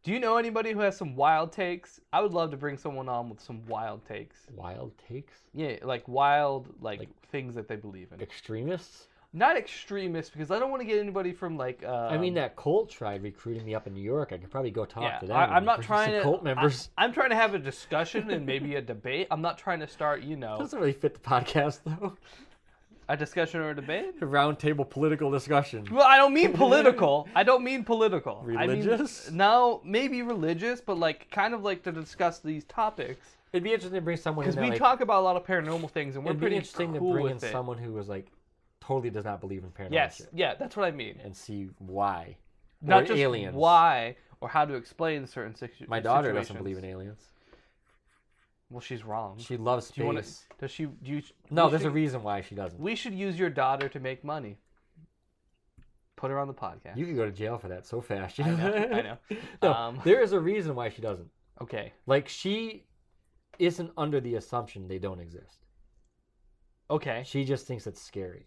Speaker 1: Do you know anybody who has some wild takes? I would love to bring someone on with some wild takes.
Speaker 2: Wild takes?
Speaker 1: Yeah, like wild, like,
Speaker 2: Like-
Speaker 1: things that they believe in.
Speaker 2: Extremists?
Speaker 1: not extremist because I don't want to get anybody from like. Um,
Speaker 2: I mean, that cult tried recruiting me up in New York. I could probably go talk
Speaker 1: Yeah,
Speaker 2: to them.
Speaker 1: I, I'm
Speaker 2: and
Speaker 1: not
Speaker 2: produce
Speaker 1: trying
Speaker 2: some
Speaker 1: to.
Speaker 2: Cult members
Speaker 1: I, am trying to have a discussion and maybe a debate. I'm not trying to start, you know,
Speaker 2: doesn't really fit the podcast though.
Speaker 1: a discussion or a debate.
Speaker 2: A Roundtable political discussion.
Speaker 1: Well, I don't mean political. I don't mean political. I
Speaker 2: Religious?
Speaker 1: mean, no, maybe religious, but like kind of like to discuss these topics
Speaker 2: It'd be interesting to bring someone in.
Speaker 1: because
Speaker 2: That,
Speaker 1: we
Speaker 2: like,
Speaker 1: talk about a lot of paranormal things, and we're
Speaker 2: it'd be
Speaker 1: pretty
Speaker 2: interesting
Speaker 1: cool
Speaker 2: to bring
Speaker 1: with
Speaker 2: in
Speaker 1: it.
Speaker 2: someone who was like totally does not believe in paranormal
Speaker 1: Yes,
Speaker 2: shit
Speaker 1: yeah, that's what I mean.
Speaker 2: and see why.
Speaker 1: Not
Speaker 2: or
Speaker 1: just
Speaker 2: aliens.
Speaker 1: why or how to explain certain situ-
Speaker 2: My daughter doesn't believe in
Speaker 1: situations.
Speaker 2: aliens.
Speaker 1: Well, she's wrong.
Speaker 2: She loves space.
Speaker 1: Do you want to? Does she? Do you?
Speaker 2: no,
Speaker 1: we
Speaker 2: there's
Speaker 1: should,
Speaker 2: a reason why she doesn't.
Speaker 1: We should use your daughter to make money. Put her on the podcast.
Speaker 2: You could go to jail for that so fast. You
Speaker 1: I know. I know.
Speaker 2: no,
Speaker 1: Um,
Speaker 2: there is a reason why she doesn't.
Speaker 1: Okay.
Speaker 2: Like she isn't under the assumption they don't exist.
Speaker 1: Okay.
Speaker 2: She just thinks it's scary.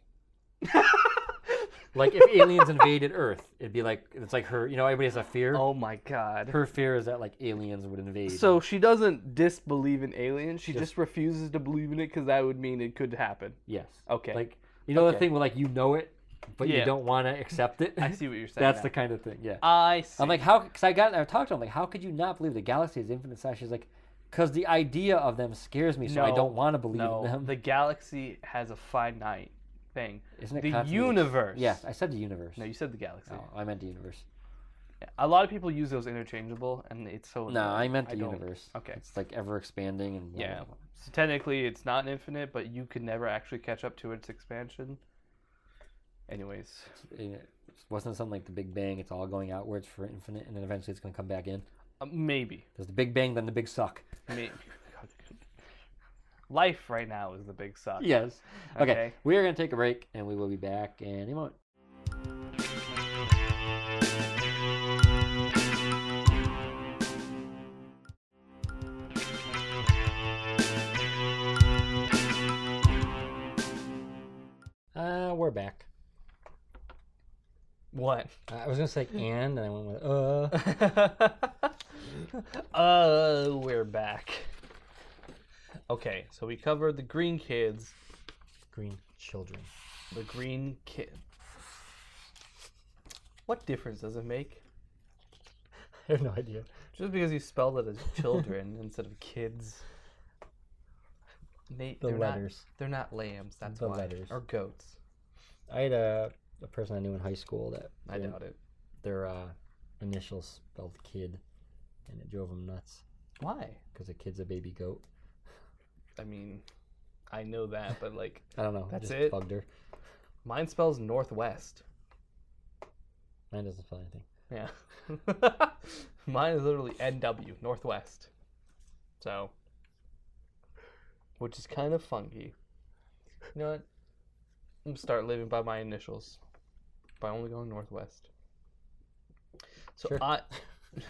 Speaker 2: Like if aliens invaded Earth, it'd be like it's like her. You know, everybody has a fear.
Speaker 1: oh my god.
Speaker 2: Her fear is that like aliens would invade.
Speaker 1: So she doesn't disbelieve in aliens. She just,
Speaker 2: Just-
Speaker 1: refuses to believe in it because that would mean it could happen.
Speaker 2: yes,
Speaker 1: Okay.
Speaker 2: like you know
Speaker 1: Okay.
Speaker 2: the thing where like you know it, but
Speaker 1: Yeah.
Speaker 2: you don't want to accept it.
Speaker 1: I see what you're saying.
Speaker 2: That's
Speaker 1: now.
Speaker 2: the kind of thing. Yeah.
Speaker 1: I see.
Speaker 2: I'm like, how? Because I got, I talked to him like, how could you not believe the galaxy is infinite size? She's like, because the idea of them scares me, so I
Speaker 1: No,
Speaker 2: don't want to believe
Speaker 1: no,
Speaker 2: in them.
Speaker 1: the galaxy has a finite thing.
Speaker 2: Isn't it
Speaker 1: the
Speaker 2: constantly-
Speaker 1: universe.
Speaker 2: Yes, I said the universe.
Speaker 1: No, you said the galaxy.
Speaker 2: No, I meant the universe.
Speaker 1: A lot of people use those interchangeable, and it's so.
Speaker 2: No, I
Speaker 1: annoying.
Speaker 2: meant the
Speaker 1: don't-
Speaker 2: universe.
Speaker 1: Okay.
Speaker 2: It's like ever expanding and blah,
Speaker 1: Yeah.
Speaker 2: blah, blah.
Speaker 1: So technically, it's not infinite, but you could never actually catch up to its expansion. Anyways,
Speaker 2: It- wasn't it something like the Big Bang? It's all going outwards for infinite, and then eventually it's going to come back in.
Speaker 1: uh, maybe,
Speaker 2: There's the Big Bang, then the Big Suck.
Speaker 1: maybe. Life right now is the big suck.
Speaker 2: Yes. Okay.
Speaker 1: Okay.
Speaker 2: We are going to take a break, and we will be back in a moment. Uh, we're back.
Speaker 1: What?
Speaker 2: Uh, I was gonna say and, and I went with uh.
Speaker 1: uh, we're back. Okay, so we covered the green kids.
Speaker 2: Green children.
Speaker 1: The green kid. What difference does it make?
Speaker 2: I have no idea.
Speaker 1: Just because you spelled it as children instead of kids. Nate,
Speaker 2: The
Speaker 1: they're
Speaker 2: letters.
Speaker 1: Not, they're not lambs. That's
Speaker 2: The
Speaker 1: why.
Speaker 2: letters.
Speaker 1: Or goats.
Speaker 2: I had a, a person I knew in high school that
Speaker 1: I
Speaker 2: their-
Speaker 1: doubt it.
Speaker 2: Their uh, initials spelled kid, and it drove them nuts
Speaker 1: Why?
Speaker 2: because the kid's a baby goat.
Speaker 1: I mean, I know that, but like,
Speaker 2: I don't know.
Speaker 1: That's
Speaker 2: just
Speaker 1: it?
Speaker 2: Bugged her.
Speaker 1: mine spells northwest.
Speaker 2: Mine doesn't spell anything.
Speaker 1: Yeah. Mine is literally NW, Northwest. So, which is kind of funky. You know what? I'm gonna start living by my initials by only going Northwest. So
Speaker 2: Sure.
Speaker 1: I.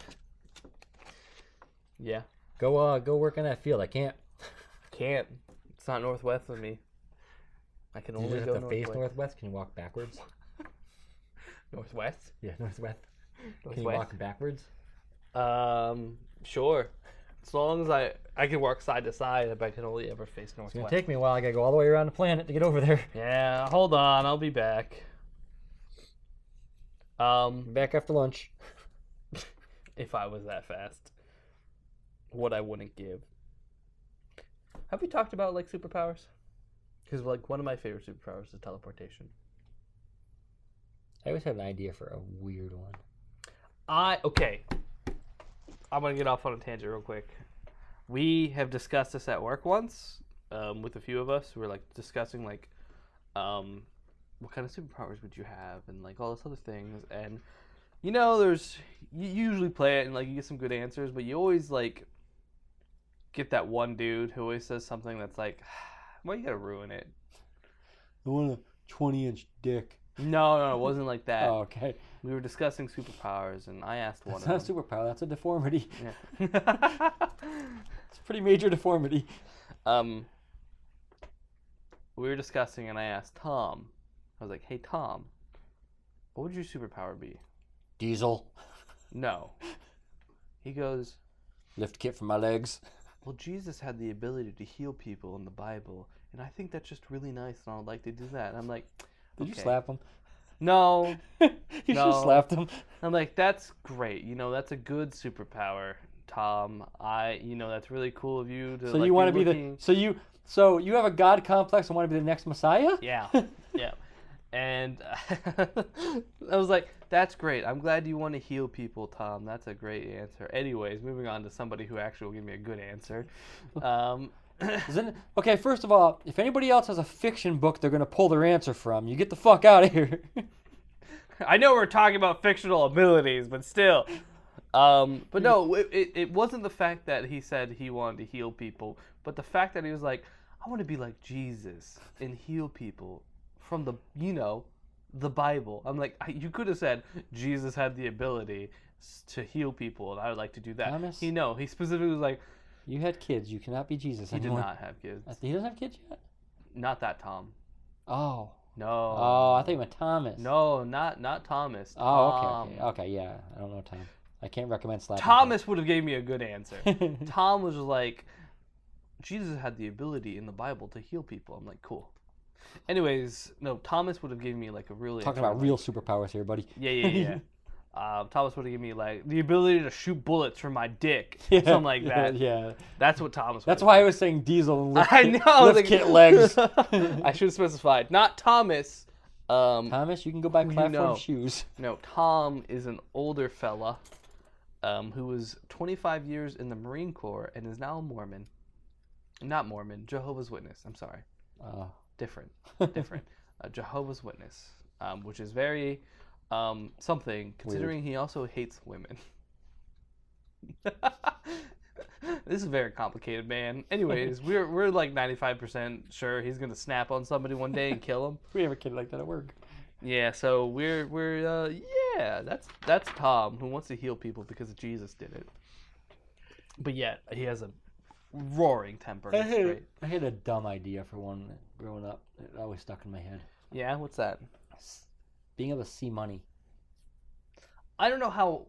Speaker 1: yeah.
Speaker 2: Go uh, go work in that field. I can't.
Speaker 1: Can't. It's not Northwest with me. I can
Speaker 2: You
Speaker 1: only
Speaker 2: just
Speaker 1: go
Speaker 2: have to face
Speaker 1: northwest.
Speaker 2: northwest. Can you walk backwards?
Speaker 1: Northwest.
Speaker 2: Yeah, northwest. Can you
Speaker 1: Northwest.
Speaker 2: walk backwards?
Speaker 1: Um, sure. As long as I I can walk side to side, but I can only ever face
Speaker 2: It's gonna
Speaker 1: northwest.
Speaker 2: take me a while. I gotta go all the way around the planet to get over there.
Speaker 1: Yeah, hold on, I'll be back. Um,
Speaker 2: Back after lunch.
Speaker 1: if I was that fast, what I wouldn't give. Have we talked about like superpowers? Because like one of my favorite superpowers is teleportation.
Speaker 2: I always have an idea for a weird one.
Speaker 1: I okay. I'm gonna get off on a tangent real quick. We have discussed this at work once um, with a few of us. We are like discussing like um, what kind of superpowers would you have and like all those other things. And you know, there's you usually play it and like you get some good answers, but you always like get that one dude who always says something that's like, "Well, you gotta ruin it."
Speaker 2: I want a twenty-inch dick.
Speaker 1: No, no, it wasn't like that.
Speaker 2: Oh, okay.
Speaker 1: We were discussing superpowers, and I asked one
Speaker 2: That's not
Speaker 1: of
Speaker 2: a
Speaker 1: them.
Speaker 2: superpower. That's a deformity.
Speaker 1: Yeah.
Speaker 2: It's a pretty major deformity.
Speaker 1: Um, we were discussing, and I asked Tom. I was like, "Hey, Tom, what would your superpower be?"
Speaker 2: Diesel.
Speaker 1: No. He goes,
Speaker 2: Lift kit for my legs.
Speaker 1: "Well, Jesus had the ability to heal people in the Bible, and I think that's just really nice, and I'd like to do that." And I'm like,
Speaker 2: Did you
Speaker 1: Okay.
Speaker 2: slap him?
Speaker 1: No,
Speaker 2: you should have
Speaker 1: No.
Speaker 2: slapped him.
Speaker 1: I'm like, that's great. You know, that's a good superpower, Tom. I, you know, that's really cool of you to.
Speaker 2: So
Speaker 1: like,
Speaker 2: you want to be
Speaker 1: looking...
Speaker 2: the so you so you have a god complex and want to be the next messiah?
Speaker 1: Yeah, yeah. And I was like, that's great. I'm glad you want to heal people, Tom. That's a great answer. Anyways, moving on to somebody who actually will give me a good answer. Um,
Speaker 2: Isn't okay? First of all, if anybody else has a fiction book, they're gonna pull their answer from. You get the fuck out of here.
Speaker 1: I know we're talking about fictional abilities, but still. Um, but no, it, it, it wasn't the fact that he said he wanted to heal people, but the fact that he was like, I want to be like Jesus and heal people from the, you know, the Bible. I'm like, I, you could have said Jesus had the ability s- to heal people, and I would like to do that.
Speaker 2: Thomas?
Speaker 1: He no, he specifically was like,
Speaker 2: you had kids. You cannot be Jesus
Speaker 1: he did
Speaker 2: anymore.
Speaker 1: not have kids.
Speaker 2: I think- He doesn't have kids yet.
Speaker 1: Not that Tom.
Speaker 2: Oh.
Speaker 1: No.
Speaker 2: Oh, I think with Thomas.
Speaker 1: No, not not Thomas.
Speaker 2: Oh, okay,
Speaker 1: Tom.
Speaker 2: okay. Okay, yeah. I don't know Tom. I can't recommend slapping.
Speaker 1: Thomas would have gave me a good answer.
Speaker 2: Tom.
Speaker 1: Tom was just like, Jesus had the ability in the Bible to heal people. I'm like, cool. Anyways, no, Thomas would have given me like a really
Speaker 2: Talking about
Speaker 1: like-
Speaker 2: real superpowers here, buddy.
Speaker 1: Yeah, yeah, yeah. Um, Thomas would have given me like the ability to shoot bullets from my dick,
Speaker 2: Yeah,
Speaker 1: something like
Speaker 2: yeah,
Speaker 1: that.
Speaker 2: Yeah.
Speaker 1: That's what Thomas.
Speaker 2: That's
Speaker 1: would've
Speaker 2: why I was saying Diesel and lift
Speaker 1: I
Speaker 2: kit-
Speaker 1: know. I was
Speaker 2: lift
Speaker 1: like-
Speaker 2: kit legs.
Speaker 1: I should have specified, not Thomas. Um,
Speaker 2: Thomas, you can go buy
Speaker 1: you
Speaker 2: platform
Speaker 1: know.
Speaker 2: shoes.
Speaker 1: No, Tom is an older fella, um, who was 25 years in the Marine Corps and is now a Mormon. Not Mormon, Jehovah's Witness. I'm sorry.
Speaker 2: Oh.
Speaker 1: different, different. A Jehovah's Witness, um, which is very um, something, considering he also hates women. this is very complicated, man. Anyways, we're we're like ninety five percent sure he's gonna snap on somebody one day and kill him.
Speaker 2: We have a kid like that at work.
Speaker 1: Yeah, so we're we're uh, yeah, that's that's Tom who wants to heal people because Jesus did it. But yet he has a roaring temper.
Speaker 2: I
Speaker 1: It's
Speaker 2: had,
Speaker 1: great.
Speaker 2: I had a dumb idea for one growing up. It always stuck in my head.
Speaker 1: Yeah, what's that?
Speaker 2: S- Being able to see money.
Speaker 1: I don't know how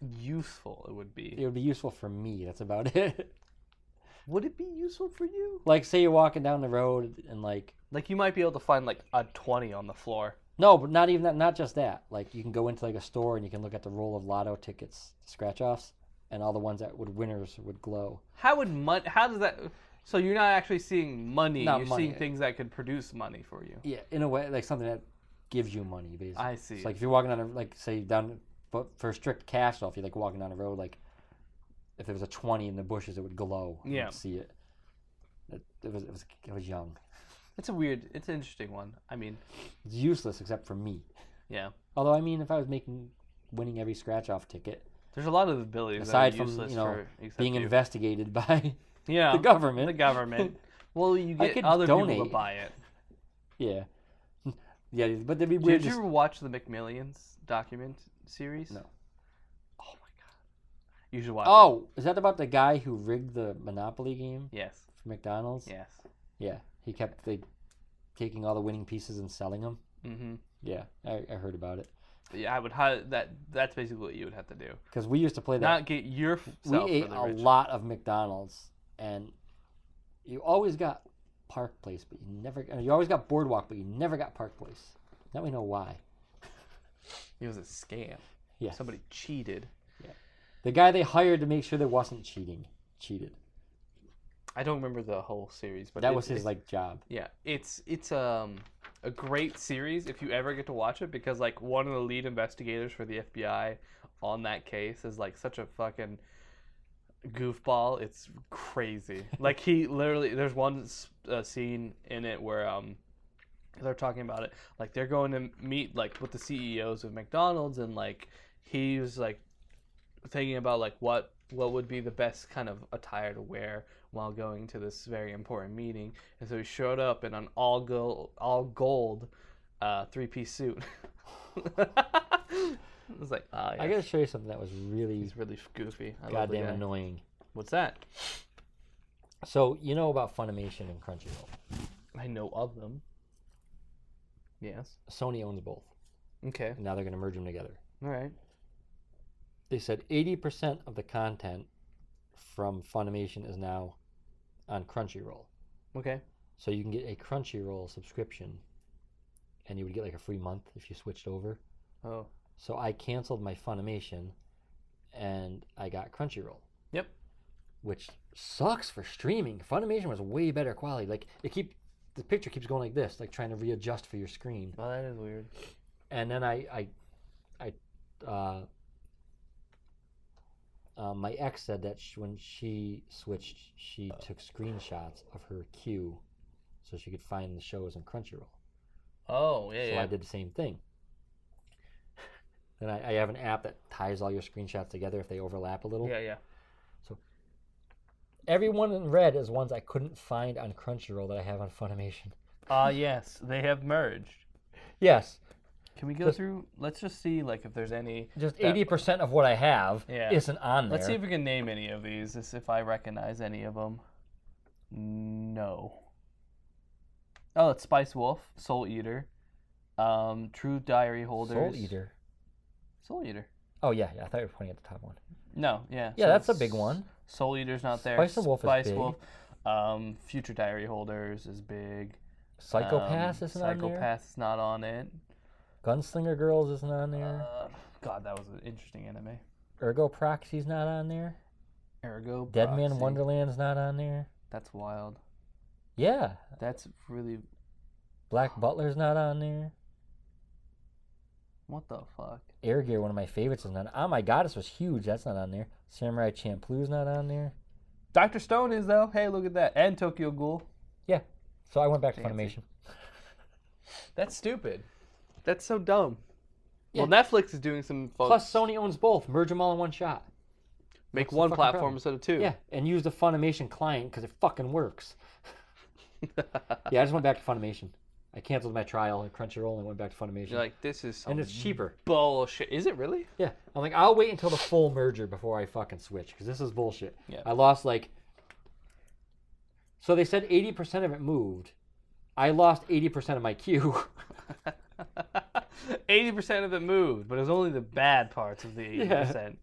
Speaker 1: useful it would be.
Speaker 2: It would be useful for me. That's about it.
Speaker 1: Would it be useful for you?
Speaker 2: like, say you're walking down the road and, like,
Speaker 1: Like you might be able to find like a twenty on the floor.
Speaker 2: no, but not even that, not just that. Like, you can go into, like, a store and you can look at the roll of lotto tickets, scratch offs, and all the ones that would winners would glow.
Speaker 1: How would money? How does that? So you're not actually seeing money.
Speaker 2: Not
Speaker 1: you're
Speaker 2: money.
Speaker 1: seeing things that could produce money for you.
Speaker 2: Yeah, in a way, like something that gives you money, basically.
Speaker 1: I see.
Speaker 2: It's like if you're walking on a like say down but for strict cash though, if you're like walking down a road, like if there was a twenty in the bushes, it would glow. and
Speaker 1: Yeah.
Speaker 2: You'd see it. It, it was it was it was young.
Speaker 1: it's a weird. It's an interesting one. I mean,
Speaker 2: It's useless except for me.
Speaker 1: yeah.
Speaker 2: Although I mean, if I was making winning every scratch off ticket,
Speaker 1: There's a lot of abilities
Speaker 2: Aside
Speaker 1: that are
Speaker 2: from,
Speaker 1: useless
Speaker 2: you know,
Speaker 1: for except
Speaker 2: being
Speaker 1: you.
Speaker 2: investigated by
Speaker 1: yeah
Speaker 2: the government,
Speaker 1: The government. well, you
Speaker 2: I
Speaker 1: get
Speaker 2: could
Speaker 1: other people
Speaker 2: donate.
Speaker 1: to buy it.
Speaker 2: yeah, yeah. But they'd be weird.
Speaker 1: Did you
Speaker 2: just-
Speaker 1: ever watch the McMillions document series?
Speaker 2: No.
Speaker 1: Oh my god. You should watch. it.
Speaker 2: Oh, is that about the guy who rigged the Monopoly game
Speaker 1: Yes.
Speaker 2: for McDonald's?
Speaker 1: Yes.
Speaker 2: Yeah, he kept like taking all the winning pieces and selling them.
Speaker 1: Mm-hmm.
Speaker 2: Yeah, I, I heard about it
Speaker 1: Yeah, I would. hi- That that's basically what you would have to do.
Speaker 2: because we used to play that.
Speaker 1: Not get your
Speaker 2: We
Speaker 1: self
Speaker 2: ate
Speaker 1: for the
Speaker 2: a
Speaker 1: rich.
Speaker 2: lot of McDonald's, and you always got Park Place, but you never. uh, You always got Boardwalk, but you never got Park Place. Now we know why.
Speaker 1: It was a scam.
Speaker 2: Yeah,
Speaker 1: Somebody cheated.
Speaker 2: the guy they hired to make sure there wasn't cheating cheated.
Speaker 1: I don't remember the whole series, but
Speaker 2: That
Speaker 1: it-
Speaker 2: was his
Speaker 1: it's-
Speaker 2: like job.
Speaker 1: Yeah, it's it's um a great series if you ever get to watch it because like one of the lead investigators for the FBI on that case is like such a fucking goofball. It's crazy. like he literally there's one s- uh, scene in it where um they're talking about it like they're going to meet like with the CEOs of McDonald's and like he was like thinking about like what what would be the best kind of attire to wear while going to this very important meeting and so he showed up in an all gold all gold uh, three piece suit I was like ah
Speaker 2: I
Speaker 1: yes.
Speaker 2: gotta show you something that was really
Speaker 1: he's really goofy I love the
Speaker 2: goddamn
Speaker 1: guy.
Speaker 2: annoying.
Speaker 1: what's that
Speaker 2: So you know about Funimation and Crunchyroll?
Speaker 1: I know of them yes
Speaker 2: Sony owns both,
Speaker 1: okay
Speaker 2: and now they're gonna merge them together.
Speaker 1: all right
Speaker 2: they said 80% of the content from Funimation is now on Crunchyroll.
Speaker 1: okay
Speaker 2: So you can get a Crunchyroll subscription and you would get like a free month if you switched over.
Speaker 1: Oh.
Speaker 2: So I canceled my Funimation and I got Crunchyroll.
Speaker 1: Yep.
Speaker 2: Which sucks for streaming. Funimation was way better quality. Like it keep the picture keeps going like this, like trying to readjust for your screen.
Speaker 1: Well, that is weird.
Speaker 2: And then I I I uh uh, my ex said that sh when she switched, she
Speaker 1: Uh.
Speaker 2: took screenshots of her queue so she could find the shows on Crunchyroll.
Speaker 1: Oh yeah,
Speaker 2: So
Speaker 1: yeah.
Speaker 2: I did the same thing. And I, I have an app that ties all your screenshots together if they overlap a little.
Speaker 1: yeah, yeah.
Speaker 2: Everyone in red is ones I couldn't find on Crunchyroll that I have on Funimation.
Speaker 1: Ah, yes, they have merged.
Speaker 2: Yes,
Speaker 1: Can we go
Speaker 2: Just-
Speaker 1: through? Let's just see, like, if there's any.
Speaker 2: just
Speaker 1: That-
Speaker 2: eighty percent of what I have
Speaker 1: Yeah.
Speaker 2: isn't on there.
Speaker 1: Let's see if we can name any of these. Just if I recognize any of them. No. Oh, it's Spice Wolf, Soul Eater, um, True Diary Holders,
Speaker 2: Soul Eater.
Speaker 1: Soul Eater.
Speaker 2: Oh yeah, yeah, I thought you were pointing at the top one.
Speaker 1: No, yeah.
Speaker 2: Yeah,
Speaker 1: so
Speaker 2: that's a
Speaker 1: it's-
Speaker 2: big one.
Speaker 1: Soul Eater's not there.
Speaker 2: Spice Wolf is
Speaker 1: Spice
Speaker 2: big.
Speaker 1: Wolf, um, Future Diary Holders is big.
Speaker 2: Psychopath
Speaker 1: um,
Speaker 2: isn't on there.
Speaker 1: Psychopath's not on it.
Speaker 2: Gunslinger Girls isn't on there.
Speaker 1: Uh, God, that was an interesting anime.
Speaker 2: Ergo Proxy's not on there.
Speaker 1: Ergo.
Speaker 2: Dead Man
Speaker 1: Proxy.
Speaker 2: Wonderland's not on there.
Speaker 1: That's wild.
Speaker 2: Yeah,
Speaker 1: That's really
Speaker 2: Black Butler's not on there.
Speaker 1: what the fuck.
Speaker 2: Air Gear, one of my favorites, is not. Oh my Goddess was huge. That's not on there. Samurai Champloo's not on there.
Speaker 1: Doctor Stone is though. Hey, look at that. And Tokyo Ghoul.
Speaker 2: So I went back to
Speaker 1: Fancy.
Speaker 2: Funimation.
Speaker 1: That's stupid. That's so dumb. Well,
Speaker 2: Yeah.
Speaker 1: Netflix is doing some fun.
Speaker 2: Plus, Sony owns both. Merge them all in one shot.
Speaker 1: make
Speaker 2: what's the
Speaker 1: one
Speaker 2: fucking
Speaker 1: platform
Speaker 2: problem?
Speaker 1: instead of two.
Speaker 2: Yeah, and use the Funimation client because it fucking works. Yeah, I just went back to Funimation. I canceled my trial at Crunchyroll and went back to Funimation.
Speaker 1: You're like, oh, this is some
Speaker 2: and it's cheaper.
Speaker 1: bullshit. Is it really?
Speaker 2: Yeah, I'm like, I'll wait until the full merger before I fucking switch because this is bullshit.
Speaker 1: Yeah.
Speaker 2: I lost like. So they said 80% of it moved. I lost 80% of my queue.
Speaker 1: Eighty percent of it moved, but it was only the bad parts of the eighty percent.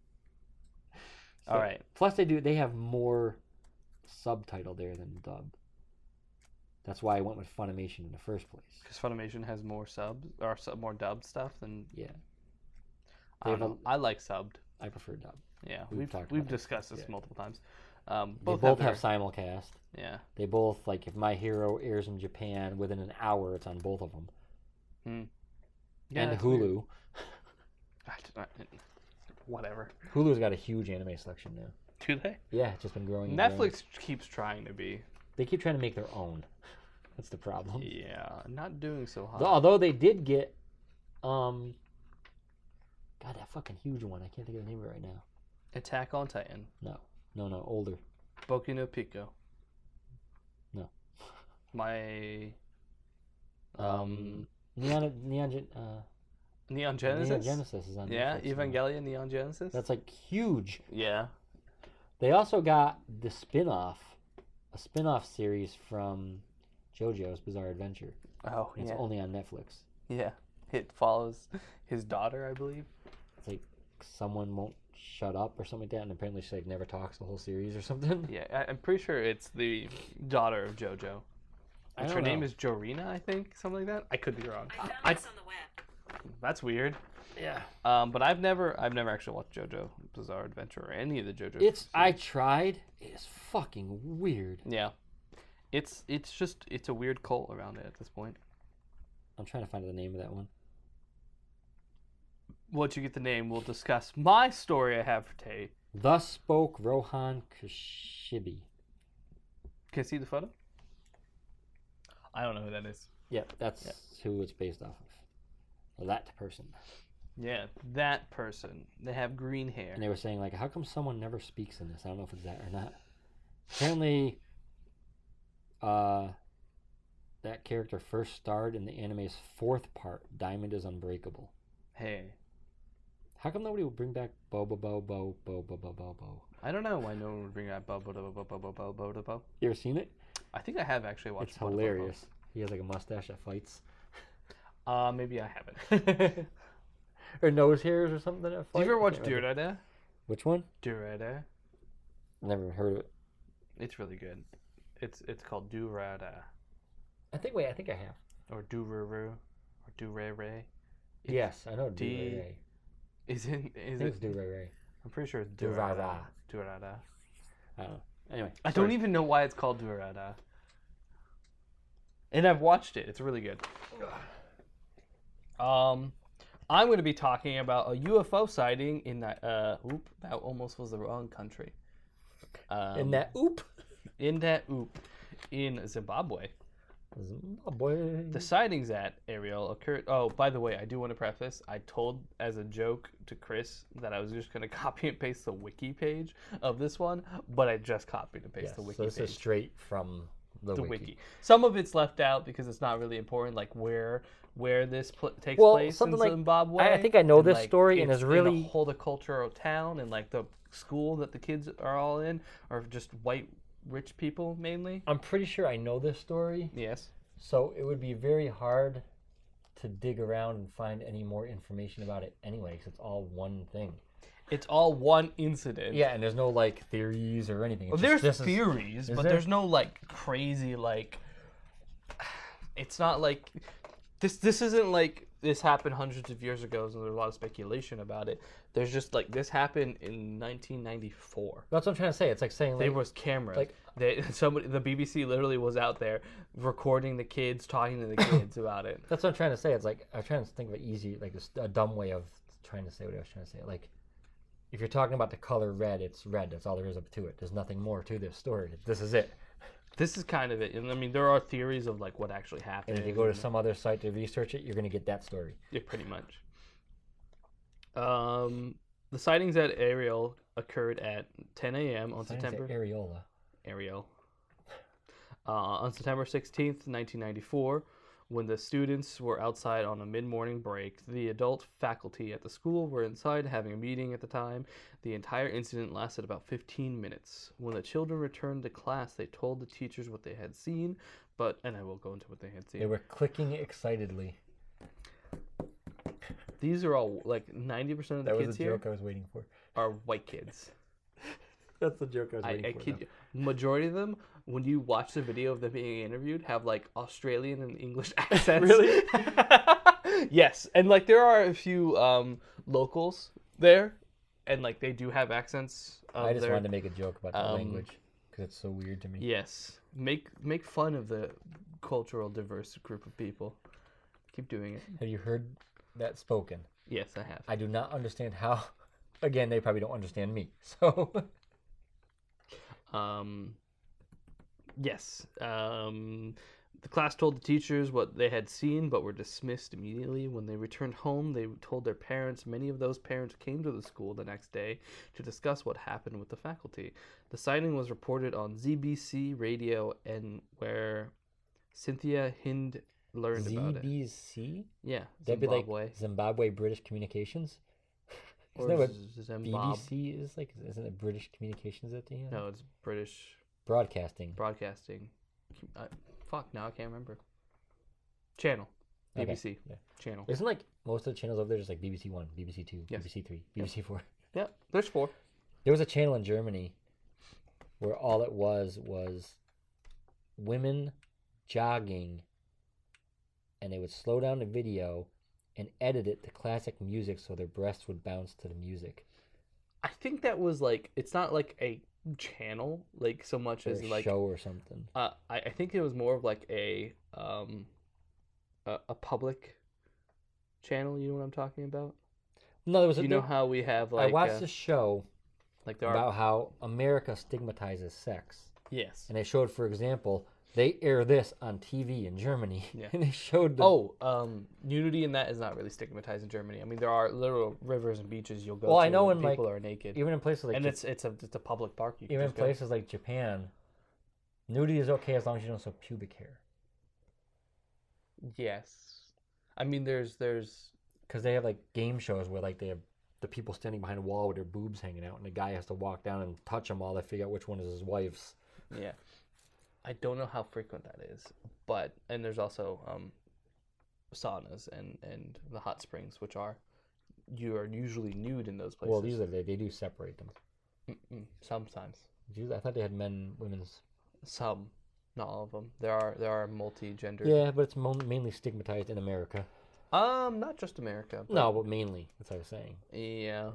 Speaker 1: All
Speaker 2: So-
Speaker 1: right.
Speaker 2: Plus, they do they have more subtitle there than dub. That's why I went with Funimation in the first place.
Speaker 1: Because Funimation has more subs or sub, more dubbed stuff than
Speaker 2: Yeah,
Speaker 1: I,
Speaker 2: They
Speaker 1: don't
Speaker 2: have
Speaker 1: know. I like subbed.
Speaker 2: I prefer dub.
Speaker 1: Yeah,
Speaker 2: We've
Speaker 1: we've
Speaker 2: talked
Speaker 1: we've
Speaker 2: about this.
Speaker 1: discussed this
Speaker 2: Yeah.
Speaker 1: multiple times. Um,
Speaker 2: They
Speaker 1: both,
Speaker 2: both
Speaker 1: have,
Speaker 2: have simulcast.
Speaker 1: their- yeah.
Speaker 2: They both like if My Hero airs in Japan within an hour, it's on both of them.
Speaker 1: yeah
Speaker 2: and
Speaker 1: that's weird.
Speaker 2: Hulu.
Speaker 1: I did not- whatever.
Speaker 2: Hulu's got a huge anime selection now.
Speaker 1: Do they?
Speaker 2: Yeah, it's just been growing. and growing.
Speaker 1: Netflix keeps trying to be.
Speaker 2: They keep trying to make their own. That's the problem.
Speaker 1: Yeah, not doing so hot.
Speaker 2: Though- Although they did get, um, God, that fucking huge one. I can't think of the name of it right now.
Speaker 1: Attack on Titan,
Speaker 2: No, no, no, older.
Speaker 1: Boku no Pico.
Speaker 2: No.
Speaker 1: My
Speaker 2: Um, Neon, Neon, Gen- uh,
Speaker 1: Neon
Speaker 2: Neon
Speaker 1: Genesis.
Speaker 2: Genesis is on.
Speaker 1: yeah,
Speaker 2: Netflix now.
Speaker 1: Evangelion Neon Genesis.
Speaker 2: That's like huge.
Speaker 1: yeah.
Speaker 2: They also got the spin-off, a spin-off series from JoJo's Bizarre Adventure.
Speaker 1: Oh
Speaker 2: And It's
Speaker 1: yeah.
Speaker 2: only on Netflix.
Speaker 1: Yeah. It follows his daughter, I believe.
Speaker 2: It's like someone won't shut up or something like that, and apparently she like never talks the whole series or something.
Speaker 1: Yeah, I, I'm pretty sure it's the daughter of JoJo.
Speaker 2: I
Speaker 1: Which
Speaker 2: don't
Speaker 1: her name
Speaker 2: know.
Speaker 1: is Jorina, I think, something like that. I could be wrong.
Speaker 3: I found
Speaker 1: I-
Speaker 3: this on the web.
Speaker 1: That's weird.
Speaker 2: Yeah.
Speaker 1: Um, but I've never, I've never actually watched JoJo Bizarre Adventure or any of the JoJo.
Speaker 2: It's
Speaker 1: series.
Speaker 2: I tried. It is fucking weird.
Speaker 1: yeah, it's it's just it's a weird cult around it at this point.
Speaker 2: I'm trying to find the name of that one.
Speaker 1: Once you get the name, we'll discuss my story I have for Tay.
Speaker 2: Thus spoke Rohan Kashibi.
Speaker 1: Can I see the photo? I don't know who that is.
Speaker 2: Yeah, that's who it's based off of. That person.
Speaker 1: Yeah, that person. They have green hair.
Speaker 2: And they were saying like, how come someone never speaks in this? I don't know if it's that or not. Apparently, uh, that character first starred in the anime's fourth part, Diamond is Unbreakable.
Speaker 1: Hey,
Speaker 2: How come nobody will bring back Bo Bo Bo Bo Bo Bo Bo Bo Bo?
Speaker 1: I don't know why no one would bring that Bubba Bubba Bubba Bubba Bubba Bubba.
Speaker 2: You ever seen it?
Speaker 1: I think I have actually watched.
Speaker 2: It's
Speaker 1: Bubba Bubba.
Speaker 2: hilarious. He has like a mustache that fights.
Speaker 1: Uh, maybe I haven't.
Speaker 2: or nose hairs or something. that
Speaker 1: Do you
Speaker 2: fight?
Speaker 1: ever
Speaker 2: I
Speaker 1: watch
Speaker 2: can't remember.
Speaker 1: Durada?
Speaker 2: Which one?
Speaker 1: Durada.
Speaker 2: Never heard of it.
Speaker 1: It's really good. It's it's called Durada
Speaker 2: I think. Wait, I think I have.
Speaker 1: or Dururu. or do Ray Ray. It's-
Speaker 2: Yes, I know Do
Speaker 1: D-
Speaker 2: Ray Ray.
Speaker 1: Is it?
Speaker 2: I
Speaker 1: Is
Speaker 2: think it's
Speaker 1: it?
Speaker 2: Do Ray Ray.
Speaker 1: I'm pretty sure it's Durada.
Speaker 2: Durada.
Speaker 1: Durada.
Speaker 2: I don't know. Anyway,
Speaker 1: I
Speaker 2: sorry.
Speaker 1: don't even know why it's called Durada. And I've watched it. It's really good. Um, I'm going to be talking about a UFO sighting in that. Uh, oop, that almost was the wrong country. Um,
Speaker 2: And that oop.
Speaker 1: in that oop, in Zimbabwe.
Speaker 2: Zimbabwe.
Speaker 1: The sightings at Ariel occurred. Oh, by the way, I do want to preface. I told as a joke to Chris that I was just going to copy and paste the wiki page of this one, but I just copied and pasted
Speaker 2: Yes,
Speaker 1: the wiki
Speaker 2: so this
Speaker 1: page.
Speaker 2: is straight from the,
Speaker 1: the
Speaker 2: wiki.
Speaker 1: wiki. Some of it's left out because it's not really important, like where where this pl- takes
Speaker 2: Well,
Speaker 1: place
Speaker 2: something
Speaker 1: in
Speaker 2: like-
Speaker 1: Zimbabwe.
Speaker 2: I- I think I know this
Speaker 1: like,
Speaker 2: story and it's really-
Speaker 1: in a horticultural town and like the school that the kids are all in are just white rich people mainly.
Speaker 2: I'm pretty sure I know this story,
Speaker 1: Yes.
Speaker 2: so it would be very hard to dig around and find any more information about it anyway, because it's all one thing.
Speaker 1: It's all one incident.
Speaker 2: Yeah, and there's no like theories or anything. It's
Speaker 1: Well,
Speaker 2: just,
Speaker 1: there's
Speaker 2: this is-
Speaker 1: theories, but
Speaker 2: there-
Speaker 1: there's no like crazy like. It's not like this. This isn't like this happened hundreds of years ago, and there's a lot of speculation about it. There's just like this happened in 1994.
Speaker 2: that's what I'm trying to say. It's like saying like,
Speaker 1: There was cameras.
Speaker 2: like-
Speaker 1: they, somebody, the BBC literally was out there recording the kids, talking to the kids about it.
Speaker 2: that's what I'm trying to say. It's like I'm trying to think of an easy, like just a dumb way of trying to say what I was trying to say. Like, if you're talking about the color red, it's red. That's all there is up to it. There's nothing more to this story. This is it.
Speaker 1: This is kind of it, and I mean there are theories of like what actually happened.
Speaker 2: And if you go to some other site to research it, you're going to get that story.
Speaker 1: Yeah, pretty much. Um, the sightings at Ariel occurred at 10 a.m. on
Speaker 2: Science at
Speaker 1: September
Speaker 2: areola.
Speaker 1: Ariel uh, on September 16th, 1994. When the students were outside on a mid morning break, the adult faculty at the school were inside having a meeting at the time. The entire incident lasted about 15 minutes. When the children returned to class, they told the teachers what they had seen, but, and I will go into what they had seen.
Speaker 2: They were clicking excitedly.
Speaker 1: These are all, like, 90% of the
Speaker 2: That was
Speaker 1: kids
Speaker 2: the
Speaker 1: here
Speaker 2: joke I was waiting for.
Speaker 1: are white kids.
Speaker 2: That's the joke I was
Speaker 1: I,
Speaker 2: waiting
Speaker 1: I
Speaker 2: for.
Speaker 1: kid you. Majority of them, when you watch the video of them being interviewed, have like Australian and English accents.
Speaker 2: Really?
Speaker 1: yes, and like there are a few um, locals there, and like they do have accents. Of
Speaker 2: I just
Speaker 1: their...
Speaker 2: wanted to make a joke about the
Speaker 1: um,
Speaker 2: language because it's so weird to me.
Speaker 1: Yes, make make fun of the cultural diverse group of people. Keep doing it.
Speaker 2: Have you heard that spoken?
Speaker 1: Yes, I have.
Speaker 2: I do not understand how. Again, they probably don't understand me. So
Speaker 1: Um, yes. Um, the class told the teachers what they had seen, but were dismissed immediately. When they returned home, they told their parents. Many of those parents came to the school the next day to discuss what happened with the faculty. The sighting was reported on ZBC radio, and where Cynthia Hind learned about it.
Speaker 2: ZBC,
Speaker 1: Yeah,
Speaker 2: that'd be like
Speaker 1: Zimbabwe.
Speaker 2: Zimbabwe British Communications.
Speaker 1: Or
Speaker 2: that what
Speaker 1: Z- Zimbab-
Speaker 2: BBC is like, isn't it British Communications at the end?
Speaker 1: No, it's British
Speaker 2: Broadcasting.
Speaker 1: broadcasting. I, fuck, now I can't remember. Channel.
Speaker 2: Okay,
Speaker 1: BBC.
Speaker 2: yeah.
Speaker 1: Channel.
Speaker 2: Isn't like most of the channels over there just like BBC One, BBC Two,
Speaker 1: Yes.
Speaker 2: BBC Three, BBC Four?
Speaker 1: Yeah, there's four.
Speaker 2: There was a channel in Germany where all it was was women jogging, and they would slow down the video and edit it to classic music so their breasts would bounce to the music.
Speaker 1: I think that was like it's not like a channel like so much
Speaker 2: Or
Speaker 1: as
Speaker 2: a
Speaker 1: like
Speaker 2: show or something.
Speaker 1: uh, I, I think it was more of like a um a, a public channel. You know what I'm talking about?
Speaker 2: No, there was a.
Speaker 1: you know
Speaker 2: there-
Speaker 1: how we have
Speaker 2: I
Speaker 1: like
Speaker 2: watched
Speaker 1: uh,
Speaker 2: this show
Speaker 1: like there are
Speaker 2: about how America stigmatizes sex.
Speaker 1: yes.
Speaker 2: And they showed, for example, they air this on TV in Germany.
Speaker 1: Yeah.
Speaker 2: And they showed the
Speaker 1: Oh, um, nudity in that is not really stigmatized in Germany. I mean, there are literal rivers and beaches you'll go
Speaker 2: Well,
Speaker 1: to
Speaker 2: I know
Speaker 1: when
Speaker 2: in, like,
Speaker 1: people are naked,
Speaker 2: even in places like
Speaker 1: and
Speaker 2: Japan-
Speaker 1: it's it's a it's a public park. You can
Speaker 2: even in
Speaker 1: just go.
Speaker 2: places like Japan, nudity is okay as long as you don't show pubic hair,
Speaker 1: Yes, I mean there's there's
Speaker 2: because they have like game shows where like they have the people standing behind a wall with their boobs hanging out, and the guy has to walk down and touch them all to figure out which one is his wife's.
Speaker 1: Yeah. I don't know how frequent that is, but and there's also um, saunas and and the hot springs, which are you are usually nude in those places.
Speaker 2: Well, these are they, they do separate them.
Speaker 1: Mm-mm, sometimes
Speaker 2: These- I thought they had men, women's.
Speaker 1: some, not all of them. There are there are multi gender.
Speaker 2: Yeah, but it's mo- mainly stigmatized in America.
Speaker 1: Um, not just America. but-
Speaker 2: No, but mainly that's what I was saying.
Speaker 1: Yeah,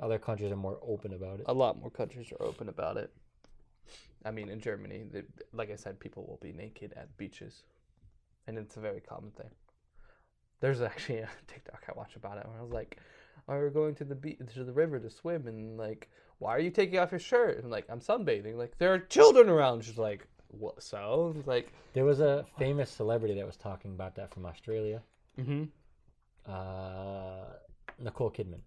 Speaker 2: Other countries are more open about it.
Speaker 1: a lot more countries are open about it. I mean, in Germany, they, like I said, people will be naked at beaches, and it's a very common thing. There's actually a TikTok I watched about it where I was like, "Are we going to the beach to the river to swim?" And like, "Why are you taking off your shirt?" And like, "I'm sunbathing." Like, there are children around. She's like, "What?" So It's like,
Speaker 2: There was a famous celebrity that was talking about that from Australia.
Speaker 1: mm-hmm.
Speaker 2: Uh, Nicole Kidman,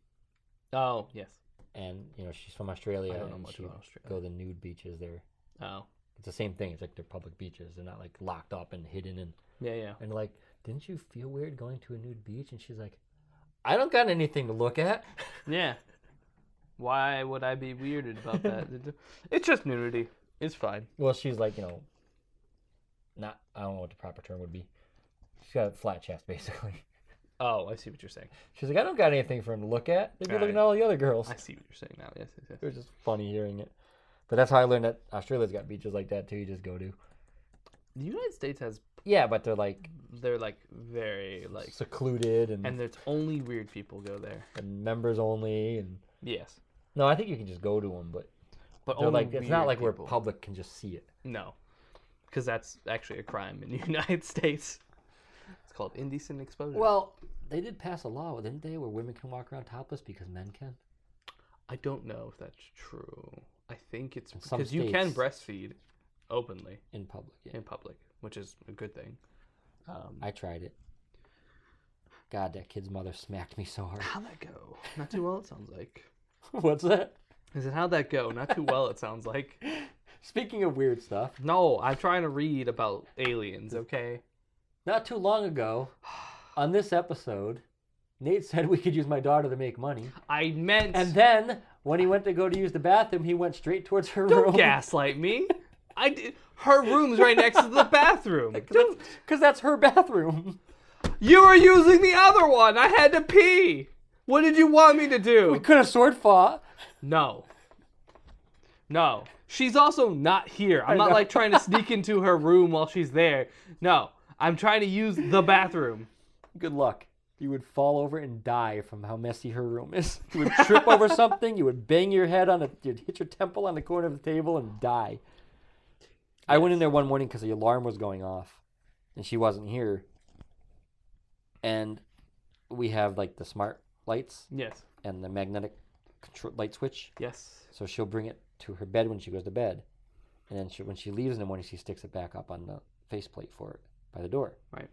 Speaker 1: oh yes,
Speaker 2: and you know she's from Australia.
Speaker 1: I don't know
Speaker 2: and
Speaker 1: much
Speaker 2: she
Speaker 1: about Australia.
Speaker 2: go to the nude beaches there.
Speaker 1: Oh
Speaker 2: It's the same thing. It's like they're public beaches. They're not like locked up and hidden and
Speaker 1: yeah, yeah.
Speaker 2: and like. Didn't you feel weird going to a nude beach? And she's like, I don't got anything to look at.
Speaker 1: Yeah. Why would I be weirded about that? it's just nudity. It's fine.
Speaker 2: Well, she's like, you know, not, I don't know what the proper term would be. She's got a flat chest, basically.
Speaker 1: Oh, I see what you're saying.
Speaker 2: She's like, I don't got anything for him to look at. They'd be looking
Speaker 1: Right.
Speaker 2: at all the other girls.
Speaker 1: I see what you're saying now. Yes, yes, yes.
Speaker 2: It was just funny hearing it. But that's how I learned that Australia's got beaches like that, too. You just go to.
Speaker 1: The United States has
Speaker 2: Yeah, but they're like,
Speaker 1: they're like very like
Speaker 2: secluded and,
Speaker 1: and there's only weird people go there.
Speaker 2: and members only. And
Speaker 1: Yes.
Speaker 2: No, I think you can just go to them, but
Speaker 1: But
Speaker 2: they're
Speaker 1: only
Speaker 2: like, it's
Speaker 1: weird
Speaker 2: not like where
Speaker 1: people.
Speaker 2: public can just see it.
Speaker 1: No. Cuz that's actually a crime in the United States. It's called indecent exposure.
Speaker 2: Well, they did pass a law, didn't they, where women can walk around topless because men can?
Speaker 1: I don't know if that's true. I think it's
Speaker 2: In some
Speaker 1: because you can
Speaker 2: states.
Speaker 1: breastfeed openly
Speaker 2: In public, yeah.
Speaker 1: in public, which is a good thing. Um,
Speaker 2: I tried it. God, that kid's mother smacked me so hard.
Speaker 1: How'd that go? Not too well, it sounds like.
Speaker 2: What's that?
Speaker 1: I said, how'd that go? Not too well, it sounds like.
Speaker 2: Speaking of weird stuff,
Speaker 1: No, I'm trying to read about aliens, okay?
Speaker 2: not too long ago, on this episode, Nate said we could use my daughter to make money.
Speaker 1: I meant.
Speaker 2: And then, when he went to go to use the bathroom, he went straight towards her
Speaker 1: don't
Speaker 2: room.
Speaker 1: gaslight me. I did. Her room's right next to the bathroom.
Speaker 2: Because that's her bathroom.
Speaker 1: You were using the other one. I had to pee. What did you want me to
Speaker 2: We
Speaker 1: do?
Speaker 2: could have sword fought.
Speaker 1: No. No. She's also not here. I'm not
Speaker 2: know.
Speaker 1: like trying to sneak into her room while she's there. No. I'm trying to use the bathroom.
Speaker 2: Good luck. You would fall over and die from how messy her room is. You would trip over something, you would bang your head on a, you'd hit your temple on the corner of the table and die. I went in there one morning because the alarm was going off and she wasn't here. And we have like the smart lights
Speaker 1: Yes.
Speaker 2: and the magnetic control, light switch.
Speaker 1: Yes.
Speaker 2: So she'll bring it to her bed when she goes to bed. And then she, when she leaves in the morning, she sticks it back up on the faceplate for it by the door.
Speaker 1: Right.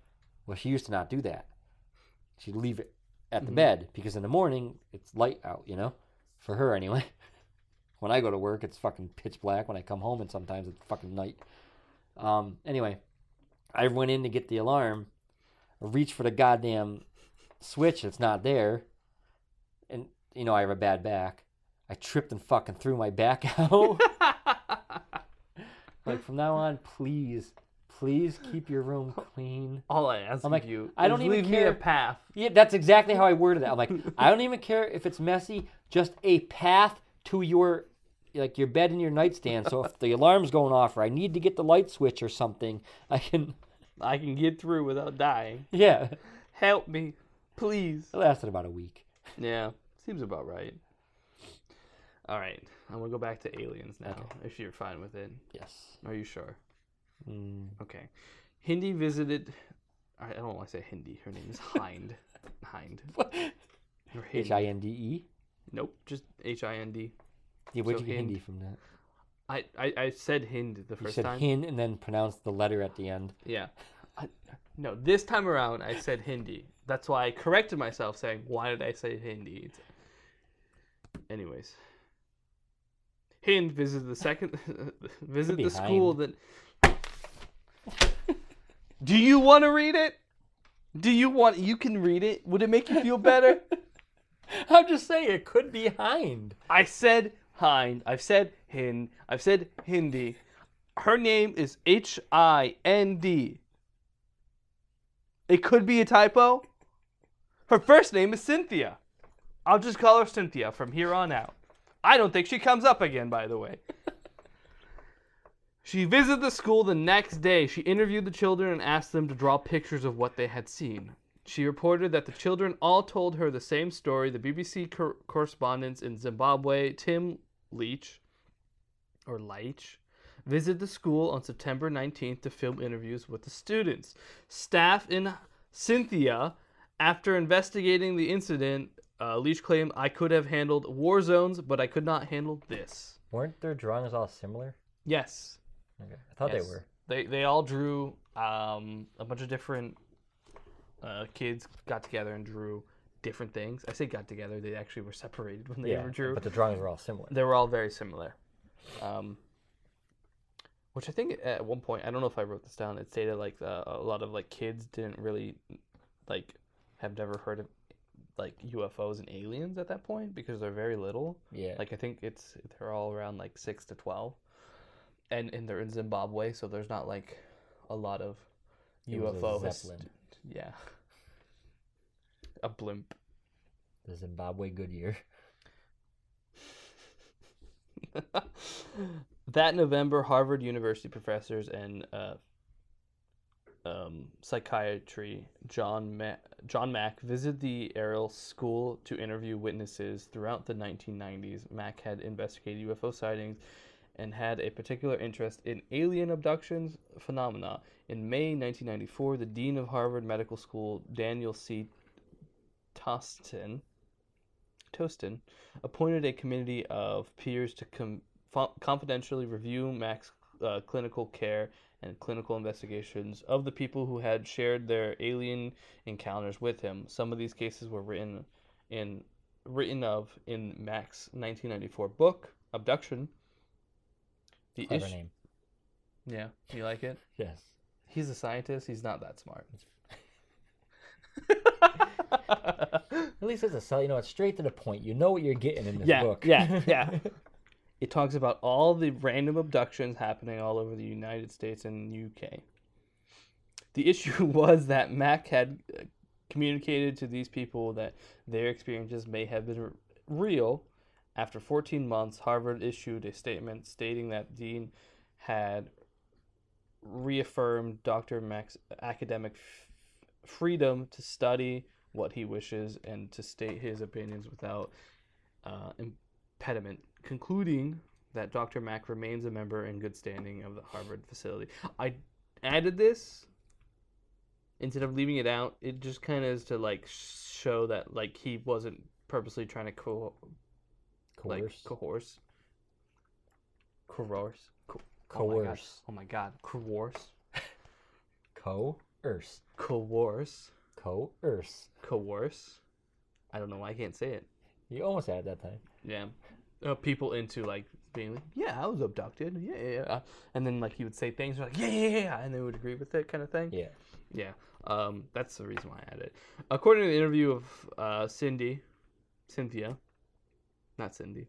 Speaker 2: Well, she used to not do that. She'd leave it at the bed because in the morning it's light out, you know? For her, anyway. when I go to work, it's fucking pitch black. When I come home, and sometimes it's fucking night. Um, anyway, I went in to get the alarm, reach for the goddamn switch, it's not there. And, you know, I have a bad back. I tripped and fucking threw my back out. like, from now on, please, please keep your room clean.
Speaker 1: All I ask
Speaker 2: I'm like,
Speaker 1: of you
Speaker 2: I don't
Speaker 1: is
Speaker 2: even
Speaker 1: leave me
Speaker 2: care.
Speaker 1: a path.
Speaker 2: Yeah, that's exactly how I worded that. I'm like, I don't even care if it's messy, just a path to your like your bed and your nightstand. So if the alarm's going off or I need to get the light switch or something, I can
Speaker 1: I can get through without dying.
Speaker 2: yeah.
Speaker 1: Help me, please.
Speaker 2: It lasted about a week.
Speaker 1: Yeah, seems about right. All right, I'm gonna go back to aliens now. If you're fine with it,
Speaker 2: Yes.
Speaker 1: are you sure?
Speaker 2: Mm.
Speaker 1: Okay. Hindi visited. I I don't want to say Hindi. Her name is Hind. Hind. Or
Speaker 2: H
Speaker 1: Hind.
Speaker 2: I N D E.
Speaker 1: Nope, just H I N D.
Speaker 2: Yeah, where'd
Speaker 1: So
Speaker 2: you get
Speaker 1: Hind.
Speaker 2: Hindi from that?
Speaker 1: I I I said Hind the
Speaker 2: You
Speaker 1: first
Speaker 2: said
Speaker 1: time.
Speaker 2: Hin and then pronounced the letter at the end.
Speaker 1: Yeah. I, no, this time around I said Hindi. That's why I corrected myself saying, why did I say Hindi? It's- Anyways. Hind visited the second visit
Speaker 2: be
Speaker 1: the school that Do you want to read it? Do you want you can read it? Would it make you feel better?
Speaker 2: I'm just saying it could be Hind.
Speaker 1: I said Hind. I've said Hind. I've said Hindi. Her name is H I N D. It could be a typo. Her first name is Cynthia. I'll just call her Cynthia from here on out. I don't think she comes up again, by the way. She visited the school the next day. She interviewed the children and asked them to draw pictures of what they had seen. She reported that the children all told her the same story. The BBC cor- correspondents in Zimbabwe, Tim Leach, or Leitch, visited the school on September 19th to film interviews with the students. Staff in Cynthia, after investigating the incident, uh, Leach claimed, I could have handled war zones, but I could not handle this.
Speaker 2: Weren't their drawings all similar?
Speaker 1: Yes.
Speaker 2: Okay. I thought
Speaker 1: Yes.
Speaker 2: they were.
Speaker 1: They they all drew um, a bunch of different uh, kids got together and drew different things. I say got together; they actually were separated when they
Speaker 2: Yeah.
Speaker 1: ever drew.
Speaker 2: But the drawings were all similar.
Speaker 1: They were all very similar. Um, which I think at one point I don't know if I wrote this down. It stated like uh, a lot of like kids didn't really like have never heard of like UFOs and aliens at that point because they're very little.
Speaker 2: Yeah.
Speaker 1: Like I think it's they're all around like six to twelve, and and they're in Zimbabwe, so there's not like a lot of
Speaker 2: It was a
Speaker 1: UFO. his-
Speaker 2: Zeppelin.
Speaker 1: yeah, a blimp.
Speaker 2: The Zimbabwe Goodyear.
Speaker 1: that November, Harvard University professors and uh, um, psychiatry John Ma- John Mack visited the Ariel School to interview witnesses throughout the 1990s. Mack had investigated UFO sightings and had a particular interest in alien abductions phenomena. In May 1994, the dean of Harvard Medical School, Daniel C. Tostin, Tostin appointed a committee of peers to com- fo- confidentially review Mac's uh, clinical care and clinical investigations of the people who had shared their alien encounters with him. Some of these cases were written in written of in Mac's 1994 book Abduction. The
Speaker 2: Clever
Speaker 1: issue-
Speaker 2: name.
Speaker 1: yeah, you like it?
Speaker 2: Yes.
Speaker 1: He's a scientist. He's not that smart.
Speaker 2: At least it's a sell. You know, it's straight to the point. You know what you're getting in this
Speaker 1: yeah,
Speaker 2: book.
Speaker 1: yeah, yeah. It talks about all the random abductions happening all over the United States and UK. The issue was that Mac had uh, communicated to these people that their experiences may have been r- real. After 14 months, Harvard issued a statement stating that Dean had reaffirmed Dr. Mac's academic f- freedom to study what he wishes and to state his opinions without uh, impediment, concluding that Dr. Mack remains a member in good standing of the Harvard facility. I added this instead of leaving it out. It just kind of is to like show that like he wasn't purposely trying to co-
Speaker 2: Coerce.
Speaker 1: like coerce, coerce, Co-
Speaker 2: coerce.
Speaker 1: Oh my god, oh my god. coerce,
Speaker 2: coerce.
Speaker 1: coerce,
Speaker 2: Coerce.
Speaker 1: coerce. I don't know why I can't say it.
Speaker 2: You almost had it that time.
Speaker 1: Yeah. Uh, people into like being like, yeah, I was abducted. Yeah, yeah, yeah. And then like he would say things like, yeah, yeah, yeah, yeah, and they would agree with it kind of thing.
Speaker 2: Yeah.
Speaker 1: Yeah. Um, that's the reason why I added it. According to the interview of uh, Cindy, Cynthia, not Cindy,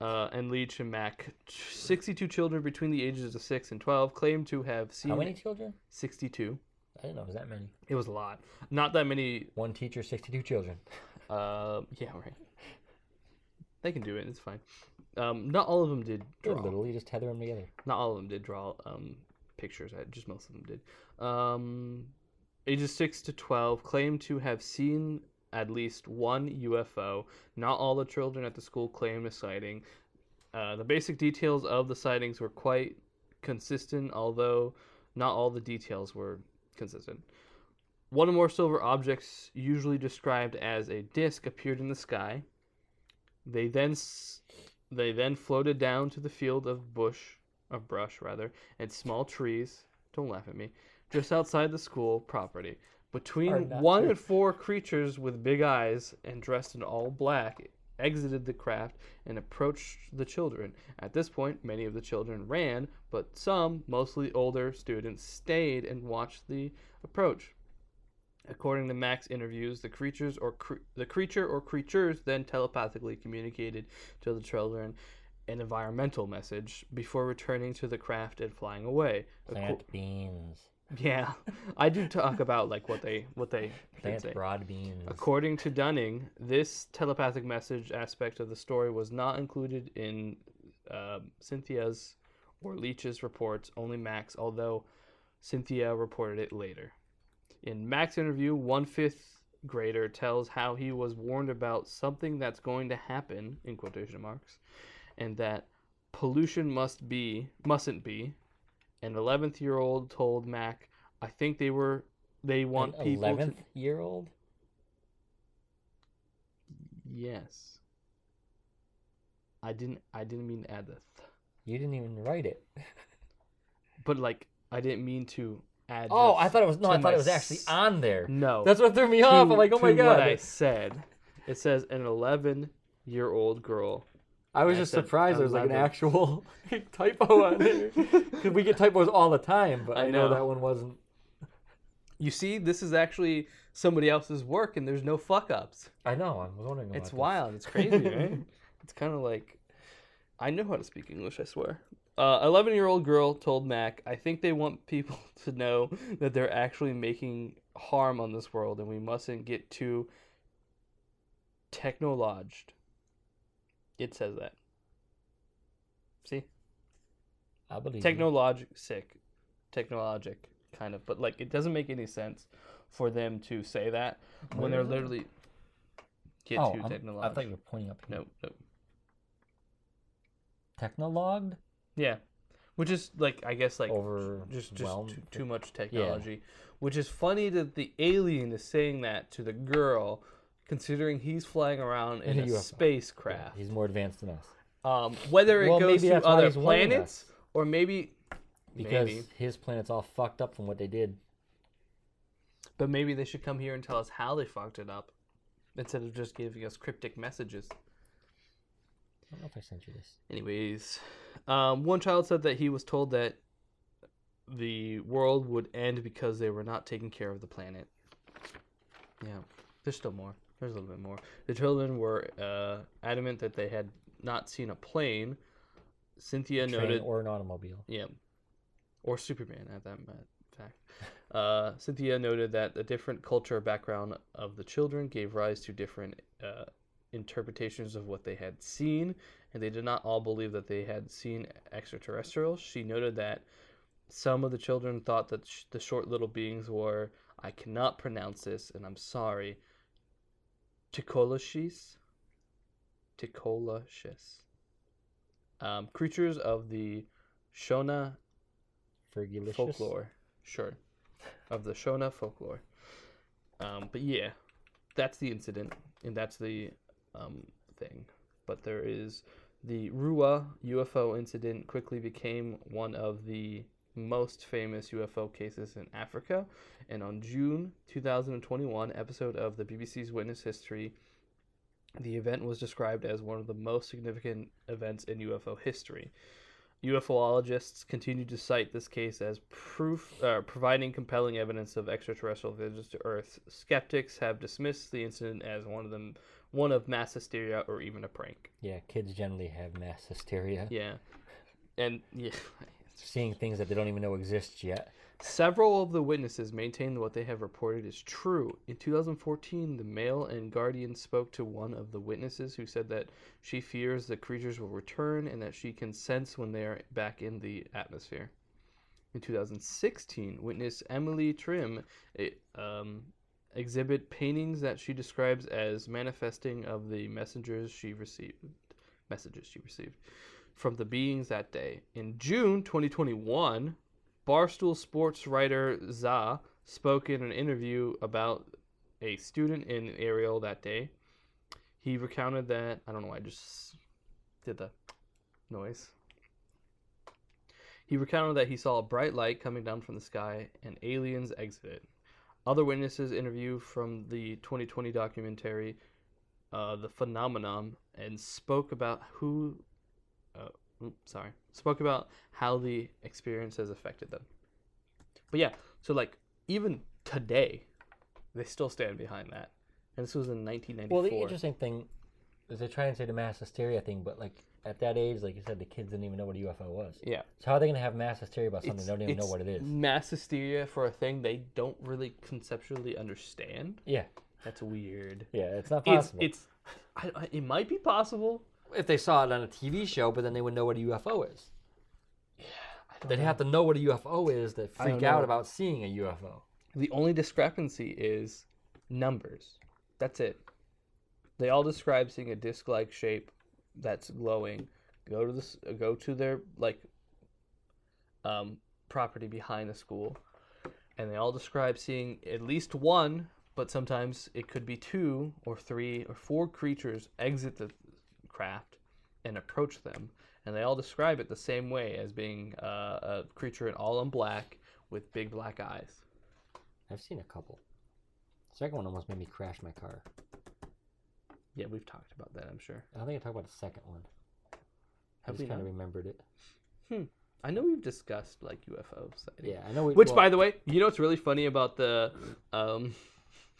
Speaker 1: uh, and Leach and Mac, 62 children between the ages of 6 and 12 claim to have seen
Speaker 2: How many children?
Speaker 1: 62.
Speaker 2: I didn't know it was that many.
Speaker 1: It was a lot. Not that many.
Speaker 2: One teacher, 62 children.
Speaker 1: Uh, yeah, right. They can do it. It's fine. Um, not all of them did
Speaker 2: They're
Speaker 1: draw.
Speaker 2: little. You just tether them together.
Speaker 1: not all of them did draw um, pictures. I, just most of them did. Um, ages six to twelve claim to have seen at least one UFO. Not all the children at the school claim a sighting. Uh, the basic details of the sightings were quite consistent, although not all the details were consistent. One or more silver objects, usually described as a disc, appeared in the sky. They then s- they then floated down to the field of bush, of brush rather, and small trees. Don't laugh at me. Just outside the school property, between
Speaker 2: Hard not
Speaker 1: one
Speaker 2: to.
Speaker 1: and four creatures with big eyes and dressed in all black exited the craft and approached the children. At this point, many of the children ran, but some, mostly older students, stayed and watched the approach. According to Max interviews, the creatures or cre- the creature or creatures then telepathically communicated to the children an environmental message before returning to the craft and flying away. Acco-
Speaker 2: Plant beans.
Speaker 1: yeah, I do talk about like what they what they did
Speaker 2: Plant
Speaker 1: say.
Speaker 2: broad beans.
Speaker 1: According to Dunning, this telepathic message aspect of the story was not included in um Cynthia's or Leech's reports, only Max, although Cynthia reported it later. In Max interview, one fifth grader tells how he was warned about something that's going to happen in quotation marks, and that pollution must be mustn't be. An eleventh year old told Mac, "I think they were they want people to
Speaker 2: eleventh year old.
Speaker 1: yes." I didn't. I didn't mean to add the th,
Speaker 2: You didn't even write it.
Speaker 1: but like I didn't mean to add.
Speaker 2: Oh,
Speaker 1: the
Speaker 2: I
Speaker 1: th-
Speaker 2: thought it was no.
Speaker 1: to
Speaker 2: I thought
Speaker 1: my
Speaker 2: it was actually
Speaker 1: s-
Speaker 2: on there.
Speaker 1: No,
Speaker 2: That's what threw me off.
Speaker 1: to-
Speaker 2: I'm like, oh my
Speaker 1: to What
Speaker 2: god.
Speaker 1: I said. It says an 11 year old girl.
Speaker 2: I was
Speaker 1: I
Speaker 2: just
Speaker 1: said
Speaker 2: surprised there was like an
Speaker 1: 11.
Speaker 2: actual typo on there. 'Cause we get typos all the time, but I,
Speaker 1: I
Speaker 2: know.
Speaker 1: know.
Speaker 2: that one wasn't.
Speaker 1: You see, this is actually somebody else's work, and there's no fuck ups.
Speaker 2: I know. I was wondering.
Speaker 1: It's
Speaker 2: about
Speaker 1: wild. It's crazy, right? it's kind of like I know how to speak English. I swear. Eleven year old girl told Mac, "I think they want people to know that they're actually making harm on this world, and we mustn't get too technologed." It says that. See.
Speaker 2: this. I believe. you.
Speaker 1: technologic sick technologic kind of but like it doesn't make any sense for them to say that when they're
Speaker 2: Where?
Speaker 1: literally get
Speaker 2: Oh,
Speaker 1: too
Speaker 2: I'm- I thought you
Speaker 1: technological
Speaker 2: were pointing up here.
Speaker 1: no no
Speaker 2: Technologued
Speaker 1: yeah which is like i guess like
Speaker 2: over
Speaker 1: just just too, too much technology which is funny that the alien is saying that to the girl considering he's flying around in
Speaker 2: In a
Speaker 1: a
Speaker 2: UFO.
Speaker 1: spacecraft
Speaker 2: He's more advanced than us
Speaker 1: um, whether it
Speaker 2: Well,
Speaker 1: goes
Speaker 2: maybe
Speaker 1: to
Speaker 2: that's why
Speaker 1: other
Speaker 2: he's warning
Speaker 1: planets
Speaker 2: us.
Speaker 1: or maybe
Speaker 2: because
Speaker 1: maybe
Speaker 2: his planet's all fucked up from what they did.
Speaker 1: But maybe they should come here and tell us how they fucked it up instead of just giving us cryptic messages.
Speaker 2: I don't know if I sent you this.
Speaker 1: Anyways, um, one child said that he was told that the world would end because they were not taking care of the planet. Yeah, there's still more. There's a little bit more. The children were uh, adamant that they had not seen a plane. Cynthia
Speaker 2: Train
Speaker 1: noted
Speaker 2: or an automobile.
Speaker 1: Yeah. Or Superman, at that ma- fact. Uh, Cynthia noted that the different culture background of the children gave rise to different uh, interpretations of what they had seen, and they did not all believe that they had seen extraterrestrials. She noted that some of the children thought that sh- the short little beings were, I cannot pronounce this, and I'm sorry, Ticolashis? Ticolashis. Um, creatures of the Shona
Speaker 2: Fergalicious.
Speaker 1: folklore. Sure. Of the Shona folklore. Um, but yeah, that's the incident, and that's the um, thing. But there is the Rua UFO incident quickly became one of the most famous UFO cases in Africa, and on June 2021 episode of the BBC's Witness History, the event was described as one of the most significant events in UFO history. UFOlogists continue to cite this case as proof, uh, providing compelling evidence of extraterrestrial visits to Earth. Skeptics have dismissed the incident as one of them, one of mass hysteria or even a prank.
Speaker 2: Yeah, kids generally have mass hysteria.
Speaker 1: Yeah, and yeah,
Speaker 2: Seeing things that they don't even know exist yet.
Speaker 1: several of the witnesses maintain that what they have reported is true. In 2014, the Mail and Guardian spoke to one of the witnesses who said that she fears the creatures will return and that she can sense when they are back in the atmosphere. In 2016, witness Emily Trim eh, um, exhibit paintings that she describes as manifesting of the messengers she received, messages she received from the beings that day. In June 2021, Barstool sports writer Za spoke in an interview about a student in Ariel that day. He recounted that I don't know why I just did the noise. He recounted that he saw a bright light coming down from the sky and aliens exited. Other witnesses interview from the 2020 documentary, uh, The Phenomenon, and spoke about who, uh, oop, sorry, spoke about how the experience has affected them. But yeah, so like even today, they still stand behind that. And this was in
Speaker 2: Well,
Speaker 1: 1994.
Speaker 2: the interesting thing is they try and say the mass hysteria thing, but like at that age, like you said, the kids didn't even know what a UFO was.
Speaker 1: yeah.
Speaker 2: So how are they gonna have mass hysteria about something
Speaker 1: it's-
Speaker 2: they don't even know
Speaker 1: it's
Speaker 2: what it is?
Speaker 1: Mass hysteria for a thing they don't really conceptually understand.
Speaker 2: Yeah,
Speaker 1: That's weird.
Speaker 2: yeah, it's not
Speaker 1: It's
Speaker 2: possible.
Speaker 1: it's I, I- it might be possible.
Speaker 2: if they saw it on a TV show, but then they would know what a UFO is.
Speaker 1: I don't
Speaker 2: They'd have to know what a UFO is to freak
Speaker 1: know.
Speaker 2: out about seeing a UFO.
Speaker 1: The only discrepancy is numbers. That's it. They all describe seeing a disc-like shape that's glowing. Go to this. Go to their like um, property behind the school, and they all describe seeing at least one, but sometimes it could be two or three or four creatures exit the craft and approach them, and they all describe it the same way as being uh, a creature in all in black with big black eyes.
Speaker 2: I've seen a couple. The second one almost made me crash my car.
Speaker 1: Yeah, we've talked about that. I'm sure.
Speaker 2: I don't think I talked about the second one. I
Speaker 1: Have
Speaker 2: just
Speaker 1: we
Speaker 2: kind
Speaker 1: not?
Speaker 2: of remembered it.
Speaker 1: I know we've discussed like UFOs. I think.
Speaker 2: Yeah, I know. We,
Speaker 1: Which,
Speaker 2: well,
Speaker 1: by the way, you know what's really funny about the, um,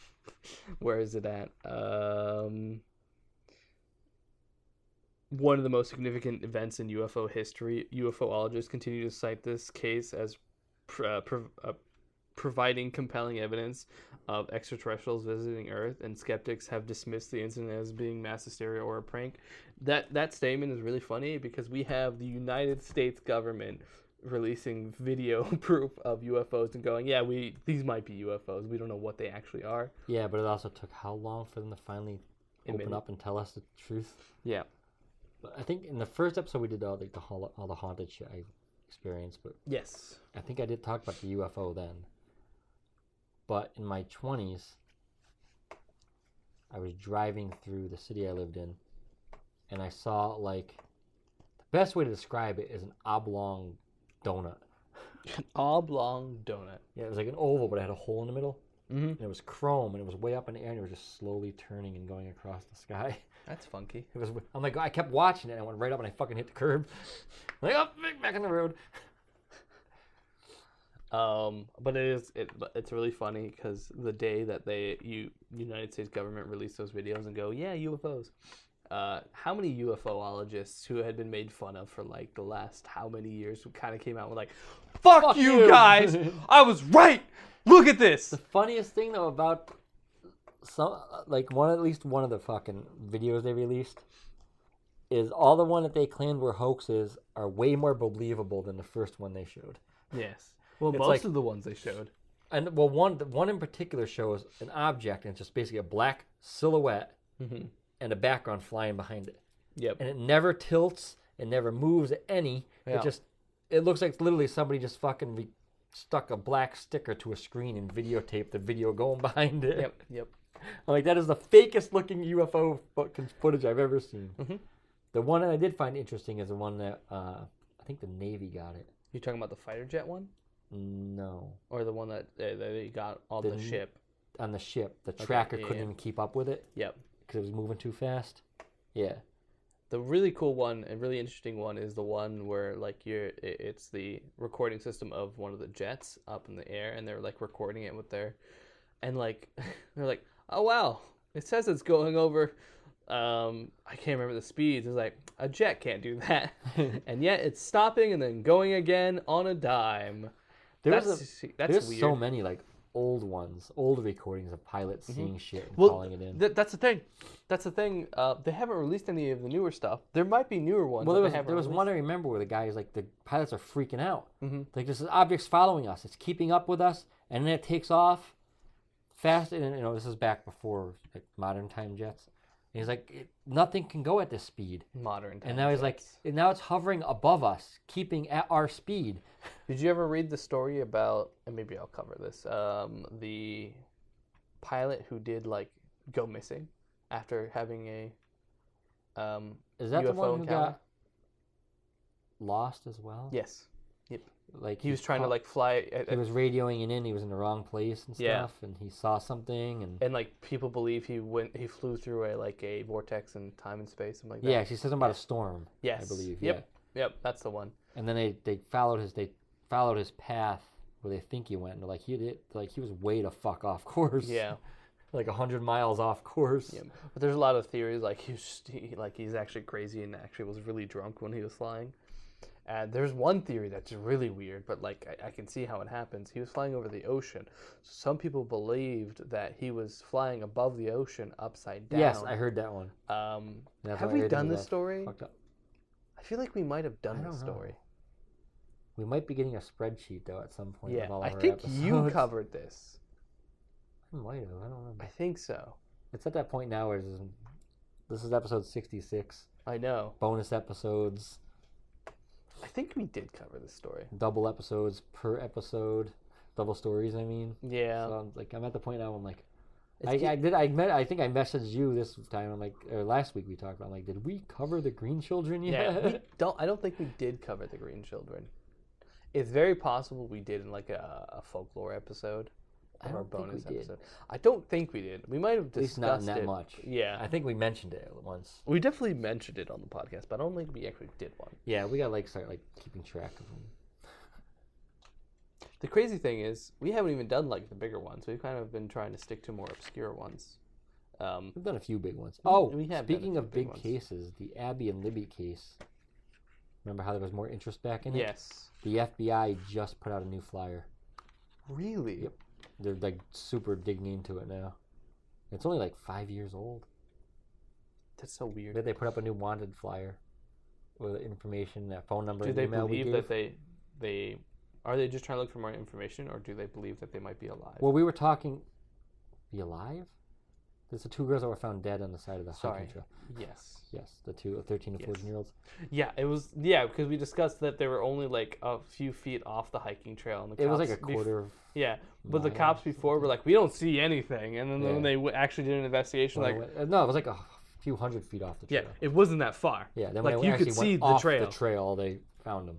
Speaker 1: where is it at? Um, one of the most significant events in UFO history. UFOologists continue to cite this case as pr- uh, prov- uh, providing compelling evidence of extraterrestrials visiting Earth, and skeptics have dismissed the incident as being mass hysteria or a prank. That that statement is really funny because we have the United States government releasing video proof of UFOs and going, yeah, we these might be UFOs. We don't know what they actually are.
Speaker 2: yeah, but it also took how long for them to finally open
Speaker 1: Admit it.
Speaker 2: up and tell us the truth?
Speaker 1: Yeah.
Speaker 2: But I think in the first episode we did all like the hol- all the haunted shit I experienced, but
Speaker 1: Yes.
Speaker 2: I think I did talk about the UFO then. But in my 20s, I was driving through the city I lived in, and I saw like the best way to describe it is an oblong donut.
Speaker 1: An oblong donut.
Speaker 2: Yeah, it was like an oval, but it had a hole in the middle,
Speaker 1: Mm-hmm.
Speaker 2: and it was chrome, and it was way up in the air, and it was just slowly turning and going across the sky.
Speaker 1: That's funky.
Speaker 2: It was. I'm like, I kept watching it. And I went right up and I fucking hit the curb. like, oh, back- back on the road.
Speaker 1: Um, but it is it, but it's really funny because the day that they you United States government released those videos and go yeah UFOs, uh, how many UFOologists who had been made fun of for like the last how many years who kind of came out with like, fuck,
Speaker 2: Fuck
Speaker 1: you,
Speaker 2: you."
Speaker 1: guys, I was right. Look at this.
Speaker 2: The funniest thing though about some, like one at least one of the fucking videos they released, is all the one that they claimed were hoaxes are way more believable than the first one they showed.
Speaker 1: Yes. Well,
Speaker 2: It's
Speaker 1: most
Speaker 2: like-
Speaker 1: of the ones they showed.
Speaker 2: And well, one the one in particular shows an object and it's just basically a black silhouette
Speaker 1: Mm-hmm.
Speaker 2: and a background flying behind it,
Speaker 1: Yep.
Speaker 2: and it never tilts, it never moves any.
Speaker 1: Yeah.
Speaker 2: It just it looks like literally somebody just fucking re- stuck a black sticker to a screen and videotaped the video going behind it.
Speaker 1: Yep. Yep.
Speaker 2: I'm like, that is the fakest looking UFO fucking footage I've ever seen.
Speaker 1: Mhm.
Speaker 2: The one that I did find interesting is the one that uh, I think the Navy got it.
Speaker 1: You talking about the fighter jet one
Speaker 2: No,
Speaker 1: or the one that they, they got on the
Speaker 2: Didn't-
Speaker 1: ship?
Speaker 2: on the ship, the tracker
Speaker 1: yeah,
Speaker 2: couldn't
Speaker 1: yeah.
Speaker 2: even keep up with it
Speaker 1: Yep.
Speaker 2: because it was moving too fast. Yeah,
Speaker 1: The really cool one and really interesting one is the one where like you're i- it's the recording system of one of the jets up in the air and they're like recording it with their and like they're like oh wow it says it's going over um I can't remember the speeds it's like a jet can't do that and yet it's stopping and then going again on a dime.
Speaker 2: there's a,
Speaker 1: that's that's
Speaker 2: there's
Speaker 1: weird. Mm-hmm.
Speaker 2: so many like old ones, old recordings of pilots seeing shit and
Speaker 1: Well,
Speaker 2: calling it in.
Speaker 1: Th- that's the thing. That's the thing. Uh, they haven't released any of the newer stuff. There might be newer ones.
Speaker 2: well,
Speaker 1: that
Speaker 2: there was
Speaker 1: they haven't
Speaker 2: there was
Speaker 1: released. Mm-hmm.
Speaker 2: one I remember where the guys like the pilots are freaking out. Like this is objects following us. It's keeping up with us, and then it takes off fast. And you know this is back before like modern time jets. And he's like, it, nothing can go at this speed.
Speaker 1: modern.
Speaker 2: And now he's like, and now it's hovering above us, keeping at our speed.
Speaker 1: Did you ever read the story about? And maybe I'll cover this. Um, the pilot who did like go missing after having a um,
Speaker 2: Is that the
Speaker 1: UFO
Speaker 2: one who
Speaker 1: encounter?
Speaker 2: got lost as well?
Speaker 1: yes.
Speaker 2: like
Speaker 1: He was trying to
Speaker 2: caught-
Speaker 1: like fly, at,
Speaker 2: He was radioing and in. He was in the wrong place and stuff,
Speaker 1: Yeah.
Speaker 2: and he saw something. And
Speaker 1: and like people believe he went. He flew through a like a vortex in time and space, something like that.
Speaker 2: yeah, she said something about a storm.
Speaker 1: Yes.
Speaker 2: I believe. Yeah.
Speaker 1: Yep. Yep. That's the one.
Speaker 2: and then they, they followed his they followed his path where they think he went and they're like he did like he was way to fuck off course
Speaker 1: Yeah.
Speaker 2: like 100 miles off course
Speaker 1: Yeah, but there's a lot of theories like he was just, he, like he's actually crazy and actually was really drunk when he was flying. And there's one theory that's really weird, but like I, I can see how it happens. He was flying over the ocean. Some people believed that he was flying above the ocean upside down.
Speaker 2: yes i heard that one
Speaker 1: Um,
Speaker 2: And that's
Speaker 1: have
Speaker 2: why
Speaker 1: we
Speaker 2: everything
Speaker 1: done
Speaker 2: was
Speaker 1: this
Speaker 2: all
Speaker 1: story?
Speaker 2: fucked up.
Speaker 1: I feel like we might have done
Speaker 2: I
Speaker 1: this
Speaker 2: don't know.
Speaker 1: story.
Speaker 2: we might be getting a spreadsheet though at some point
Speaker 1: Yeah,
Speaker 2: with all of
Speaker 1: I
Speaker 2: our
Speaker 1: think you
Speaker 2: episodes.
Speaker 1: covered this.
Speaker 2: I might have. I don't remember.
Speaker 1: I think so.
Speaker 2: It's at that point now where this is, this is episode 66.
Speaker 1: I know.
Speaker 2: Bonus episodes,
Speaker 1: I think we did cover this story.
Speaker 2: double episodes per episode, double stories, I mean.
Speaker 1: Yeah.
Speaker 2: So I'm like, I'm at the point now I'm like,
Speaker 1: It's
Speaker 2: I,
Speaker 1: get-
Speaker 2: I did. I met. I think I messaged you this time. I'm like, or last week we talked about. I'm like, did we cover the Green Children yet?
Speaker 1: yeah. we don't. I don't think we did cover the Green Children. It's very possible we did in like a, a folklore episode
Speaker 2: I
Speaker 1: of our
Speaker 2: don't think we
Speaker 1: bonus
Speaker 2: did.
Speaker 1: episode. I don't think we did. We might have
Speaker 2: At least not
Speaker 1: discussed
Speaker 2: in that
Speaker 1: it.
Speaker 2: much.
Speaker 1: Yeah.
Speaker 2: I think we mentioned it once.
Speaker 1: We definitely mentioned it on the podcast, but I don't think we actually did one.
Speaker 2: Yeah, we gotta like start like keeping track of them.
Speaker 1: The crazy thing is, we haven't even done like the bigger ones. We've kind of been trying to stick to more obscure ones. Um,
Speaker 2: We've done a few big ones. Oh,
Speaker 1: we have done a
Speaker 2: speaking
Speaker 1: few
Speaker 2: of
Speaker 1: big
Speaker 2: big,
Speaker 1: ones.
Speaker 2: cases, the Abby and Libby case. Remember how there was more interest back in it?
Speaker 1: yes.
Speaker 2: The FBI just put out a new flyer.
Speaker 1: Really?
Speaker 2: Yep. They're like super digging into it now. It's only like five years old.
Speaker 1: That's so weird.
Speaker 2: Yeah, they put up a new wanted flyer with information, that phone number,
Speaker 1: Do
Speaker 2: and
Speaker 1: they
Speaker 2: email we
Speaker 1: believe
Speaker 2: gave.
Speaker 1: that they they are they just trying to look for more information, or do they believe that they might be alive?
Speaker 2: Well, we were talking. Be alive? There's the two girls that were found dead on the side of the
Speaker 1: Sorry.
Speaker 2: hiking trail.
Speaker 1: yes.
Speaker 2: Yes, the two, 13 and
Speaker 1: Yes.
Speaker 2: 14 year olds.
Speaker 1: Yeah, it was. Yeah, because we discussed that they were only like a few feet off the hiking trail, and the
Speaker 2: It was like
Speaker 1: cops
Speaker 2: a
Speaker 1: bef-
Speaker 2: quarter. of
Speaker 1: yeah, but the
Speaker 2: mile or
Speaker 1: cops before were like, "We don't see anything," and then
Speaker 2: Yeah.
Speaker 1: when they w- actually did an investigation,
Speaker 2: when I
Speaker 1: like,
Speaker 2: went- uh, no, it was like a few hundred feet off the
Speaker 1: "Yeah,
Speaker 2: trail.
Speaker 1: it wasn't that far."
Speaker 2: Yeah, then when
Speaker 1: like
Speaker 2: they
Speaker 1: you
Speaker 2: actually
Speaker 1: could
Speaker 2: went
Speaker 1: see the
Speaker 2: off
Speaker 1: trail.
Speaker 2: the trail, they found them.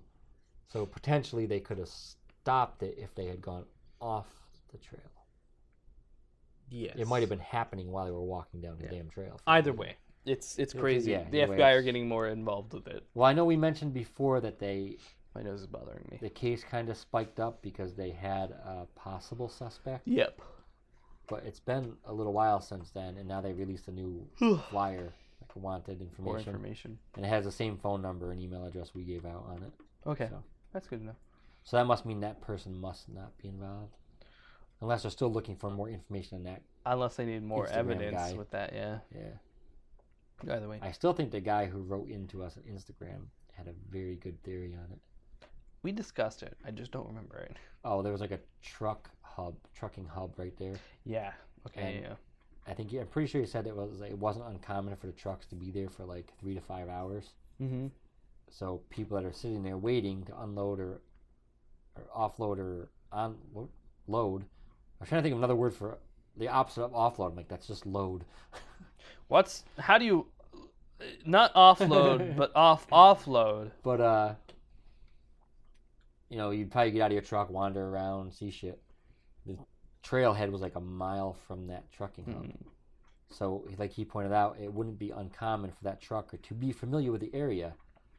Speaker 2: So potentially they could have stopped it if they had gone off the trail.
Speaker 1: yes,
Speaker 2: It might have been happening while they were walking down the damn trail.
Speaker 1: Either way, it's it's crazy.
Speaker 2: yeah,
Speaker 1: the
Speaker 2: either way,
Speaker 1: FBI are
Speaker 2: it's-
Speaker 1: getting more involved with it.
Speaker 2: Well, I know we mentioned before that they
Speaker 1: My nose is bothering me.
Speaker 2: the case kind of spiked up because they had a possible suspect,
Speaker 1: Yep.
Speaker 2: but it's been a little while since then, and now they released a new flyer, like wanted
Speaker 1: More
Speaker 2: information,
Speaker 1: information.
Speaker 2: and it has the same phone number and email address we gave out on it.
Speaker 1: Okay,
Speaker 2: So.
Speaker 1: that's good enough.
Speaker 2: So that must mean that person must not be involved, unless they're still looking for more information on that.
Speaker 1: Unless they need more
Speaker 2: Instagram
Speaker 1: evidence
Speaker 2: guy.
Speaker 1: with that, yeah.
Speaker 2: Yeah,
Speaker 1: Either way,
Speaker 2: I still think the guy who wrote into us on Instagram had a very good theory on it.
Speaker 1: we discussed it. I just don't remember it.
Speaker 2: Oh, there was like a truck hub, trucking hub right there.
Speaker 1: Yeah. Okay.
Speaker 2: And-
Speaker 1: yeah.
Speaker 2: I think I'm pretty sure he said it was it wasn't uncommon for the trucks to be there for like three to five hours.
Speaker 1: Mm-hmm.
Speaker 2: So people that are sitting there waiting to unload or, or offload or on what, load. I'm trying to think of another word for the opposite of offload. I'm like that's just load.
Speaker 1: What's how do you not offload but off offload?
Speaker 2: But uh, you know, you'd probably get out of your truck, wander around, see shit. The trailhead was like a mile from that trucking
Speaker 1: Mm-hmm.
Speaker 2: hub. So, like he pointed out, it wouldn't be uncommon for that trucker to be familiar with the area.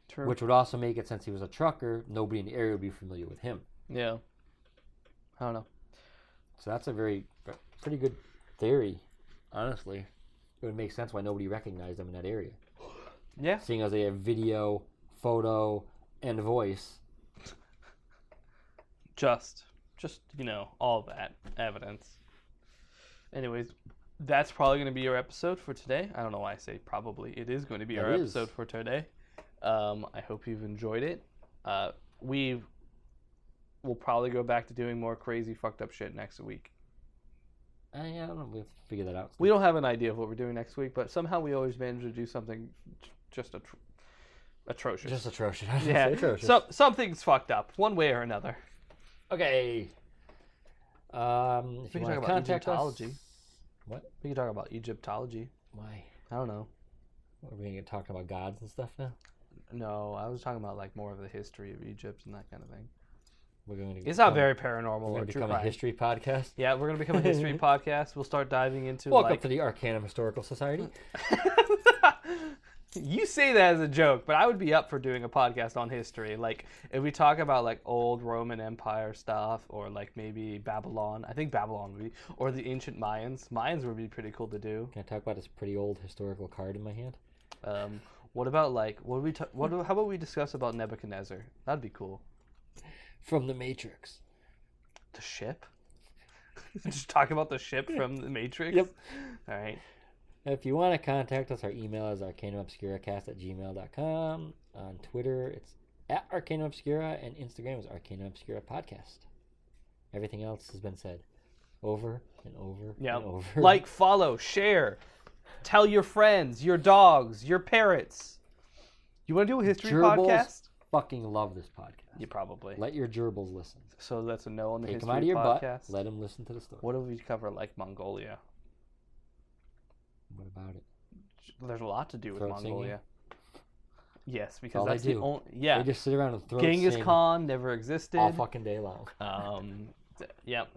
Speaker 1: True.
Speaker 2: Which would also make it since he was a trucker, nobody in the area would be familiar with him.
Speaker 1: yeah. I don't know.
Speaker 2: So that's a very pretty good theory, honestly. It would make sense why nobody recognized him in that area,
Speaker 1: Yeah.
Speaker 2: seeing as they have video, photo, and voice.
Speaker 1: Just just you know all that evidence. Anyways, that's probably going to be our episode for today. I don't know why I say probably. It is going to be
Speaker 2: It
Speaker 1: our
Speaker 2: is.
Speaker 1: episode for today. Um, I hope you've enjoyed it. Uh, we will probably go back to doing more crazy fucked up shit next week.
Speaker 2: I, eh, I don't know. We have to figure that out.
Speaker 1: We don't have an idea of what we're doing next week, but somehow we always manage to do something j- just atro- atrocious.
Speaker 2: just atrocious.
Speaker 1: yeah,
Speaker 2: atrocious.
Speaker 1: So, something's fucked up, one way or another.
Speaker 2: okay. Um, if
Speaker 1: We
Speaker 2: you
Speaker 1: can talk
Speaker 2: want to
Speaker 1: about
Speaker 2: contact us,
Speaker 1: Egyptology.
Speaker 2: what?
Speaker 1: We can talk about Egyptology.
Speaker 2: Why?
Speaker 1: I don't know.
Speaker 2: What, Are we gonna talk about gods and stuff now?
Speaker 1: No, I was talking about like more of the history of Egypt and that kind of thing.
Speaker 2: We're going to.
Speaker 1: It's not
Speaker 2: become-
Speaker 1: very paranormal
Speaker 2: We're
Speaker 1: or
Speaker 2: going to
Speaker 1: true
Speaker 2: become a
Speaker 1: crime.
Speaker 2: history podcast.
Speaker 1: yeah, we're gonna become a history podcast. We'll start diving into
Speaker 2: Welcome
Speaker 1: like.
Speaker 2: to the Arcanum Historical Society.
Speaker 1: you say that as a joke, but I would be up for doing a podcast on history. Like if we talk about like old Roman Empire stuff, or like maybe Babylon. I think Babylon would be, or the ancient Mayans. Mayans would be pretty cool to do.
Speaker 2: Can I talk about this pretty old historical card in my hand?
Speaker 1: Um, what about like what do we ta- what do, how about we discuss about Nebuchadnezzar? That'd be cool.
Speaker 2: From the Matrix.
Speaker 1: The ship. Just talk about the ship from the Matrix.
Speaker 2: Yep.
Speaker 1: All right.
Speaker 2: If you want to contact us, our email is arcanumobscuracast at gmail.com. On Twitter, it's at Arcanum Obscura, and Instagram is Arcanum Obscura Podcast. Everything else has been said. over and over
Speaker 1: Yeah.
Speaker 2: and over.
Speaker 1: Like, follow, share, tell your friends, your dogs, your parrots. You want to do a history
Speaker 2: Gerbils.
Speaker 1: podcast?
Speaker 2: fucking love this podcast.
Speaker 1: You probably.
Speaker 2: Let your gerbils listen.
Speaker 1: So that's a no on the
Speaker 2: Take them
Speaker 1: history
Speaker 2: out of your
Speaker 1: podcast.
Speaker 2: butt. Let them listen to the story.
Speaker 1: what if we cover like Mongolia?
Speaker 2: What about it?
Speaker 1: There's a lot to do with
Speaker 2: Throat singing?
Speaker 1: Mongolia. Yes, because
Speaker 2: all they
Speaker 1: that's the
Speaker 2: do.
Speaker 1: only yeah.
Speaker 2: They just sit around and throw
Speaker 1: Genghis
Speaker 2: sing
Speaker 1: Khan never existed.
Speaker 2: all fucking day long.
Speaker 1: Um, th- yep.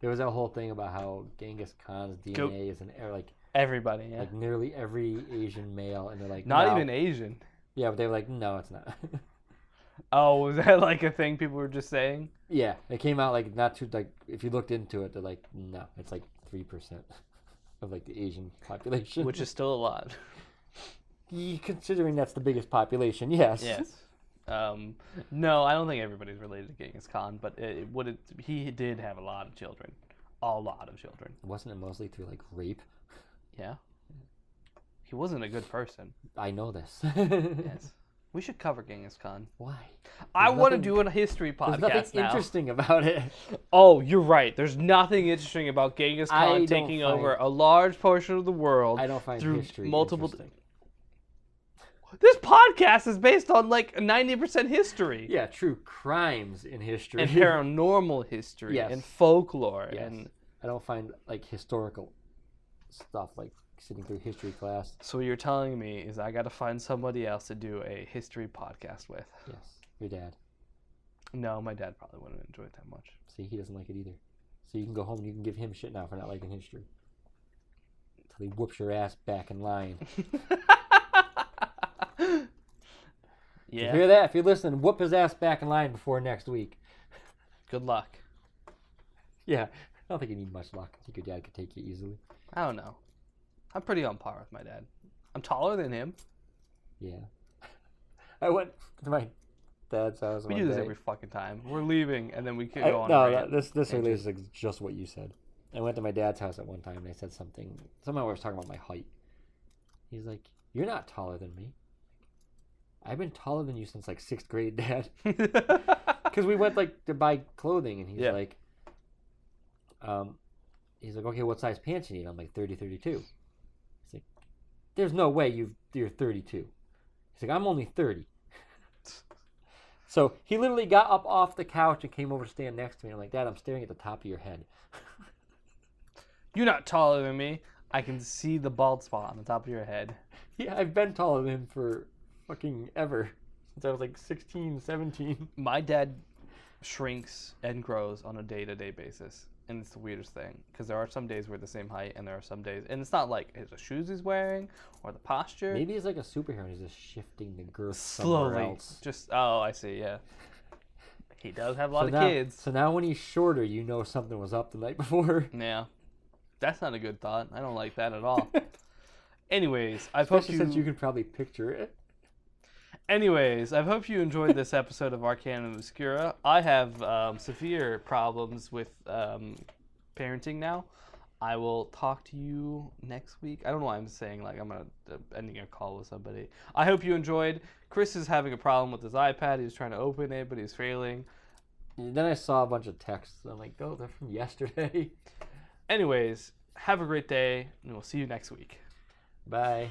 Speaker 2: There was that whole thing about how Genghis Khan's DNA is in er- like
Speaker 1: Everybody. Yeah.
Speaker 2: like nearly every Asian male, and they're like
Speaker 1: Not
Speaker 2: "No."
Speaker 1: even Asian.
Speaker 2: yeah, but they were like no, it's not.
Speaker 1: Oh, was that like a thing people were just saying?
Speaker 2: yeah, it came out like not too like if you looked into it, they're like no, it's like three percent of like the Asian population,
Speaker 1: Which is still a lot.
Speaker 2: Y- considering that's the biggest population, yes.
Speaker 1: yes. Um, no, I don't think everybody's related to Genghis Khan, but it, it would he did have a lot of children, a lot of children.
Speaker 2: Wasn't it mostly through like rape?
Speaker 1: Yeah. He wasn't a good person.
Speaker 2: I know this.
Speaker 1: Yes. We should cover Genghis Khan.
Speaker 2: Why?
Speaker 1: I want to
Speaker 2: nothing-
Speaker 1: do a history
Speaker 2: There's nothing
Speaker 1: podcast now.
Speaker 2: interesting about it.
Speaker 1: oh, you're right. There's nothing interesting about Genghis
Speaker 2: I
Speaker 1: Khan
Speaker 2: don't
Speaker 1: taking
Speaker 2: find-
Speaker 1: over a large portion of the world.
Speaker 2: I don't find
Speaker 1: through
Speaker 2: history
Speaker 1: multiple.
Speaker 2: interesting.
Speaker 1: This podcast is based on like 90% history.
Speaker 2: Yeah, true crimes in history.
Speaker 1: and paranormal history
Speaker 2: Yes.
Speaker 1: and folklore
Speaker 2: Yes.
Speaker 1: and
Speaker 2: I don't find like historical stuff like sitting through history class.
Speaker 1: so what you're telling me is i gotta find somebody else to do a history podcast with
Speaker 2: Yes, your dad.
Speaker 1: no my dad probably wouldn't enjoy it that much
Speaker 2: See, he doesn't like it either. So you can go home and you can give him shit now for not liking history. Till he whoops your ass back in line. You
Speaker 1: yeah
Speaker 2: hear that? If you're listening, whoop his ass back in line before next week.
Speaker 1: good luck
Speaker 2: Yeah, I don't think you need much luck. I think your dad could take you easily.
Speaker 1: i don't know i'm pretty on par with my dad i'm taller than him
Speaker 2: Yeah. I went to my dad's house.
Speaker 1: we
Speaker 2: one
Speaker 1: do this
Speaker 2: day.
Speaker 1: every fucking time we're leaving and then we could
Speaker 2: I-
Speaker 1: go on
Speaker 2: no,
Speaker 1: a
Speaker 2: that,
Speaker 1: rant.
Speaker 2: this this
Speaker 1: Tangent.
Speaker 2: really is like just what you said. I went to my dad's house at one time and I said something. Someone was talking about my height. He's like, "You're not taller than me. I've been taller than you since like sixth grade, Dad." Because we went like to buy clothing, and he's
Speaker 1: Yeah.
Speaker 2: like, um, he's like, "Okay, what size pants you need?" I'm like, "30, 32." He's like, "There's no way you you're 32." He's like, "I'm only 30." So he literally got up off the couch and came over to stand next to me. I'm like, Dad, I'm staring at the top of your head.
Speaker 1: you're not taller than me i can see the bald spot on the top of your head
Speaker 2: Yeah, I've been taller than him for fucking ever. Since I was like 16, 17.
Speaker 1: my dad shrinks and grows on a day-to-day basis and it's the weirdest thing because there are some days we're the same height and there are some days and it's not like it's the shoes he's wearing or the posture
Speaker 2: Maybe he's like a superhero and he's just shifting the girth somewhere
Speaker 1: slowly
Speaker 2: else.
Speaker 1: just oh i see yeah he does have a lot
Speaker 2: so
Speaker 1: of
Speaker 2: now,
Speaker 1: kids
Speaker 2: So now when he's shorter, you know something was up the night before.
Speaker 1: yeah that's not a good thought i don't like that at all anyways i hope
Speaker 2: Especially
Speaker 1: you,
Speaker 2: since you can probably picture it.
Speaker 1: Anyways, I hope you enjoyed this episode of Arcanum Obscura. I have um, severe problems with um, parenting now. I will talk to you next week. I don't know why I'm saying like I'm gonna uh, ending a call with somebody. I hope you enjoyed. Chris is having a problem with his iPad. He was trying to open it, but he's failing.
Speaker 2: And then I saw a bunch of texts. I'm like, oh, they're from yesterday.
Speaker 1: Anyways, have a great day, and we'll see you next week.
Speaker 2: Bye.